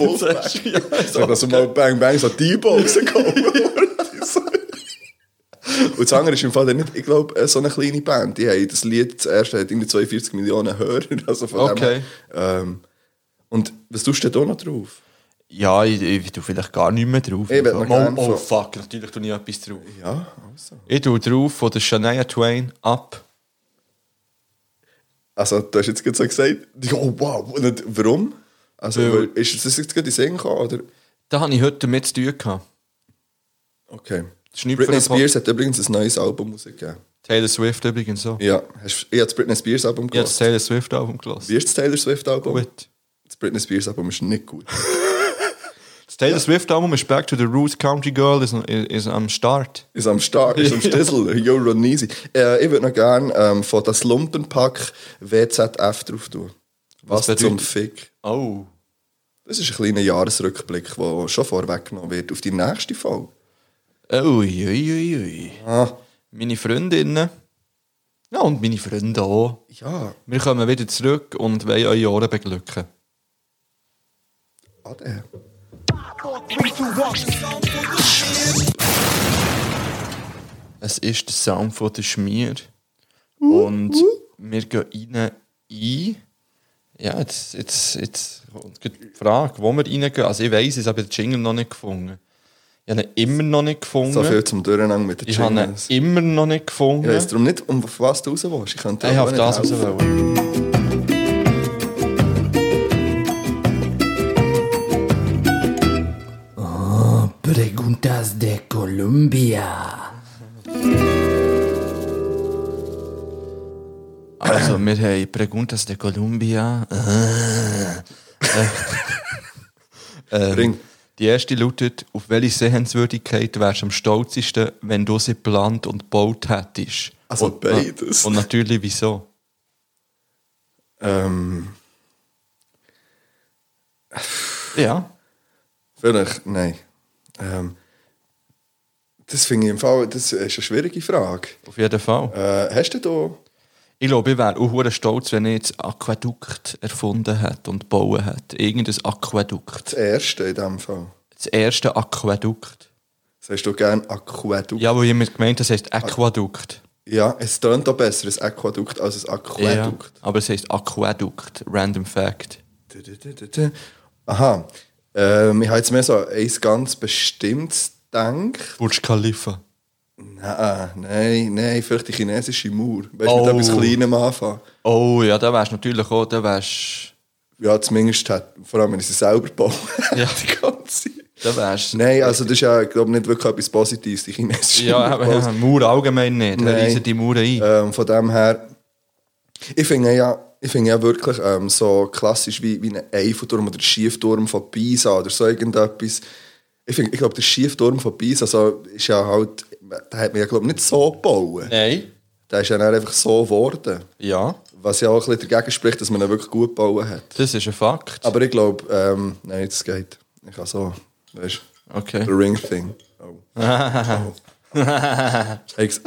S2: Wolfspack.
S1: Ja, so.
S2: So, dass mal Bang Bang so Tibo rausgekommen Und das andere ist im Fall dann nicht, ich glaube, so eine kleine Band. Die haben das Lied zuerst hat irgendwie 42 Millionen Hörer. Also von
S1: Okay.
S2: Dem, her, ähm, und was tust du da noch drauf?
S1: ja ich, ich tu vielleicht gar nicht mehr drauf.
S2: Ich will noch
S1: oh,
S2: gerne
S1: oh
S2: so-
S1: fuck, natürlich tu ich etwas drauf.
S2: Ja, also.
S1: Ich tu drauf von der Shania Twain ab.
S2: Also, du hast jetzt gerade so gesagt, oh wow, und nicht- warum? Also,
S1: Weil-
S2: weil- ist das jetzt gerade in den Sinn gekommen? Oder?
S1: Da hatte ich heute damit zu tun. gehabt.
S2: Okay.
S1: Das ist nicht für
S2: Britney
S1: einen Pop-
S2: Spears hat übrigens ein neues Album rausgegeben.
S1: Taylor Swift übrigens so.
S2: Ja, hast, ich habe das Britney Spears Album
S1: Ich habe das
S2: gehört.
S1: Taylor Swift Album
S2: Wie
S1: gelassen.
S2: ist das Taylor Swift Album?
S1: Gut.
S2: Das Britney Spears Album ist nicht gut.
S1: Das Taylor Swift Album ist Back to the Roots Country Girl ist, ist am Start.
S2: Ist am Start, ist am Stissel. Yo, Ronisi. Äh, ich würde noch gerne ähm, von das Lumpenpack WZF drauf tun. Was,
S1: Was
S2: zum
S1: bedeutet-
S2: Fick?
S1: Oh.
S2: Das ist ein kleiner Jahresrückblick, der schon vorweggenommen wird auf die nächste Folge.
S1: Ui, ui, ui, ui.
S2: Ah,
S1: Meine Freundinnen. Ja, und meine Freunde auch.
S2: ja,
S1: Wir kommen wieder zurück und wollen eure Ohren beglücken.
S2: ade.
S1: Es ist der Sound von der Schmier. Und
S2: Mhm.
S1: wir gehen rein ein. Ja, jetzt, jetzt, jetzt kommt gleich die Frage, wo wir reingehen. Also ich weiss es, aber den Jingle noch nicht gefunden. Ich habe ihn immer noch nicht gefunden.
S2: So viel zum Durcheinander mit den
S1: ich habe ihn
S2: Jingles. Ich
S1: immer noch nicht gefunden.
S2: weiss darum nicht, um auf was du raus willst. Ich könnte
S1: ich
S2: dir
S1: habe
S2: aber
S1: das
S2: nicht helfen.
S1: rausgewählt.
S8: Preguntas de Colombia.
S1: Also, wir haben Preguntas de Colombia.
S2: Bring.
S1: Die erste lautet, auf welche Sehenswürdigkeit wärst du am stolzesten, wenn du sie geplant und gebaut hättest?
S2: Also
S1: und,
S2: beides.
S1: Und natürlich, wieso?
S2: Ähm,
S1: Ja.
S2: vielleicht, nein. Ähm, das finde ich im Fall, das ist eine schwierige Frage.
S1: Auf jeden Fall.
S2: Äh, hast du da...
S1: Ich glaube, ich wäre auch verdammt stolz, wenn ich jetzt Aquädukt erfunden hätte und gebaut hätte. Irgendein Aquädukt.
S2: Das erste in dem Fall.
S1: Das erste Aquädukt.
S2: Sagst du gerne Aquädukt?
S1: Ja, wo jemand gemeint hat, es heisst Aquädukt.
S2: Ja, es tönt auch besser, ein Aquädukt als ein
S1: Ja,
S2: Aquädukt.
S1: aber es heisst Aquädukt. Random Fact.
S2: Du, du, du, du, du. Aha. Ähm, ich habe jetzt mehr so ein ganz bestimmtes gedacht.
S1: Burj Khalifa.
S2: Nein, nein, nein, vielleicht die chinesische Mauer. Weißt du,
S1: Oh.
S2: mit etwas Kleinem anfangen?
S1: Oh ja, da wärst du natürlich auch, da wärst
S2: Ja, zumindest hat, vor allem, wenn ich sie selber baue.
S1: Ja.
S2: die ganze.
S1: da wärst
S2: Nein, also das ist ja, glaube ich, nicht wirklich etwas Positives, die chinesische
S1: Ja, aber ja, Mauer allgemein nicht. Da
S2: Nein.
S1: reissen die Mauern ein.
S2: Ähm, von dem her, ich finde ja, ich finde ja wirklich ähm, so klassisch wie, wie ein Eiffelturm oder ein Schiefturm von Pisa oder so irgendetwas. Ich, find- ich glaube, der Schiefturm von Pisa also, ist ja halt, der hat man ja glaube nicht so gebaut.
S1: Nein.
S2: Der ist ja dann einfach so geworden.
S1: Ja,
S2: Was ja auch ein bisschen dagegen spricht, dass man ihn wirklich gut gebaut hat.
S1: das ist ein Fakt.
S2: Aber ich glaube, ähm, nein, das geht. Ich kann so, weißt du,
S1: Okay.
S2: the ring thing. Oh. oh. Ex-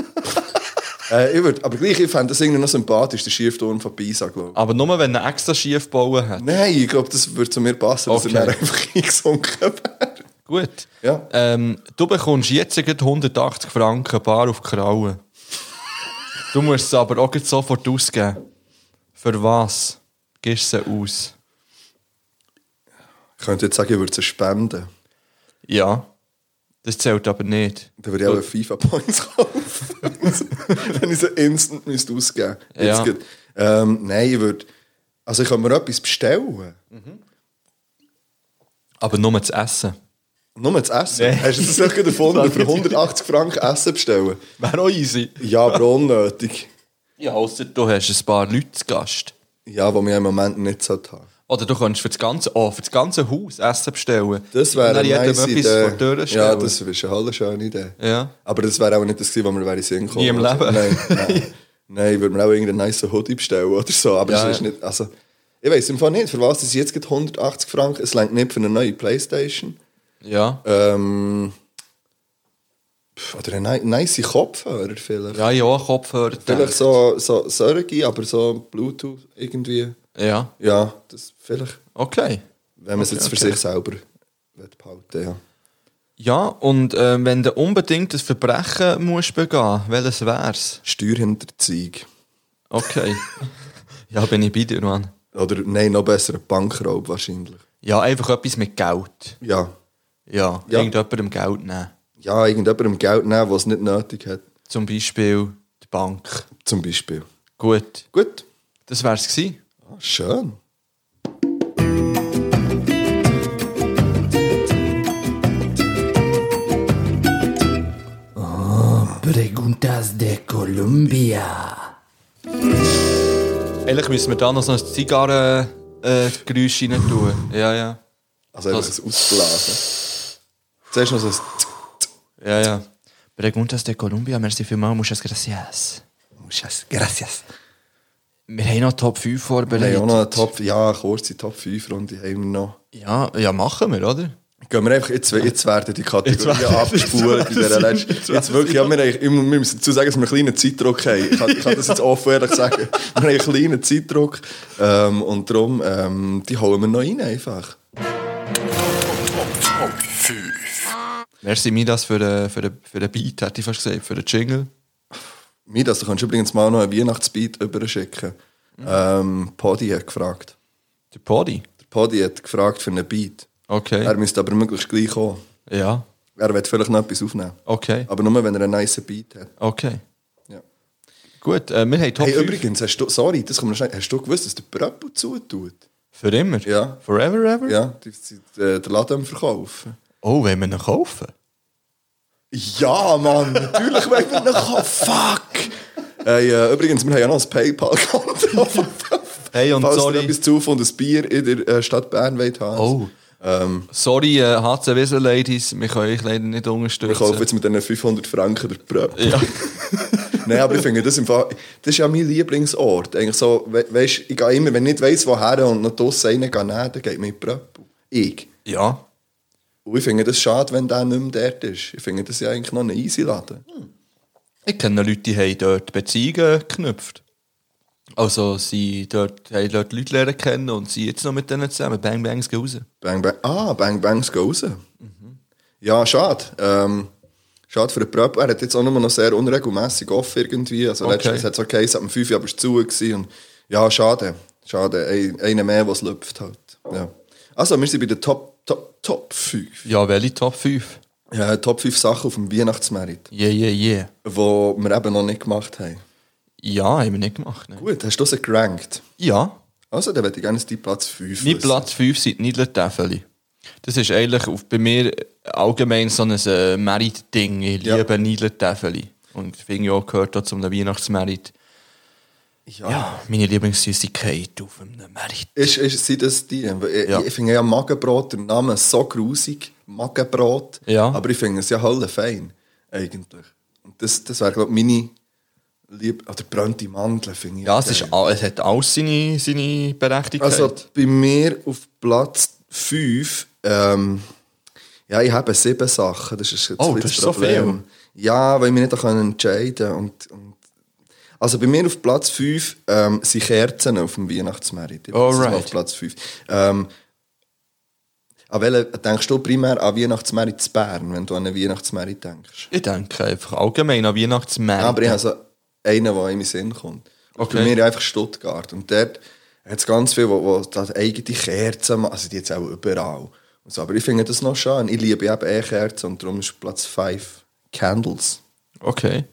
S2: äh, ich würd, aber gleich, ich fände das irgendwie noch sympathisch, der Schiefturm von Pisa, glaube ich.
S1: Aber nur wenn er extra schief gebaut hat.
S2: Nein, ich glaube, das würde zu mir passen,
S1: Okay.
S2: dass er dann einfach eingesunken wäre.
S1: Gut.
S2: Ja.
S1: Ähm, du bekommst jetzt gerade 180 Franken bar auf die Kralle. du musst es aber auch gerade sofort ausgeben. Für was? Gibst sie aus?
S2: Ich könnte jetzt sagen, ich würde sie spenden.
S1: Ja. Das zählt aber nicht.
S2: Dann würde ich auch FIFA-Points kaufen. Wenn ich sie instant müsste ausgeben müsste.
S1: Ja.
S2: Ähm, nein, ich würde... Also ich kann mir etwas bestellen.
S1: Aber nur zu essen.
S2: Nur zu essen? Hast du das nicht gerade erfunden? Für 180 Franken Essen bestellen?
S1: Wäre auch easy.
S2: Ja, aber unnötig.
S1: Ja, ausser du hast ein paar Leute zu Gast.
S2: Ja, was wir im Moment nicht so haben.
S1: Oder du kannst für das ganze, oh, für das ganze Haus Essen bestellen.
S2: Das wäre
S1: Und dann
S2: eine
S1: jedem
S2: nice
S1: etwas
S2: Idee.
S1: vor die Tür stellen.
S2: Ja, das ist eine halbe schöne Idee.
S1: Ja.
S2: Aber das wäre auch nicht das gewesen, was wir wäre sehen konnten.
S1: Nie im Leben.
S2: Nein, nein. nein, ich würde mir auch irgendeinen nice Hoodie bestellen oder so. Aber
S1: Ja,
S2: das ist
S1: ja.
S2: nicht... Also, ich weiß im Fall nicht, für was das jetzt gerade 180 Franken... Es reicht nicht für eine neue Playstation.
S1: Ja.
S2: Ähm... pf, Oder einen ni- nice Kopfhörer vielleicht.
S1: Ja, ja, Kopfhörer.
S2: Vielleicht so, so Sörgi, aber so Bluetooth irgendwie.
S1: Ja.
S2: Ja, das vielleicht,
S1: Okay.
S2: wenn man es jetzt für
S1: okay.
S2: sich selber will behalten ja.
S1: Ja, und äh, wenn du unbedingt ein Verbrechen musst begehen, welches wär's?
S2: Steuerhinterziehung.
S1: Okay. ja, bin ich bei dir, Mann.
S2: Oder nein, noch besser, ein Bankraub wahrscheinlich.
S1: Ja, einfach etwas mit Geld.
S2: Ja.
S1: Ja,
S2: Ja.
S1: irgendjemandem Geld nehmen.
S2: Ja, irgendjemandem Geld nehmen, was es nicht nötig hat.
S1: Zum Beispiel die Bank.
S2: Zum Beispiel.
S1: Gut,
S2: Gut.
S1: das wär's gewesen.
S2: Ah, schön.
S8: Preguntas de Colombia.
S1: Ehrlich müssen wir da noch so ein
S2: äh,
S1: Zigarrengeräusch rein tun. Ja, ja.
S2: Also einfach
S1: Das-
S2: ein Ausblasen. Zuerst noch so ein Tsk.
S1: Ja, ja. Preguntas de Colombia, merci vielmals, muchas gracias.
S2: Muchas gracias.
S1: Wir haben noch Top 5
S2: Wir
S1: vorbereitet.
S2: haben auch noch eine Top, ja, eine kurze Top 5 Runde haben wir noch.
S1: ja, ja, machen wir, oder?
S2: Gehen wir einfach, jetzt, jetzt werden die Kategorien
S1: werden-
S2: abgespult in dieser letzten. Jetzt wirklich, ja, wir, haben, ich muss- wir müssen dazu sagen, dass wir einen kleinen Zeitdruck haben. Ich kann, ich kann das jetzt offen ehrlich sagen. Wir haben einen kleinen Zeitdruck. Ähm, und darum, ähm, die holen wir noch rein einfach.
S1: Merci Midas für den, für den, für den Beat, hätte ich fast gesagt, für den Jingle.
S2: Midas, du kannst übrigens mal noch ein Weihnachtsbeat überschicken. Ähm, Podi hat gefragt.
S1: Der Podi.
S2: Der Podi hat gefragt für einen Beat. Er
S1: Okay.
S2: müsste aber möglichst gleich kommen.
S1: Ja,
S2: Er wird vielleicht noch etwas aufnehmen.
S1: okay.
S2: Aber nur, wenn er einen nice Beat hat.
S1: Okay.
S2: Ja.
S1: Gut, äh, wir haben Top
S2: Hey,
S1: 5.
S2: übrigens, hast du, sorry, das kommt noch schnell, hast du gewusst, dass der Bröppel zutut?
S1: Für immer?
S2: Ja.
S1: Forever ever?
S2: Ja, die sind äh, den Laden am verkaufen.
S1: Oh, wollen wir ihn kaufen?
S2: Ja, Mann, natürlich wollen wir noch. Oh, fuck! Hey, äh, übrigens, wir haben ja noch ein PayPal-Konto.
S1: Hey, und
S2: Falls
S1: sorry.
S2: ihr etwas zu und ein Bier in der äh, Stadt Bern wollt haben.
S1: Oh.
S2: Ähm.
S1: Sorry, äh, HC Wiesel Ladies, wir können euch leider nicht
S2: Wir kaufen
S1: unterstützen.
S2: jetzt mit diesen 500 Franken der Bröppel.
S1: Ja.
S2: Nein, aber ich finde das im Fall, das ist ja mein Lieblingsort. Eigentlich so, we weisst, ich gehe immer, wenn ich nicht weiss, woher und noch draussen einen gehe, nehmen, dann geht mir die Bröppel. Ich.
S1: ja.
S2: Und ich finde das schade, wenn der nicht mehr dort ist. Ich finde das ja eigentlich noch ein easy Laden.
S1: Ich kenne Leute, die haben dort Beziehungen geknüpft. Also, sie dort, haben dort Leute lernen kennen und sind jetzt noch mit denen zusammen. Bang, bangs, gehen raus.
S2: Bang Bang. Ah, Bang Bangs gehen raus.
S1: Mhm.
S2: Ja, schade. Ähm, schade für den Prep. Er hat jetzt auch nur noch sehr unregelmäßig off irgendwie. Also
S1: Okay.
S2: letztens hat es okay, es hat um 5 Uhr aber es war zu. Gewesen. Und ja, schade. Schade. Ein, einer mehr, der es läuft halt. Ja. Also, wir sind bei den Top, Top, Top 5.
S1: Ja, welche Top 5?
S2: Ja, Top 5 Sachen auf dem Weihnachtsmerit, die
S1: Yeah, yeah, yeah.
S2: wir eben noch nicht gemacht haben.
S1: Ja, haben wir nicht gemacht. Ne?
S2: Gut, hast du sie gerankt?
S1: Ja,
S2: Also, dann würde ich gerne deinen Platz 5
S1: mein Platz 5 sind die Nidlertäfeli. Das ist eigentlich auf, bei mir allgemein so ein äh, Merit-Ding. Ich
S2: Ja.
S1: liebe Nidlertäfeli. Und finde ich auch, gehört auch zum Weihnachtsmerit. Ja, meine Lieblingssüßigkeit auf einem Merit.
S2: Ist, ist, sind das die? Ich,
S1: Ja.
S2: ich finde ja Magenbrot, der Name so grusig, Magenbrot.
S1: Ja.
S2: Aber ich finde es ja hölle fein, eigentlich. Und das, das wäre, glaube ich, meine Liebe. Oder brannte Mandeln finde ich.
S1: Ja, es,
S2: geil.
S1: ist, all- es hat alles seine, seine Berechtigkeit.
S2: Also bei mir auf Platz 5, ähm, ja, ich habe sieben Sachen. Das ist jetzt
S1: Oh,
S2: ein
S1: das
S2: bisschen
S1: ist so
S2: Problem. Ja, weil ich mich nicht auch entscheiden konnte. Und, und also bei mir auf Platz 5 ähm, sind Kerzen auf dem Weihnachtsmarkt. Ich setze es mal
S1: Alright.
S2: Auf Platz 5. Ähm, an welchen denkst du primär an Weihnachtsmarkt zu Bern, wenn du an einen Weihnachtsmarkt denkst?
S1: ich denke einfach allgemein an Weihnachtsmärkte.
S2: Ah, Aber ich habe so einen, der in meinen Sinn kommt.
S1: Okay.
S2: Bei mir einfach Stuttgart. Und dort hat es ganz viele, die die eigene Kerzen machen. Also die jetzt auch überall. Und so. Aber ich finde das noch schön. Ich liebe eben eh Kerzen und darum ist Platz 5 Candles.
S1: Okay.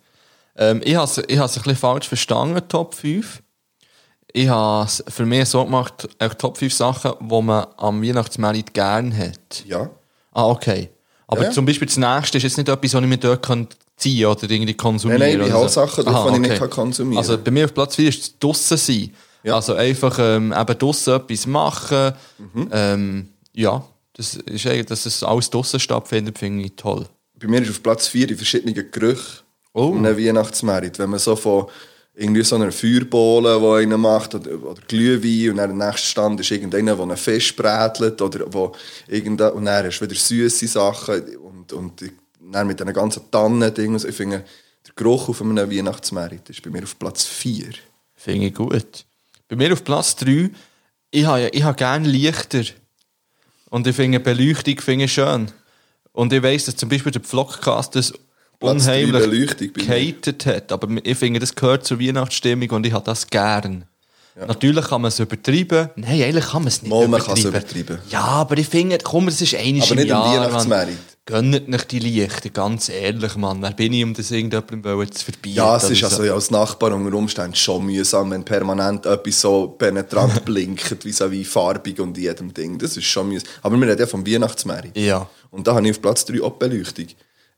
S1: Ähm, ich habe es ich has ein bisschen falsch verstanden, Top 5. Ich habe es für mich so gemacht, auch Top 5 Sachen, die man am Weihnachtsmarkt gerne hat.
S2: Ja.
S1: Ah, okay. Aber
S2: Ja.
S1: zum Beispiel das nächste ist jetzt nicht etwas, was ich mir dort kann ziehen oder irgendwie konsumieren
S2: Nein, nein, ich
S1: oder
S2: habe Sachen drauf, die ich nicht kann konsumieren.
S1: Also bei mir auf Platz 4 ist das draussen sein.
S2: Ja.
S1: Also einfach ähm, eben draussen etwas machen.
S2: Mhm.
S1: Ähm, ja, das ist eigentlich, dass es alles draussen stattfindet, finde ich toll.
S2: bei mir ist auf Platz 4 die verschiedenen Gerüche oh. einem Weihnachtsmarkt. Wenn man so von irgendwie so einer Feuerbohle, die einen macht, eh, oder, oder Glühwein, und dann der nächste Stand ist irgendeiner, der einen Fisch brätelt, oder wo irgende, und dann hast du wieder süße Sachen, und, und dann mit diesen ganzen Tannen, Ding, und so. ich finde, der Geruch auf einem Weihnachtsmarkt ist bei mir auf Platz 4.
S1: Finde ich gut. Bei mir auf Platz 3, ich habe, ja- ich habe gerne Lichter. Und ich finde Beleuchtung finde ich schön. Und ich weiss, dass zum Beispiel der Vlogcast das
S2: Platz drei
S1: unheimlich
S2: Beleuchtung bei mir.
S1: gehatet hat. Aber ich finde, das gehört zur Weihnachtsstimmung und ich habe das gern. Natürlich kann man es übertreiben. Nein, eigentlich kann man es nicht
S2: Mal, man kann es übertreiben.
S1: Ja, aber ich finde, komm, das ist einmal
S2: Aber
S1: im
S2: nicht am
S1: Jahr.
S2: Weihnachtsmarkt.
S1: Mann. Gönnt nicht die Lichter, ganz ehrlich, Mann. Wer bin ich, um das irgendjemandem wollen zu verbieten?
S2: Ja, es ist
S1: oder so?
S2: also ja, als Nachbar unter Umständen schon mühsam, wenn permanent etwas so penetrant blinkt, vis-à-vis farbig und jedem Ding. Das ist schon mühsam. Aber wir reden ja vom Weihnachtsmarkt.
S1: Ja.
S2: Und da habe ich auf Platz 3 auch Beleuchtung.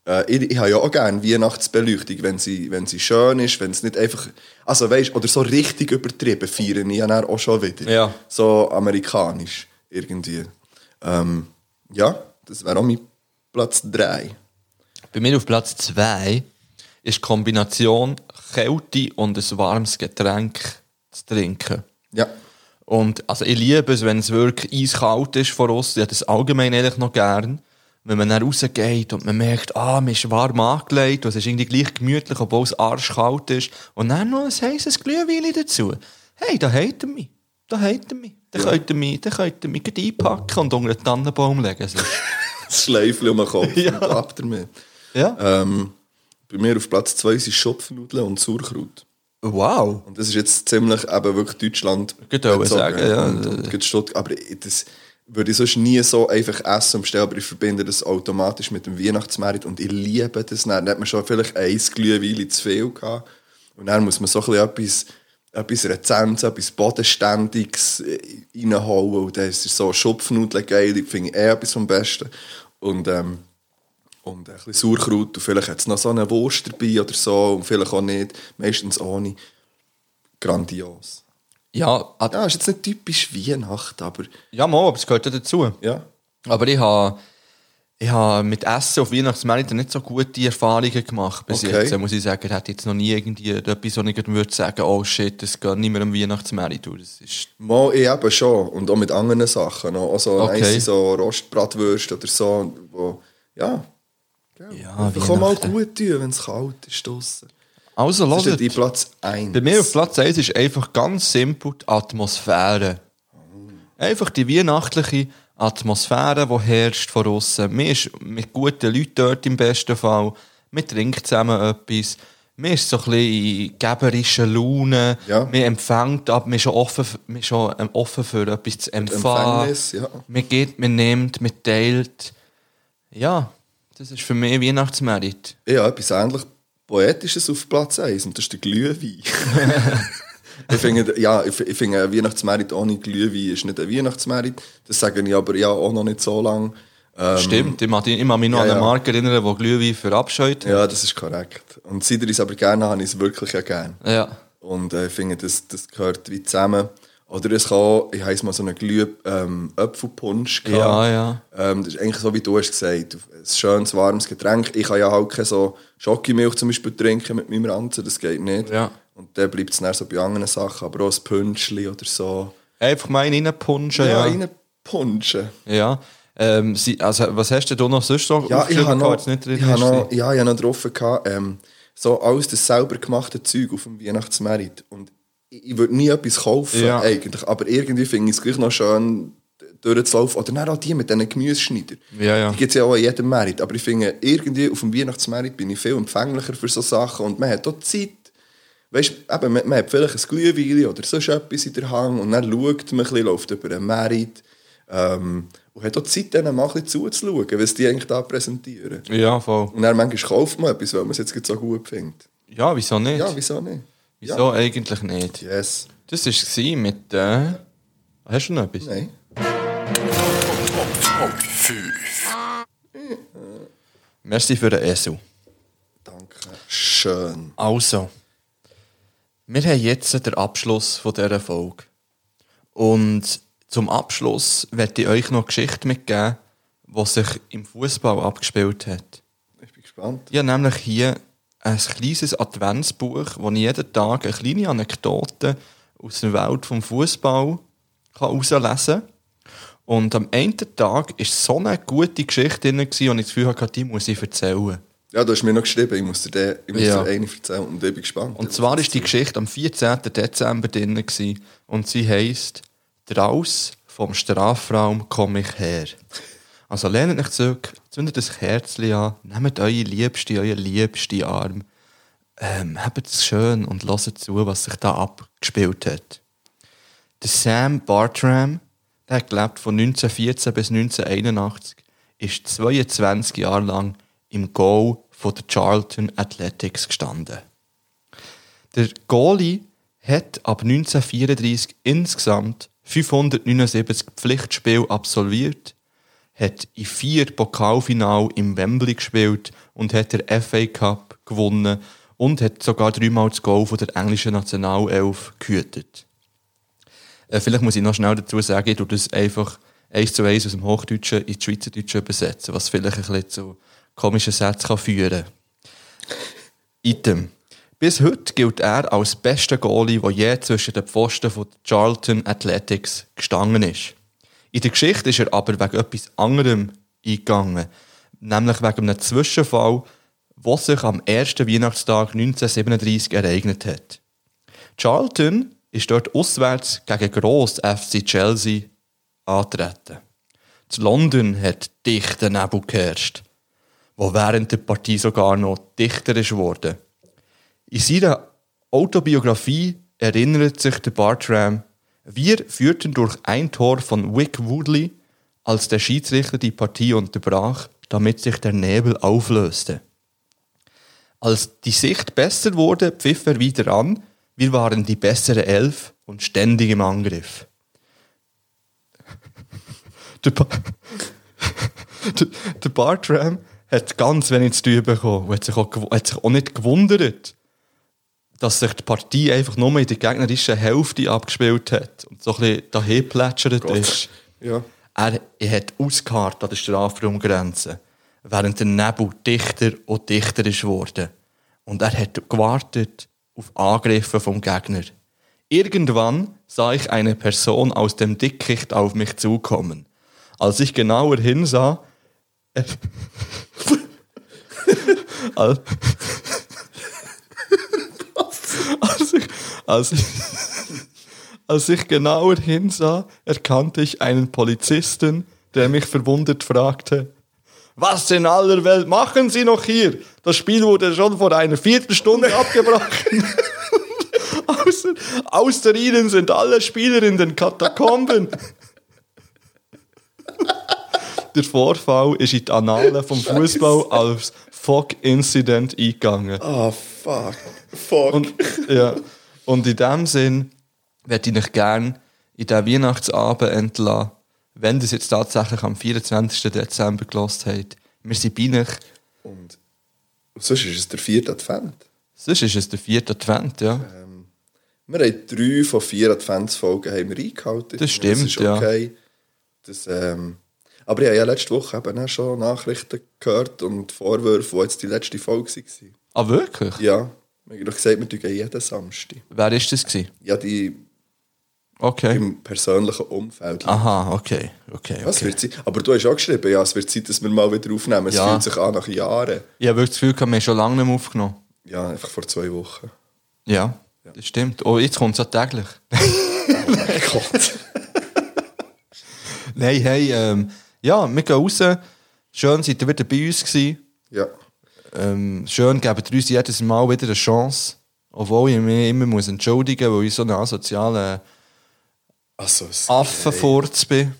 S2: Äh, ich, ich habe ja auch gerne Weihnachtsbeleuchtung, wenn sie, wenn sie schön ist, wenn es nicht einfach... Also weißt, oder so richtig übertrieben feiern ich ja dann auch schon wieder.
S1: Ja.
S2: So amerikanisch irgendwie. Ähm, ja, das wäre auch mein Platz 3.
S1: Bei mir auf Platz 2 ist die Kombination Kälte und ein warmes Getränk zu trinken.
S2: Ja.
S1: Und also ich liebe es, wenn es wirklich eiskalt ist vor uns. Ich habe das allgemein eigentlich noch gern. Wenn man dann rausgeht und man merkt, ah, man ist warm angelegt und es ist irgendwie gleich gemütlich, obwohl es arschkalt ist. Und dann noch ein heißes Glühwein dazu. Hey, da habt ihr mich. Da habt ihr mich. Da könnt ihr mich, da könnt ihr mich gleich einpacken und unter den Tannenbaum legen. So.
S2: Das Schleifchen um den Kopf und ab damit.
S1: ja.
S2: Ähm, bei mir auf Platz 2 sind Schopfnudeln und Sauerkraut.
S1: Wow.
S2: Und das ist jetzt ziemlich eben wirklich Deutschland.
S1: Könnte auch sagen, ja.
S2: Und, und gerade Stuttgart. Aber ich- das würde ich sonst nie so einfach essen und bestellen, aber ich verbinde das automatisch mit dem Weihnachtsmarkt und ich liebe das. Dann Dann hat man schon vielleicht ein Glühwein zu viel gehabt. Und dann muss man so ein bisschen etwas, etwas Rezentes, etwas Bodenständiges äh, reinhauen. Und dann ist es so Schopfnudeln geil, ich finde ich eh etwas vom Besten. Und, ähm, und ein bisschen Sauerkraut und vielleicht hat es noch so eine Wurst dabei oder so und vielleicht auch nicht, meistens ohne grandios.
S1: Ja, ah,
S2: Ja, ist jetzt nicht typisch Weihnachten, aber
S1: ja mal, aber es gehört ja dazu.
S2: ja.
S1: Aber ich habe ich habe mit Essen auf Weihnachtsmärkten nicht so gute Erfahrungen gemacht bis
S2: Okay.
S1: jetzt, muss ich sagen. Ich hätte jetzt noch nie irgendwie etwas, wo ich gerade würde sagen, oh shit, das geht nicht mehr am Weihnachtsmarkt. Du, Das ist
S2: Mal ich eben schon und auch mit anderen Sachen. Auch so
S1: Okay.
S2: okay. so Rostbratwürste oder so. Wo, ja.
S1: ja,
S2: Ich kann mal
S1: Ah, Weihnachten.
S2: gut tun, wenn es kalt ist draussen.
S1: Also,
S2: Das ist
S1: hört,
S2: dein Platz 1.
S1: bei mir auf Platz 1 ist einfach ganz simpel die Atmosphäre. Einfach die weihnachtliche Atmosphäre, die herrscht von außen. Man ist mit guten Leuten dort im besten Fall. Man trinkt zusammen etwas. Man ist so ein bisschen in geberischer Laune.
S2: Ja.
S1: Man empfängt, aber man ist schon offen, f- man ist schon ähm, offen für etwas zu empfangen.
S2: Empfängnis, ja.
S1: Man geht, man nimmt, man teilt. Ja, das ist für mich Weihnachtsmerit.
S2: Ich habe etwas ähnlich Poetisches auf Platz 1 und das ist der Glühwein. ich finde, ja, ich, ich finde, ein Weihnachtsmerit ohne Glühwein ist nicht ein Weihnachtsmerit. Das sage ich aber ja auch noch nicht so lange. Ähm,
S1: Stimmt, ich mag ich mag mich noch
S2: ja,
S1: an eine
S2: ja.
S1: Marke erinnern, die Glühwein verabscheut.
S2: Ja, das ist korrekt. Und seit ihr es aber gerne habt, habe ich es wirklich ja gerne.
S1: Ja.
S2: Und äh, ich finde, das, das gehört wie zusammen. Oder es kann, auch- ich habe jetzt mal so einen glühen ähm, Apfelpunsch gehabt.
S1: Ja, ja.
S2: Ähm, das ist eigentlich so, wie du hast gesagt Ein schönes, warmes Getränk. Ich kann ja halt keine so Schokimilch zum Beispiel trinken mit meinem Ranzen, das geht nicht.
S1: Ja.
S2: Und dann bleibt es dann so bei anderen Sachen, aber auch ein Pünschli oder so.
S1: Einfach mal einen reinpunschen. Ja,
S2: Ja,
S1: ja.
S2: reinpunschen.
S1: Ähm, sie, also, was hast denn du noch sonst noch
S2: Ja, ich
S1: aufgeschrieben
S2: habe
S1: gehabt,
S2: noch,
S1: was nicht drin
S2: ich habe
S1: ist?
S2: noch, ja, ich habe noch drauf gehabt, ähm, so alles das selber gemachte Zeug auf dem Weihnachtsmerit. Und ich, ich würde nie etwas kaufen,
S1: Ja.
S2: eigentlich. Aber irgendwie finde ich es gleich noch schön, d- durchzulaufen. Oder dann auch die mit diesen Gemüseschneidern.
S1: Ja, ja.
S2: Die gibt es ja auch an jedem Merit. Aber ich finde, irgendwie auf dem Weihnachtsmerit bin ich viel empfänglicher für so Sachen. Und man hat auch Zeit. Weißt du, eben, man, man hat vielleicht ein Glühwein oder sonst etwas in der Hand und dann schaut man ein bisschen, läuft über einen Merit ähm, und hat auch Zeit, denen mal ein bisschen zuzuschauen, was die eigentlich da präsentieren.
S1: Ja, voll.
S2: Und dann manchmal kauft man etwas, weil man es jetzt gerade so gut findet.
S1: Ja, wieso nicht?
S2: Ja, wieso nicht?
S1: wieso eigentlich nicht?
S2: Yes.
S1: Das war mit. Äh, hast du noch etwas?
S2: Nein.
S1: Merci für den Esel.
S2: Danke. Schön.
S1: Also, wir haben jetzt den Abschluss von dieser Folge. Und zum Abschluss werde ich euch noch eine Geschichte mitgeben, die sich im Fußball abgespielt hat.
S2: Ich bin gespannt.
S1: Ich habe nämlich hier ein kleines Adventsbuch, wo ich jeden Tag eine kleine Anekdote aus der Welt des Fußball herauslesen kann. Und am einen Tag war so eine gute Geschichte drin, und ich das Gefühl hatte, die muss ich erzählen.
S2: Ja, du hast mir noch geschrieben, ich muss dir, den, ich muss
S1: Ja.
S2: dir eine erzählen und ich bin gespannt.
S1: Und zwar ist die Geschichte am 14. Dezember drin gewesen, und sie heisst «Draus vom Strafraum komme ich her». Also lehnt euch zurück, zündet ein Kerzchen an, nehmt eure Liebste, euren Liebsten Arm, ähm, habt es schön und hört zu, was sich da abgespielt hat. Der Sam Bartram, der hat gelebt von 1914 bis 1981, ist 22 Jahre lang im Goal von der Charlton Athletics gestanden. Der Goalie hat ab 1934 insgesamt 579 Pflichtspiele absolviert, hat in vier Pokalfinale im Wembley gespielt und hat der FA Cup gewonnen und hat sogar dreimal das Goal von der englischen Nationalelf gehütet. Äh, vielleicht muss ich noch schnell dazu sagen, ich tue das einfach eins zu eins aus dem Hochdeutschen ins Schweizerdeutsche übersetzen, was vielleicht ein bisschen zu komischen Sätzen kann führen kann. Item. Bis heute gilt er als bester Goalie, der je zwischen den Pfosten von Charlton Athletics gestanden ist. In der Geschichte ist er aber wegen etwas anderem eingegangen, nämlich wegen einem Zwischenfall, der sich am ersten Weihnachtstag 1937 ereignet hat. Charlton ist dort auswärts gegen Gross FC Chelsea antreten. Zu London hat dichter Nebel geherrscht, wo während der Partie sogar noch dichter ist worden. In seiner Autobiografie erinnert sich der Bartram, wir führten durch ein Tor von Wick Woodley, als der Schiedsrichter die Partie unterbrach, damit sich der Nebel auflöste. Als die Sicht besser wurde, pfiff er wieder an. Wir waren die bessere Elf und ständig im Angriff. der, ba der, der Bartram hat ganz wenig zu tun bekommen und hat sich auch, gew- hat sich auch nicht gewundert, dass sich die Partie einfach nur in der gegnerischen Hälfte abgespielt hat und so ein bisschen dahin plätschert ist.
S2: Ja.
S1: Er, er hat ausgeharrt an der Strafraumgrenze, während der Nebel dichter und dichter ist worden. Und er hat gewartet auf Angriffe vom Gegner. Irgendwann sah ich eine Person aus dem Dickicht auf mich zukommen. Als ich genauer hinsah, als, als ich, als ich, als ich genauer hinsah, erkannte ich einen Polizisten, der mich verwundert fragte, was in aller Welt machen Sie noch hier? Das Spiel wurde schon vor einer Viertelstunde abgebrochen. außer, außer Ihnen sind alle Spieler in den Katakomben. Der Vorfall ist in die Annalen vom Fußball als Fog-Incident eingegangen.
S2: Ah, fuck. Fuck.
S1: Und, ja. und in dem Sinn würde ich euch gerne in diesen Weihnachtsabend entlassen, wenn ihr es jetzt tatsächlich am 24. Dezember gelost habt. Wir sind bei euch.
S2: Und sonst ist es der vierte Advent.
S1: Sonst ist es der vierte Advent, ja.
S2: Wir haben drei von vier Adventsfolgen haben wir eingehalten.
S1: Das stimmt, ja.
S2: Das, ähm, aber ich habe ja letzte Woche eben auch schon Nachrichten gehört und Vorwürfe, die jetzt die letzte Folge waren.
S1: Ah, wirklich?
S2: Ja, wir haben doch gesagt, wir gehen jeden Samstag.
S1: Wer war das? Gewesen?
S2: Ja, die
S1: Okay.
S2: im persönlichen Umfeld.
S1: Aha, okay. okay,
S2: Was
S1: Ah, okay.
S2: wird sein? Aber du hast auch geschrieben, ja, es wird Zeit, dass wir mal wieder aufnehmen. Es
S1: Ja.
S2: fühlt sich an nach Jahren.
S1: Ich habe wirklich das Gefühl, gehabt, wir haben schon lange nicht mehr aufgenommen.
S2: Ja, einfach vor zwei Wochen.
S1: Ja, das stimmt. Oh, jetzt kommt es auch täglich.
S2: Mein Gott.
S1: Nein, hey, ähm, ja, wir gehen raus. Schön, seid ihr wieder bei uns gewesen.
S2: Ja.
S1: Ähm, schön, gebt ihr uns jedes Mal wieder eine Chance. Obwohl ich mich immer muss entschuldigen muss, weil ich so ein asozialer
S2: Also, es
S1: Ah, Affenfurz bin.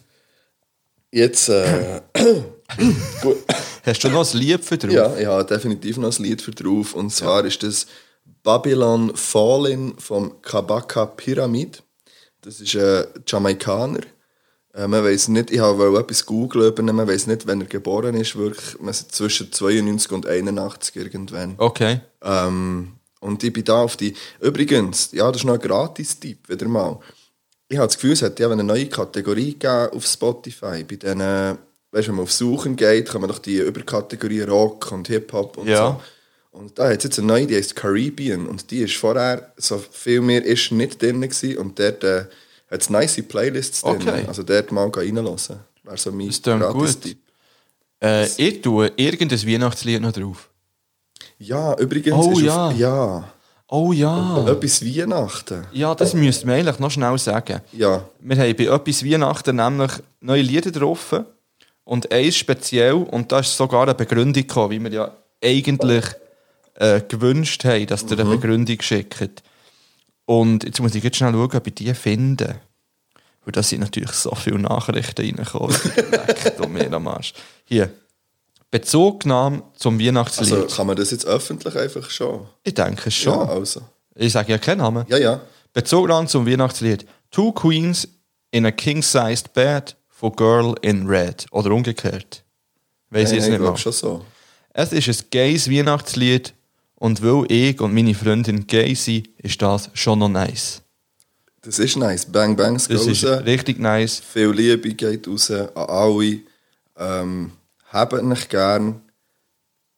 S2: Jetzt, äh, gut.
S1: Hast du noch ein Lied für drauf?
S2: Ja, ich habe definitiv noch ein Lied für drauf. Und zwar ist das Babylon Fallen vom Kabaka Pyramid. Das ist ein Jamaikaner. Äh, man weiß nicht, ich habe etwas googeln, aber man weiß nicht, wenn er geboren ist. Wirklich, man ist zwischen 92 und 81 irgendwann.
S1: Okay.
S2: Ähm, und ich bin da auf die. Übrigens, ja, das ist noch ein Gratis-Tipp, wieder mal. Ich habe das Gefühl, es hat ja eine neue Kategorie gegeben auf Spotify. Bei diesen, weißt du, wenn man auf Suchen geht, kann man doch die Überkategorie Rock und Hip-Hop und
S1: Ja.
S2: so. Und da hat es jetzt eine neue, die heißt Caribbean. Und die ist vorher, so viel mehr ist nicht drin gewesen. Und dort äh, hat es nice Playlists drin.
S1: Okay.
S2: Also dort mal reinlassen. Wäre so mein
S1: Das klingt gut.
S2: Gratis-Tipp.
S1: Äh, ich tue irgendein Weihnachtslied noch drauf.
S2: Ja, übrigens
S1: Oh,
S2: ist
S1: ja.
S2: auf, ja
S1: Oh ja.
S2: etwas Weihnachten.
S1: Ja, das müsste man eigentlich noch schnell sagen.
S2: Ja.
S1: Wir haben bei etwas Weihnachten nämlich neue Lieder drauf. Und eins speziell, und da ist sogar eine Begründung gekommen, wie wir ja eigentlich äh, gewünscht haben, dass ihr
S2: Mhm.
S1: eine Begründung schickt. Und jetzt muss ich jetzt schnell schauen, ob ich die finde. Weil da sind natürlich so viele Nachrichten reingekommen. Leckt doch mir am Arsch. Hier. Bezugnahme zum Weihnachtslied.
S2: Also kann man das jetzt öffentlich einfach schon?
S1: ich denke schon.
S2: Ja, also.
S1: Ich sage ja keinen Namen.
S2: Ja, ja.
S1: Bezogen zum Weihnachtslied Two Queens in a King-Sized Bed for Girl in Red. Oder umgekehrt. Weiß ich
S2: Nein,
S1: es
S2: nein,
S1: nicht
S2: glaub
S1: mal.
S2: schon so.
S1: Es ist ein gays Weihnachtslied und weil ich und meine Freundin gay sind, ist das schon noch nice.
S2: Das ist nice. Bang Bangs
S1: Das
S2: geht
S1: ist
S2: raus.
S1: richtig nice.
S2: Viel Liebe geht raus an alle. Ähm, habt euch gern.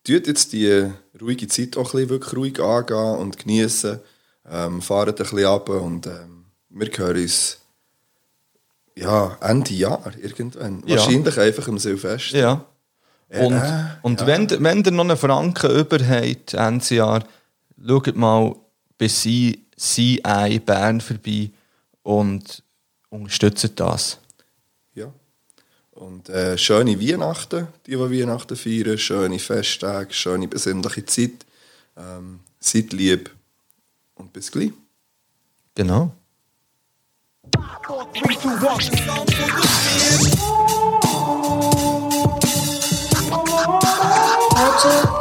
S2: Tut jetzt die ruhige Zeit auch ein bisschen wirklich ruhig angehen und genießen. Ähm, fahrt ein bisschen ab und ähm, wir hören uns ja, Ende Jahr irgendwann.
S1: Ja.
S2: Wahrscheinlich einfach am Silvester.
S1: Ja. Und,
S2: Ja,
S1: und Wenn, wenn ihr noch einen Franken über habt, Ende Jahr, schaut mal bei CI CI Bern vorbei und unterstützt das.
S2: Ja. Und äh, schöne Weihnachten, die, die Weihnachten feiern, schöne Festtage, schöne besinnliche Zeit. Ähm, seid lieb und bis gleich.
S1: Genau.
S3: Heute